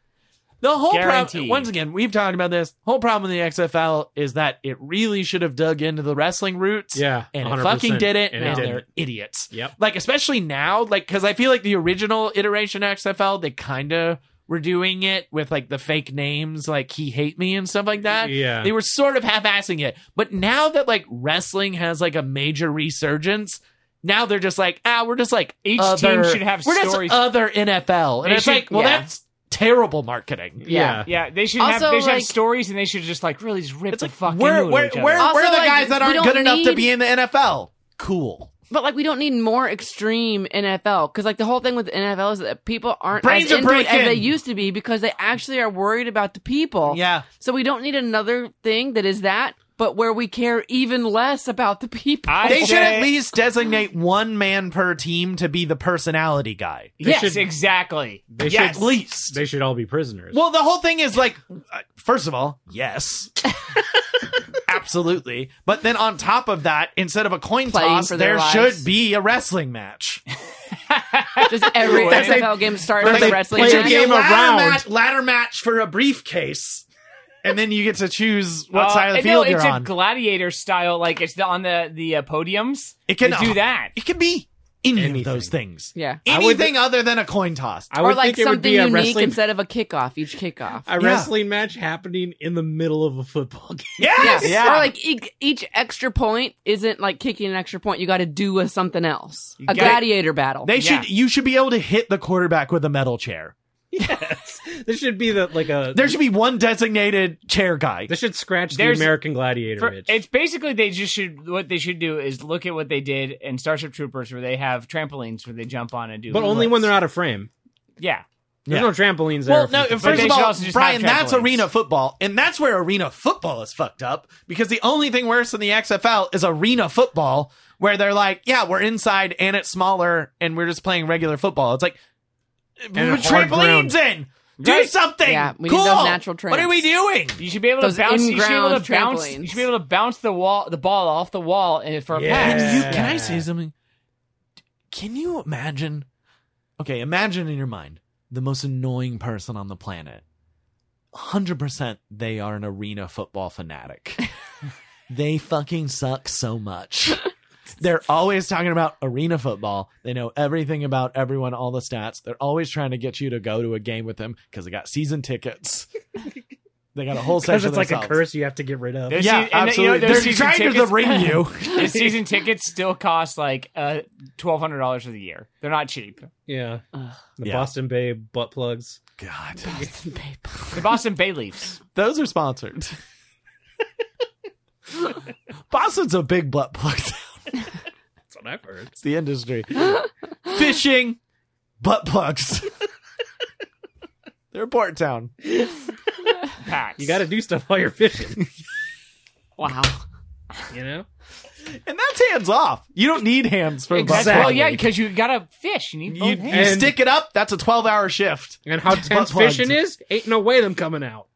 [SPEAKER 1] The whole problem,
[SPEAKER 3] Guaranteed.
[SPEAKER 1] once again, we've talked about this. Whole problem in the XFL is that it really should have dug into the wrestling roots.
[SPEAKER 2] Yeah,
[SPEAKER 1] and it
[SPEAKER 2] 100%,
[SPEAKER 1] fucking didn't.
[SPEAKER 2] and
[SPEAKER 1] And,
[SPEAKER 2] it
[SPEAKER 1] they're
[SPEAKER 2] didn't.
[SPEAKER 1] idiots.
[SPEAKER 2] Yep.
[SPEAKER 1] Like especially now, like because I feel like the original iteration XFL, they kind of were doing it with like the fake names, like he hate me and stuff like that.
[SPEAKER 2] Yeah.
[SPEAKER 1] they were sort of half-assing it. But now that like wrestling has like a major resurgence. Now they're just like, ah, we're just like
[SPEAKER 3] Each
[SPEAKER 1] other-
[SPEAKER 3] team should have
[SPEAKER 1] we're
[SPEAKER 3] stories.
[SPEAKER 1] just other NFL, and
[SPEAKER 3] They
[SPEAKER 1] it's
[SPEAKER 3] should-
[SPEAKER 1] like, well,
[SPEAKER 4] yeah.
[SPEAKER 1] that's terrible marketing.
[SPEAKER 2] yeah.
[SPEAKER 3] Yeah, they should have
[SPEAKER 4] Also,
[SPEAKER 3] they should have
[SPEAKER 4] like-
[SPEAKER 3] stories and they should just like really just rip
[SPEAKER 1] It's
[SPEAKER 3] the
[SPEAKER 1] like
[SPEAKER 3] fuck
[SPEAKER 1] we're
[SPEAKER 3] into
[SPEAKER 1] we're
[SPEAKER 3] each other.
[SPEAKER 1] we're,
[SPEAKER 4] Also,
[SPEAKER 1] we're the
[SPEAKER 4] like,
[SPEAKER 1] guys that
[SPEAKER 4] we
[SPEAKER 1] aren't
[SPEAKER 4] don't
[SPEAKER 1] good enough to
[SPEAKER 4] need-
[SPEAKER 1] be in the NFL. Cool.
[SPEAKER 4] but like we don't need more extreme NFL because like the whole thing with the NFL is that people aren't
[SPEAKER 1] Brains
[SPEAKER 4] as
[SPEAKER 1] are
[SPEAKER 4] into it as they
[SPEAKER 1] breaking.
[SPEAKER 4] used to be because they actually are worried about the people.
[SPEAKER 1] Yeah.
[SPEAKER 4] So we don't need another thing that is that, but where we care even less about the people.
[SPEAKER 3] I
[SPEAKER 1] They
[SPEAKER 3] say-
[SPEAKER 1] should at least designate one man per team to be the personality guy.
[SPEAKER 3] yes,
[SPEAKER 2] should-
[SPEAKER 3] exactly.
[SPEAKER 2] They
[SPEAKER 3] yes.
[SPEAKER 1] At least.
[SPEAKER 2] They should all be prisoners.
[SPEAKER 1] well, the whole thing is like, uh, first of all, yes. Absolutely. But then on top of that, instead of a coin
[SPEAKER 4] Playing
[SPEAKER 1] toss,
[SPEAKER 4] for their
[SPEAKER 1] there
[SPEAKER 4] lives.
[SPEAKER 1] should be a wrestling match.
[SPEAKER 4] Just every
[SPEAKER 1] Right.
[SPEAKER 4] XFL game starts
[SPEAKER 1] They
[SPEAKER 4] with a wrestling
[SPEAKER 1] play
[SPEAKER 2] a
[SPEAKER 4] match.
[SPEAKER 2] game
[SPEAKER 1] ladder
[SPEAKER 2] around.
[SPEAKER 1] Match, ladder match for a briefcase. And then you get to choose what
[SPEAKER 3] Uh,
[SPEAKER 1] side of the
[SPEAKER 3] and no,
[SPEAKER 1] field you're
[SPEAKER 3] it's
[SPEAKER 1] on.
[SPEAKER 3] a gladiator style, like it's the, on the the uh, podiums.
[SPEAKER 1] It can-
[SPEAKER 3] They do that.
[SPEAKER 1] it can be any
[SPEAKER 2] Anything.
[SPEAKER 1] of those things.
[SPEAKER 4] Yeah.
[SPEAKER 2] I would-
[SPEAKER 1] Anything other than a coin toss.
[SPEAKER 2] I
[SPEAKER 4] Or
[SPEAKER 2] would
[SPEAKER 4] like
[SPEAKER 2] think it would
[SPEAKER 4] something
[SPEAKER 2] be a
[SPEAKER 4] unique
[SPEAKER 2] wrestling,
[SPEAKER 4] instead of a kickoff, each kickoff.
[SPEAKER 2] a wrestling match happening in the middle of a football game.
[SPEAKER 1] Yes!
[SPEAKER 4] Or like each, each extra point isn't like kicking an extra point. You got to do a something else. A
[SPEAKER 3] gotta-
[SPEAKER 4] gladiator battle.
[SPEAKER 1] They
[SPEAKER 3] Yeah.
[SPEAKER 1] should. You should be able to hit the quarterback with a metal chair.
[SPEAKER 2] Yes. There should be the like a
[SPEAKER 1] There should be one designated chair guy.
[SPEAKER 2] they should scratch
[SPEAKER 3] There's-
[SPEAKER 2] the American Gladiator
[SPEAKER 3] For-
[SPEAKER 2] itch.
[SPEAKER 3] it's basically they just should what they should do is look at what they did in Starship Troopers where they have trampolines where they jump on and do
[SPEAKER 2] but only
[SPEAKER 3] flips.
[SPEAKER 2] when they're out of frame.
[SPEAKER 3] yeah
[SPEAKER 2] There's
[SPEAKER 1] Yeah.
[SPEAKER 2] no trampolines there.
[SPEAKER 1] Well,
[SPEAKER 2] if
[SPEAKER 1] no.
[SPEAKER 2] you can-
[SPEAKER 1] First
[SPEAKER 3] they
[SPEAKER 1] of
[SPEAKER 3] should
[SPEAKER 1] all,
[SPEAKER 3] also just
[SPEAKER 1] Brian,
[SPEAKER 3] have
[SPEAKER 1] that's
[SPEAKER 3] trampolines.
[SPEAKER 1] arena football, and that's where arena football is fucked up because the only thing worse than the XFL is arena football, where they're like, "Yeah, we're inside and it's smaller, and we're just playing regular football." It's like
[SPEAKER 2] a
[SPEAKER 1] put
[SPEAKER 2] hard
[SPEAKER 1] trampolines
[SPEAKER 2] ground.
[SPEAKER 1] in. Do
[SPEAKER 3] Right.
[SPEAKER 1] something.
[SPEAKER 4] Yeah, we need
[SPEAKER 1] cool.
[SPEAKER 4] those natural
[SPEAKER 1] What are we
[SPEAKER 4] tramps.
[SPEAKER 1] doing?
[SPEAKER 3] you should be able
[SPEAKER 4] Those
[SPEAKER 3] to bounce you should be able
[SPEAKER 4] in-ground
[SPEAKER 3] to bounce
[SPEAKER 4] trampolines.
[SPEAKER 3] you should be able to bounce the wall the ball off the wall and for a
[SPEAKER 2] Yeah.
[SPEAKER 3] pass
[SPEAKER 1] Can you- can I say something? Can you imagine? Okay, imagine in your mind the most annoying person on the planet. 100% they are an arena football fanatic. they fucking suck so much. They're always talking about arena football. They know everything about everyone, all the stats. They're always trying to get you to go to a game with them because they got season tickets. they got a whole
[SPEAKER 2] because
[SPEAKER 1] section
[SPEAKER 2] it's like a
[SPEAKER 1] themselves.
[SPEAKER 2] curse you have to get rid of.
[SPEAKER 3] There's-
[SPEAKER 1] Yeah,
[SPEAKER 3] And, you know,
[SPEAKER 1] absolutely.
[SPEAKER 3] their
[SPEAKER 1] They're
[SPEAKER 3] season
[SPEAKER 1] trying to
[SPEAKER 3] tickets-
[SPEAKER 1] ring you.
[SPEAKER 3] The season tickets still cost like uh twelve hundred dollars for the year. They're not cheap.
[SPEAKER 2] Yeah. The
[SPEAKER 1] Yeah.
[SPEAKER 2] Boston Bay butt plugs.
[SPEAKER 1] God.
[SPEAKER 3] The Boston Bay Leafs.
[SPEAKER 1] Those are sponsored. Boston's a big butt plug town.
[SPEAKER 2] That's what I've heard.
[SPEAKER 1] It's the industry. Fishing, butt plugs. They're a port town.
[SPEAKER 6] Packs.
[SPEAKER 2] You got to do stuff while you're fishing.
[SPEAKER 5] Wow.
[SPEAKER 2] You know,
[SPEAKER 1] And that's hands off. You don't need hands for
[SPEAKER 6] Exactly.
[SPEAKER 1] a butt
[SPEAKER 6] Well,
[SPEAKER 1] plug.
[SPEAKER 6] yeah, because you gotta fish. You need
[SPEAKER 1] You,
[SPEAKER 6] both
[SPEAKER 1] you
[SPEAKER 6] hands.
[SPEAKER 2] And-
[SPEAKER 1] stick it up, that's a 12 hour shift.
[SPEAKER 2] and how tense
[SPEAKER 1] plugs.
[SPEAKER 2] fishing is, ain't no way them coming out.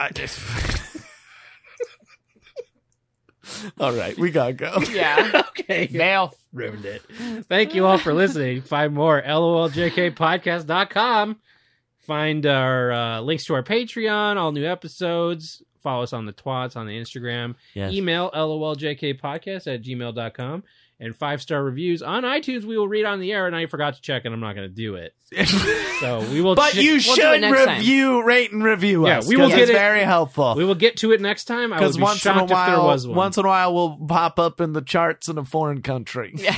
[SPEAKER 1] I All right, we gotta go.
[SPEAKER 6] Yeah.
[SPEAKER 2] Okay,
[SPEAKER 6] Nail.
[SPEAKER 2] ruined it. Thank you all for listening. Find more at loljkpodcast.com. Find our uh, links to our Patreon, all new episodes. Follow us on the twats on the Instagram.
[SPEAKER 1] Yes.
[SPEAKER 2] Email loljkpodcast at gmail.com. And five star reviews on iTunes we will read on the air. And I forgot to check, and I'm not going to do it. So we will.
[SPEAKER 1] but
[SPEAKER 2] check-
[SPEAKER 1] you
[SPEAKER 5] do it
[SPEAKER 1] should
[SPEAKER 5] next time.
[SPEAKER 1] review, rate, and review
[SPEAKER 2] Yeah,
[SPEAKER 1] us.
[SPEAKER 2] we will
[SPEAKER 1] 'cause
[SPEAKER 2] get
[SPEAKER 1] it's
[SPEAKER 2] it-
[SPEAKER 1] very helpful.
[SPEAKER 2] we will get to it next time. I would
[SPEAKER 1] Because
[SPEAKER 2] be
[SPEAKER 1] once in a
[SPEAKER 2] shocked if there
[SPEAKER 1] while,
[SPEAKER 2] was one.
[SPEAKER 1] once in a while, we'll pop up in the charts in a foreign country.
[SPEAKER 5] Yeah.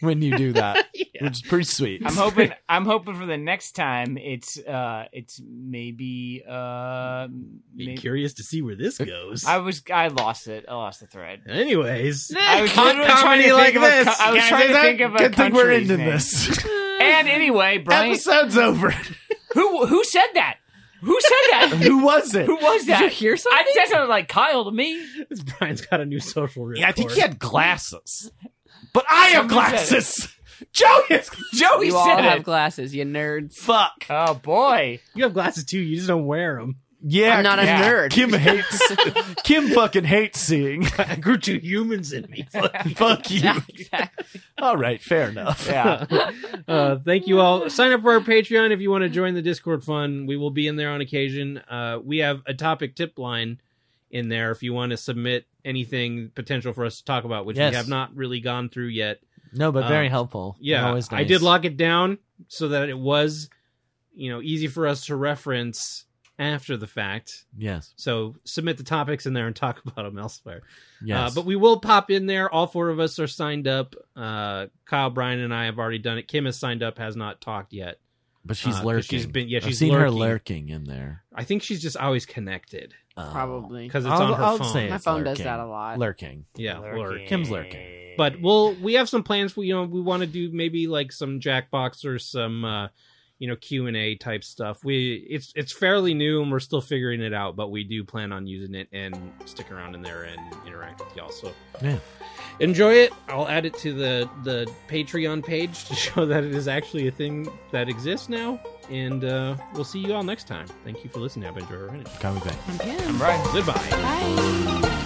[SPEAKER 1] when you do that, which is pretty sweet.
[SPEAKER 6] I'm hoping. I'm hoping for the next time. It's. Uh. It's maybe. Uh.
[SPEAKER 2] be
[SPEAKER 6] Maybe,
[SPEAKER 2] curious to see where this goes.
[SPEAKER 6] I was. I lost it. I lost the thread.
[SPEAKER 2] Anyways,
[SPEAKER 6] I was
[SPEAKER 2] Con-
[SPEAKER 6] literally trying to
[SPEAKER 2] comedy
[SPEAKER 6] think
[SPEAKER 2] like
[SPEAKER 6] of a co-
[SPEAKER 2] this.
[SPEAKER 6] I was
[SPEAKER 1] Guys,
[SPEAKER 6] trying
[SPEAKER 1] is
[SPEAKER 6] to
[SPEAKER 1] that-
[SPEAKER 6] think of a
[SPEAKER 1] good thing we're
[SPEAKER 6] country's
[SPEAKER 1] ending
[SPEAKER 6] name.
[SPEAKER 1] this.
[SPEAKER 6] And anyway, Brian,
[SPEAKER 1] Episode's over.
[SPEAKER 6] who who said that? Who said that?
[SPEAKER 1] Who was it?
[SPEAKER 6] who was that?
[SPEAKER 5] you hear something?
[SPEAKER 6] I, that sounded like Kyle to me.
[SPEAKER 2] Brian's got a new social record.
[SPEAKER 1] Yeah, I think he had glasses, but I have
[SPEAKER 6] Someone said it.
[SPEAKER 1] glasses. Joey has.
[SPEAKER 6] Joey
[SPEAKER 5] You all
[SPEAKER 6] said
[SPEAKER 5] have
[SPEAKER 6] it.
[SPEAKER 5] glasses, you nerds.
[SPEAKER 1] Fuck.
[SPEAKER 6] oh boy.
[SPEAKER 2] You have glasses too. You just don't wear them.
[SPEAKER 1] Yeah,
[SPEAKER 5] I'm not a
[SPEAKER 1] yeah.
[SPEAKER 5] nerd.
[SPEAKER 1] Kim hates. Kim fucking hates seeing.
[SPEAKER 2] I grew two humans in me.
[SPEAKER 1] Fuck you.
[SPEAKER 5] exactly.
[SPEAKER 1] All right, fair enough.
[SPEAKER 6] Yeah.
[SPEAKER 2] uh, thank you all. Sign up for our Patreon if you want to join the Discord fun. We will be in there on occasion. Uh, we have a topic tip line in there if you want to submit anything potential for us to talk about, which
[SPEAKER 1] Yes.
[SPEAKER 2] we have not really gone through yet.
[SPEAKER 1] No, but very
[SPEAKER 2] Um,
[SPEAKER 1] helpful.
[SPEAKER 2] Yeah,
[SPEAKER 1] Always
[SPEAKER 2] I
[SPEAKER 1] nice.
[SPEAKER 2] did lock it down so that it was, you know, easy for us to reference after the fact.
[SPEAKER 1] Yes,
[SPEAKER 2] So submit the topics in there and talk about them elsewhere.
[SPEAKER 1] yes.
[SPEAKER 2] Uh, but we will pop in there. All four of us are signed up. Uh, Kyle, Brian, and I have already done it. Kim is signed up, has not talked yet.
[SPEAKER 1] But
[SPEAKER 2] Uh, 'cause she's been- yeah,
[SPEAKER 1] I've
[SPEAKER 2] she's
[SPEAKER 1] seen her
[SPEAKER 2] lurking.
[SPEAKER 1] lurking in there.
[SPEAKER 2] I think she's just always connected
[SPEAKER 1] Oh.
[SPEAKER 5] Probably.
[SPEAKER 2] because it's
[SPEAKER 1] I'll-
[SPEAKER 2] on her
[SPEAKER 1] I'll
[SPEAKER 2] phone.
[SPEAKER 1] say
[SPEAKER 5] My
[SPEAKER 1] It's
[SPEAKER 5] phone does
[SPEAKER 1] lurking.
[SPEAKER 5] that a lot.
[SPEAKER 1] lurking.
[SPEAKER 2] Yeah, lurk.
[SPEAKER 1] Kim's lurking.
[SPEAKER 2] But we'll we have some plans. We you know we want to do maybe like some Jackbox or some uh, you know Q and A type stuff. We it's it's fairly new and we're still figuring it out, but we do plan on using it and stick around in there and interact with y'all. So
[SPEAKER 1] Yeah.
[SPEAKER 2] enjoy it. I'll add it to the the Patreon page to show that it is actually a thing that exists now. And uh, we'll see you all next time. Thank you for listening. I've been Joe Renan.
[SPEAKER 1] Coming back.
[SPEAKER 5] Yeah.
[SPEAKER 2] Goodbye.
[SPEAKER 5] Bye.